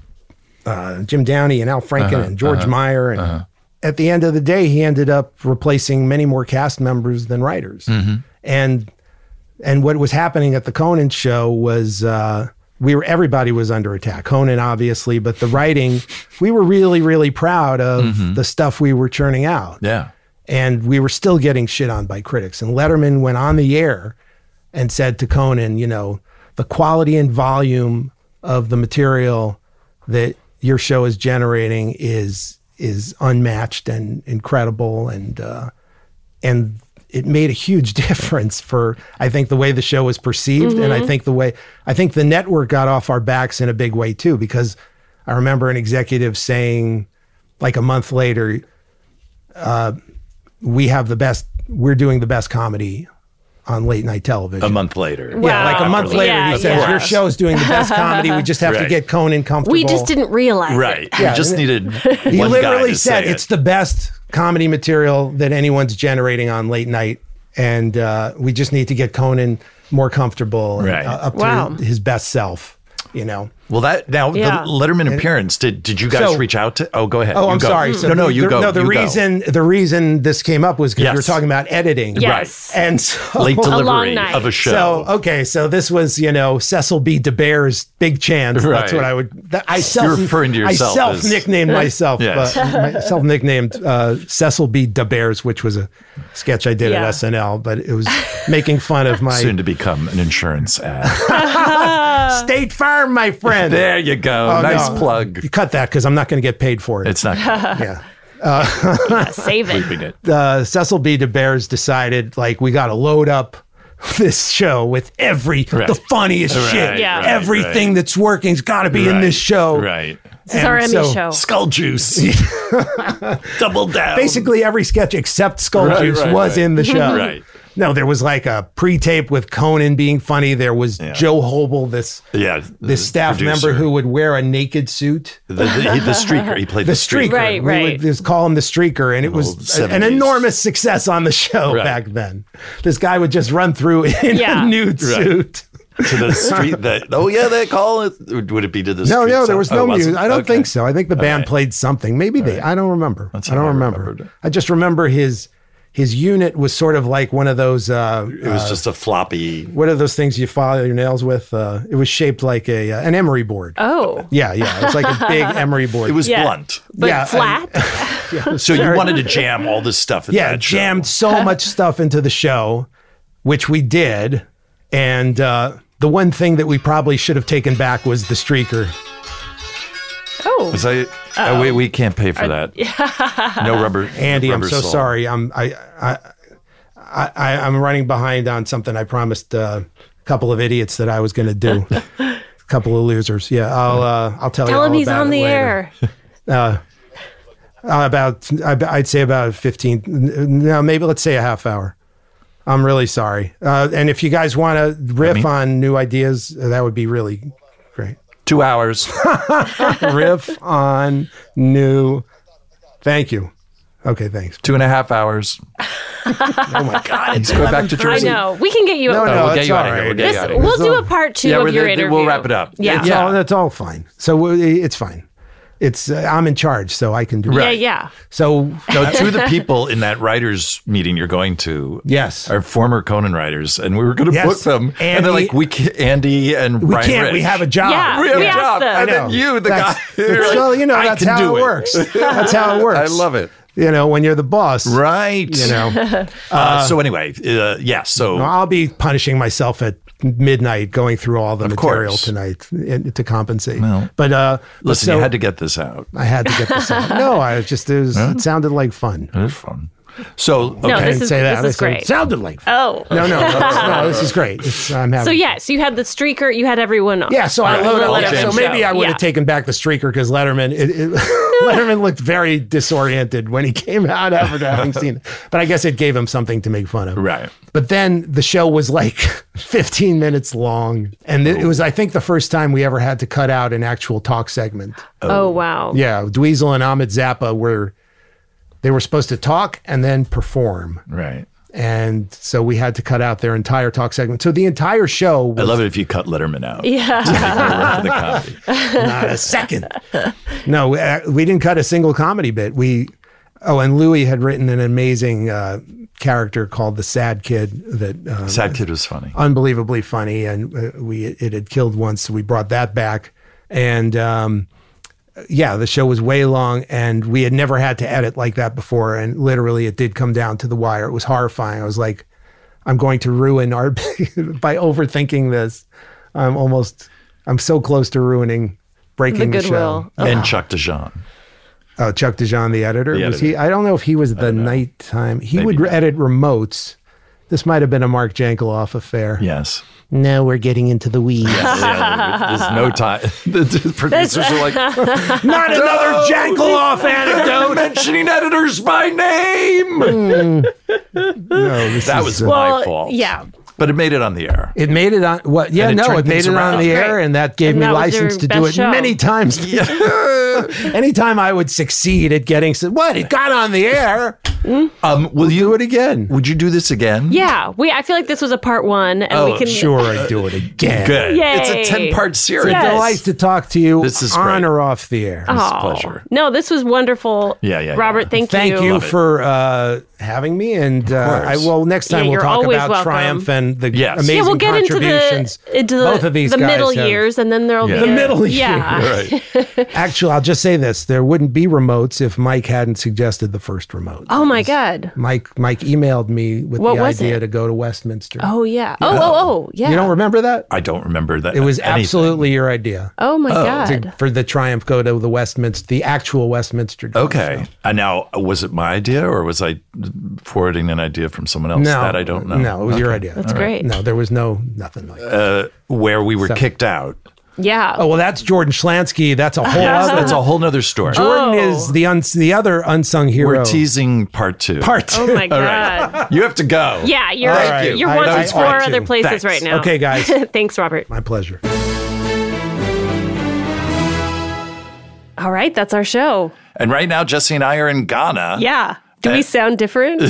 [SPEAKER 7] uh, Jim Downey and Al Franken
[SPEAKER 11] Uh-huh,
[SPEAKER 7] and George
[SPEAKER 11] uh-huh,
[SPEAKER 7] Meyer. And
[SPEAKER 11] uh-huh.
[SPEAKER 7] at the end of the day, he ended up replacing many more cast members than writers.
[SPEAKER 11] Mhm.
[SPEAKER 7] And and what was happening at the Conan show was uh, we were everybody was under attack. Conan, obviously, but the writing, we were really really proud of
[SPEAKER 11] Mm-hmm.
[SPEAKER 3] Mhm.
[SPEAKER 7] the stuff we were churning out
[SPEAKER 3] Yeah.
[SPEAKER 7] and we were still getting shit on by critics. And Letterman went on the air and said to Conan, you know, the quality and volume of the material that your show is generating is is unmatched and incredible, and uh, and it made a huge difference for I think the way the show was perceived, and I
[SPEAKER 11] Mhm.
[SPEAKER 7] think the way I think the network got off our backs in a big way too, because I remember an executive saying like a month later, uh, we have the best, we're doing the best comedy on late night television.
[SPEAKER 3] A month later.
[SPEAKER 7] Yeah, like a month later, he says, Your show's doing the best comedy. We just have to
[SPEAKER 3] Right.
[SPEAKER 7] get Conan comfortable.
[SPEAKER 4] We just didn't realize.
[SPEAKER 3] Right.
[SPEAKER 7] Yeah.
[SPEAKER 3] You just needed
[SPEAKER 7] He
[SPEAKER 3] one guy
[SPEAKER 7] literally
[SPEAKER 3] to
[SPEAKER 7] said,
[SPEAKER 3] say it.
[SPEAKER 7] It's the best comedy material that anyone's generating on late night. And uh, we just need to get Conan more comfortable and,
[SPEAKER 3] Right.
[SPEAKER 7] uh, up to
[SPEAKER 3] Wow.
[SPEAKER 7] his best self, you know?
[SPEAKER 3] Well, that now
[SPEAKER 7] Yeah.
[SPEAKER 3] the Letterman
[SPEAKER 7] And-
[SPEAKER 3] appearance. Did did you guys
[SPEAKER 7] So-
[SPEAKER 3] reach out to? Oh, go ahead.
[SPEAKER 7] Oh,
[SPEAKER 3] You
[SPEAKER 7] I'm
[SPEAKER 3] go.
[SPEAKER 7] sorry. So
[SPEAKER 3] no, no, you
[SPEAKER 7] the,
[SPEAKER 3] go.
[SPEAKER 7] No, the
[SPEAKER 3] you go.
[SPEAKER 7] reason the reason this came up was because
[SPEAKER 3] Yes.
[SPEAKER 7] you were talking about editing,
[SPEAKER 3] Yes. Right.
[SPEAKER 7] And so,
[SPEAKER 3] Late A delivery long night. of a show.
[SPEAKER 7] So okay, so this was you know Cecil B. DeBear's big chance. That's
[SPEAKER 3] Right.
[SPEAKER 7] what I would. That, I
[SPEAKER 3] You're
[SPEAKER 7] self
[SPEAKER 3] referring to yourself
[SPEAKER 7] I self
[SPEAKER 3] as-
[SPEAKER 7] nicknamed myself.
[SPEAKER 3] Yes.
[SPEAKER 7] but I self nicknamed uh, Cecil B. DeBear's, which was a sketch I did
[SPEAKER 3] Yeah.
[SPEAKER 7] at SNL, but it was making fun of my
[SPEAKER 3] soon to become an insurance ad.
[SPEAKER 7] State Farm, my friend.
[SPEAKER 3] There you go.
[SPEAKER 7] Oh,
[SPEAKER 3] nice
[SPEAKER 7] no.
[SPEAKER 3] plug.
[SPEAKER 7] You cut that because I'm not going to get paid for it.
[SPEAKER 3] It's not.
[SPEAKER 7] yeah. Uh,
[SPEAKER 4] save it.
[SPEAKER 3] Looping it.
[SPEAKER 7] uh, Cecil B. DeBears decided like we got to load up this show with every
[SPEAKER 3] Right.
[SPEAKER 7] the funniest
[SPEAKER 3] Right,
[SPEAKER 7] shit,
[SPEAKER 3] Yeah. right,
[SPEAKER 7] everything
[SPEAKER 3] right.
[SPEAKER 7] that's working's got to be in
[SPEAKER 3] Right,
[SPEAKER 7] this show. Oh.
[SPEAKER 3] Right.
[SPEAKER 7] This is our And Emmy so- show.
[SPEAKER 3] Skull juice. Double down.
[SPEAKER 7] Basically, every sketch except Skull
[SPEAKER 3] Right,
[SPEAKER 7] Juice
[SPEAKER 3] right,
[SPEAKER 7] was
[SPEAKER 3] right.
[SPEAKER 7] in the show.
[SPEAKER 3] Right.
[SPEAKER 7] No, there was like a pre-tape with Conan being funny. There was Joe Hobel, this
[SPEAKER 3] Yeah.
[SPEAKER 7] this staff
[SPEAKER 3] producer.
[SPEAKER 7] member who would wear a naked suit.
[SPEAKER 3] The- the- he- the streaker. He played the streaker. Right,
[SPEAKER 7] We
[SPEAKER 3] right.
[SPEAKER 7] would just call him the streaker, and it was a- an
[SPEAKER 3] 70s.
[SPEAKER 7] enormous success on the show
[SPEAKER 3] Right.
[SPEAKER 7] back then. This guy would just run through in
[SPEAKER 3] Yeah.
[SPEAKER 7] a nude
[SPEAKER 3] Right.
[SPEAKER 7] suit.
[SPEAKER 3] to the street. That oh yeah, they call it. Would it be to the
[SPEAKER 7] no,
[SPEAKER 3] street
[SPEAKER 7] no, there
[SPEAKER 3] sound?
[SPEAKER 7] was
[SPEAKER 3] Oh,
[SPEAKER 7] no
[SPEAKER 3] it wasn't.
[SPEAKER 7] music. I don't
[SPEAKER 3] Okay.
[SPEAKER 7] think so. I think the band played something. Maybe they. I don't remember. I don't remember. I just remember his his unit was sort of like one of those. Uh,
[SPEAKER 3] It was just a floppy.
[SPEAKER 7] what are those things you file your nails with? Uh, it was shaped like a uh, an emery board.
[SPEAKER 4] Oh.
[SPEAKER 7] Yeah, yeah. It's like a big emery board.
[SPEAKER 3] It was Yeah. blunt.
[SPEAKER 4] But
[SPEAKER 7] Yeah, and-
[SPEAKER 4] flat.
[SPEAKER 7] yeah.
[SPEAKER 3] So you
[SPEAKER 7] Sorry.
[SPEAKER 3] wanted to jam all this stuff. At
[SPEAKER 7] yeah,
[SPEAKER 3] that show.
[SPEAKER 7] jammed so much stuff into the show, which we did. And uh, the one thing that we probably should have taken back was the streaker.
[SPEAKER 4] Oh.
[SPEAKER 3] Was I? Oh, wait, we can't pay for that. No rubber.
[SPEAKER 7] Andy, I'm
[SPEAKER 3] rubber
[SPEAKER 7] so
[SPEAKER 3] sole.
[SPEAKER 7] sorry. I'm I, I I I I'm running behind on something I promised uh, a couple of idiots that I was going to do. a couple of losers. Yeah, I'll uh, I'll tell, you.
[SPEAKER 4] Tell
[SPEAKER 7] all
[SPEAKER 4] him he's
[SPEAKER 7] about
[SPEAKER 4] on
[SPEAKER 7] it
[SPEAKER 4] the
[SPEAKER 7] later.
[SPEAKER 4] air.
[SPEAKER 7] Uh, about I- I'd say about 15 n- no maybe let's say a half hour i'm really sorry uh, and if you guys want to riff on new ideas uh, that would be really great
[SPEAKER 3] two hours
[SPEAKER 7] riff on new thank you okay thanks
[SPEAKER 3] Two and a half hours.
[SPEAKER 7] oh my
[SPEAKER 3] god
[SPEAKER 7] it's
[SPEAKER 3] Go back to
[SPEAKER 4] I
[SPEAKER 3] Jersey.
[SPEAKER 4] know. We can get you.
[SPEAKER 7] No,
[SPEAKER 4] up.
[SPEAKER 7] no,
[SPEAKER 3] Oh, we'll
[SPEAKER 7] that's
[SPEAKER 3] get you
[SPEAKER 7] all
[SPEAKER 3] out of here. We'll
[SPEAKER 7] right.
[SPEAKER 3] get
[SPEAKER 4] This-
[SPEAKER 3] you out of here.
[SPEAKER 4] we'll do a part two
[SPEAKER 3] Yeah,
[SPEAKER 4] of
[SPEAKER 3] we're-
[SPEAKER 4] your
[SPEAKER 3] th- th-
[SPEAKER 4] interview.
[SPEAKER 3] We'll wrap it up.
[SPEAKER 4] Yeah.
[SPEAKER 7] It's all, that's all fine. So we- it's fine. It's uh, I'm in charge, so I can do.
[SPEAKER 3] Right.
[SPEAKER 7] It.
[SPEAKER 4] Yeah, yeah.
[SPEAKER 7] So
[SPEAKER 3] No, two of the people in that writers meeting you're going to,
[SPEAKER 7] yes,
[SPEAKER 3] are former Conan writers, and we were going to
[SPEAKER 7] Yes.
[SPEAKER 3] put them, and they're
[SPEAKER 7] Andy-
[SPEAKER 3] like, we can, Andy and
[SPEAKER 7] We
[SPEAKER 3] Ryan
[SPEAKER 7] can't. We
[SPEAKER 3] Rich.
[SPEAKER 7] have a job.
[SPEAKER 4] Uh,
[SPEAKER 3] we have a job, and then you, the
[SPEAKER 7] That's-
[SPEAKER 3] guy.
[SPEAKER 7] that's-
[SPEAKER 3] like,
[SPEAKER 7] well, you know,
[SPEAKER 3] "I
[SPEAKER 7] that's
[SPEAKER 3] can
[SPEAKER 7] how
[SPEAKER 3] do
[SPEAKER 7] it, works. That's how it works.
[SPEAKER 3] I love it.
[SPEAKER 7] You know, when you're the boss,
[SPEAKER 3] right?
[SPEAKER 7] You know,
[SPEAKER 3] Uh, so anyway, uh, yeah. So
[SPEAKER 7] I'll be punishing myself at midnight going through all the
[SPEAKER 3] Of
[SPEAKER 7] material
[SPEAKER 3] course.
[SPEAKER 7] tonight in- to compensate.
[SPEAKER 3] Well,
[SPEAKER 7] but uh,
[SPEAKER 3] listen,
[SPEAKER 7] so
[SPEAKER 3] you had to get this out.
[SPEAKER 7] I had to get this out. No, I just it, was, it sounded like fun.
[SPEAKER 3] It is fun. So okay.
[SPEAKER 4] No, this is- this is
[SPEAKER 7] I said,
[SPEAKER 4] great.
[SPEAKER 7] It sounded like.
[SPEAKER 4] Oh.
[SPEAKER 7] No, no, no, no, this is great. It's, I'm having
[SPEAKER 4] So yeah, so you had the streaker. You had everyone. on-
[SPEAKER 7] Yeah, so I
[SPEAKER 4] on
[SPEAKER 7] loaded
[SPEAKER 4] the
[SPEAKER 7] all
[SPEAKER 4] Letterman
[SPEAKER 7] that. So maybe
[SPEAKER 4] show.
[SPEAKER 7] I would
[SPEAKER 4] Yeah.
[SPEAKER 7] have taken back the streaker because Letterman it, it, Letterman looked very disoriented when he came out after having seen it. But I guess it gave him something to make fun of.
[SPEAKER 3] Right.
[SPEAKER 7] But then the show was like 15 minutes long. And it- it was, I think, the first time we ever had to cut out an actual talk segment.
[SPEAKER 4] Oh wow.
[SPEAKER 7] Yeah. Dweezil and Ahmed Zappa were, they were supposed to talk and then perform.
[SPEAKER 3] Right.
[SPEAKER 7] And so we had to cut out their entire talk segment. So the entire show
[SPEAKER 3] I
[SPEAKER 7] was
[SPEAKER 3] love it if you cut Letterman out.
[SPEAKER 4] Yeah.
[SPEAKER 7] not a second. No, we, uh, we didn't cut a single comedy bit. We, oh, and Louis had written an amazing uh, character called the Sad Kid. That um,
[SPEAKER 3] Sad Kid was funny.
[SPEAKER 7] unbelievably funny, and uh, we it had killed once, so we brought that back. And um, yeah, the show was way long, and we had never had to edit like that before. And literally, it did come down to the wire. It was horrifying. I was like, I'm going to ruin our by overthinking this. I'm almost, I'm so close to ruining breaking the, show.
[SPEAKER 3] And Chuck DeJean.
[SPEAKER 7] Oh, Chuck DeJean, the editor.
[SPEAKER 3] The
[SPEAKER 7] Was he? I don't know if he was the nighttime. He would edit remotes. This might have been a Mark Jankeloff affair.
[SPEAKER 3] Yes.
[SPEAKER 7] Now we're getting into the weeds.
[SPEAKER 3] There's no time. The the producers are like,
[SPEAKER 7] Not another Jankeloff anecdote. Mm.
[SPEAKER 3] mentioning editors by name. that was my
[SPEAKER 4] Well,
[SPEAKER 3] fault.
[SPEAKER 4] yeah.
[SPEAKER 3] But it made it on the air.
[SPEAKER 7] It made it on what? Yeah,
[SPEAKER 3] And it
[SPEAKER 7] no,
[SPEAKER 3] turned
[SPEAKER 7] it made
[SPEAKER 3] things
[SPEAKER 7] it on
[SPEAKER 3] around.
[SPEAKER 7] the
[SPEAKER 3] That's
[SPEAKER 7] air,
[SPEAKER 3] great.
[SPEAKER 7] and that gave
[SPEAKER 4] And
[SPEAKER 7] me
[SPEAKER 4] that was your
[SPEAKER 7] license to do it
[SPEAKER 4] best show.
[SPEAKER 7] many times. Anytime I would succeed at getting s- what it got on the air,
[SPEAKER 3] Um, will you
[SPEAKER 7] do it again.
[SPEAKER 3] Would you do this again?
[SPEAKER 4] Yeah, we. I feel like this was a part one, and
[SPEAKER 7] Oh,
[SPEAKER 4] we can.
[SPEAKER 7] I'd do it again.
[SPEAKER 3] Good.
[SPEAKER 4] Yay.
[SPEAKER 3] It's a ten-part series.
[SPEAKER 7] It's a delight to talk to you
[SPEAKER 3] This is
[SPEAKER 7] on
[SPEAKER 3] great.
[SPEAKER 7] or off the air.
[SPEAKER 4] Aw. No, this was wonderful.
[SPEAKER 7] Yeah, yeah,
[SPEAKER 4] Robert, Oh, thank,
[SPEAKER 7] Thank
[SPEAKER 4] you.
[SPEAKER 7] you for uh, having me, and uh, I
[SPEAKER 3] course.
[SPEAKER 7] will next
[SPEAKER 4] Yeah,
[SPEAKER 7] time we'll
[SPEAKER 4] you're
[SPEAKER 7] talk
[SPEAKER 4] always
[SPEAKER 7] about
[SPEAKER 4] welcome.
[SPEAKER 7] triumph and the
[SPEAKER 3] Yes.
[SPEAKER 7] amazing
[SPEAKER 4] yeah, we'll get into
[SPEAKER 7] contributions.
[SPEAKER 4] the into the,
[SPEAKER 7] Both of these
[SPEAKER 4] the
[SPEAKER 7] guys
[SPEAKER 4] middle
[SPEAKER 7] have-
[SPEAKER 4] years, and then there'll
[SPEAKER 7] Yeah.
[SPEAKER 4] be
[SPEAKER 7] The middle
[SPEAKER 4] yeah.
[SPEAKER 7] years. Actually, I'll just say this: there wouldn't be remotes if Mike hadn't suggested the first remote.
[SPEAKER 4] Oh my god.
[SPEAKER 7] Mike Mike emailed me with
[SPEAKER 4] What
[SPEAKER 7] the
[SPEAKER 4] was
[SPEAKER 7] idea
[SPEAKER 4] it?
[SPEAKER 7] to go to Westminster.
[SPEAKER 4] Oh yeah. Oh oh oh yeah.
[SPEAKER 7] You don't remember that?
[SPEAKER 3] I don't remember that.
[SPEAKER 7] It was
[SPEAKER 3] anything.
[SPEAKER 7] absolutely your idea.
[SPEAKER 4] Oh my
[SPEAKER 7] To-
[SPEAKER 4] god.
[SPEAKER 7] for the triumph go to the Westminster, the actual Westminster. Drum
[SPEAKER 3] Okay. And now, was it my idea or was I forwarding an idea from someone
[SPEAKER 7] Show.
[SPEAKER 3] else? that I don't know.
[SPEAKER 7] No, it was your
[SPEAKER 3] Okay.
[SPEAKER 7] idea.
[SPEAKER 4] That's All right. great.
[SPEAKER 7] No, there was no nothing like that.
[SPEAKER 3] Uh, where we were
[SPEAKER 7] So-
[SPEAKER 3] kicked out.
[SPEAKER 4] yeah.
[SPEAKER 7] Oh well, that's Jordan Schlansky. That's a whole
[SPEAKER 4] Uh-huh.
[SPEAKER 3] Yes,
[SPEAKER 7] other.
[SPEAKER 3] that's a whole nother story.
[SPEAKER 7] Jordan
[SPEAKER 4] Oh.
[SPEAKER 7] is the uns the other unsung hero.
[SPEAKER 3] We're teasing part two.
[SPEAKER 7] Part
[SPEAKER 4] Oh
[SPEAKER 7] two.
[SPEAKER 4] my
[SPEAKER 3] All
[SPEAKER 4] god.
[SPEAKER 3] You have to go.
[SPEAKER 4] Yeah, you're
[SPEAKER 7] All right.
[SPEAKER 4] you're
[SPEAKER 7] I-
[SPEAKER 4] wanted
[SPEAKER 7] I-
[SPEAKER 4] four
[SPEAKER 7] I-
[SPEAKER 4] other places
[SPEAKER 7] Thanks.
[SPEAKER 4] right now.
[SPEAKER 7] Okay, guys.
[SPEAKER 4] Thanks, Robert.
[SPEAKER 7] My pleasure.
[SPEAKER 4] All right, that's our show.
[SPEAKER 3] And right now, Jesse and I are in Ghana.
[SPEAKER 4] Yeah. Do we
[SPEAKER 3] Uh,
[SPEAKER 4] sound different?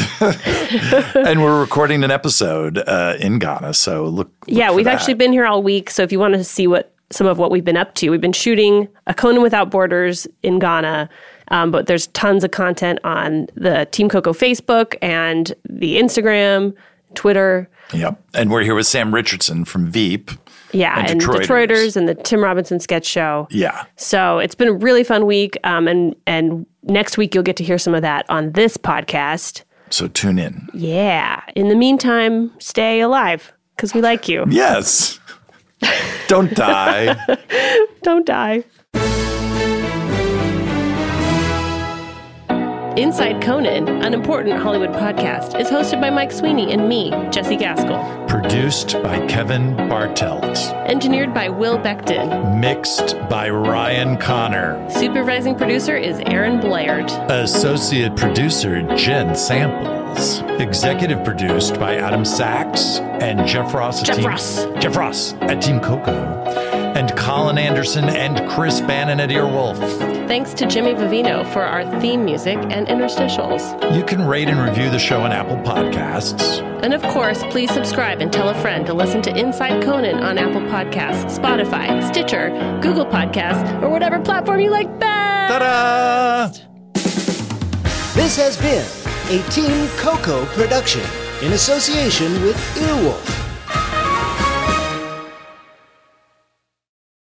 [SPEAKER 3] and we're recording an episode uh, in Ghana. So look.
[SPEAKER 4] yeah,
[SPEAKER 3] for
[SPEAKER 4] we've
[SPEAKER 3] that.
[SPEAKER 4] actually been here all week. So if you want to see what some of what we've been up to, we've been shooting a Conan Without Borders in Ghana. Um, but there's tons of content on the Team Coco Facebook and the Instagram, Twitter.
[SPEAKER 3] Yep. And we're here with Sam Richardson from Veep.
[SPEAKER 4] Yeah,
[SPEAKER 3] And
[SPEAKER 4] and Detroiters.
[SPEAKER 3] Detroiters.
[SPEAKER 4] and the Tim Robinson sketch show.
[SPEAKER 3] Yeah.
[SPEAKER 4] So it's been a really fun week. Um, and and next week you'll get to hear some of that on this podcast.
[SPEAKER 3] So tune in.
[SPEAKER 4] Yeah. In the meantime, stay alive because we like you.
[SPEAKER 3] Yes. Don't die.
[SPEAKER 4] Don't die. Inside Conan, an important Hollywood podcast, is hosted by Mike Sweeney and me, Jesse Gaskell.
[SPEAKER 3] Produced by Kevin Bartelt.
[SPEAKER 4] Engineered by Will Beckton.
[SPEAKER 3] Mixed by Ryan Connor.
[SPEAKER 4] Supervising producer is Aaron Blaird.
[SPEAKER 3] Associate producer Jen Samples. Executive produced by Adam Sachs and Jeff Ross. at
[SPEAKER 4] Jeff
[SPEAKER 3] Team-
[SPEAKER 4] Ross.
[SPEAKER 3] Jeff Ross at Team Coco. And Colin Anderson and Chris Bannon at Earwolf.
[SPEAKER 4] Thanks to Jimmy Vivino for our theme music and interstitials.
[SPEAKER 3] You can rate and review the show on Apple Podcasts.
[SPEAKER 4] And of course, please subscribe and tell a friend to listen to Inside Conan on Apple Podcasts, Spotify, Stitcher, Google Podcasts, or whatever platform you like best.
[SPEAKER 3] Ta-da!
[SPEAKER 11] This has been a Team Coco production in association with Earwolf.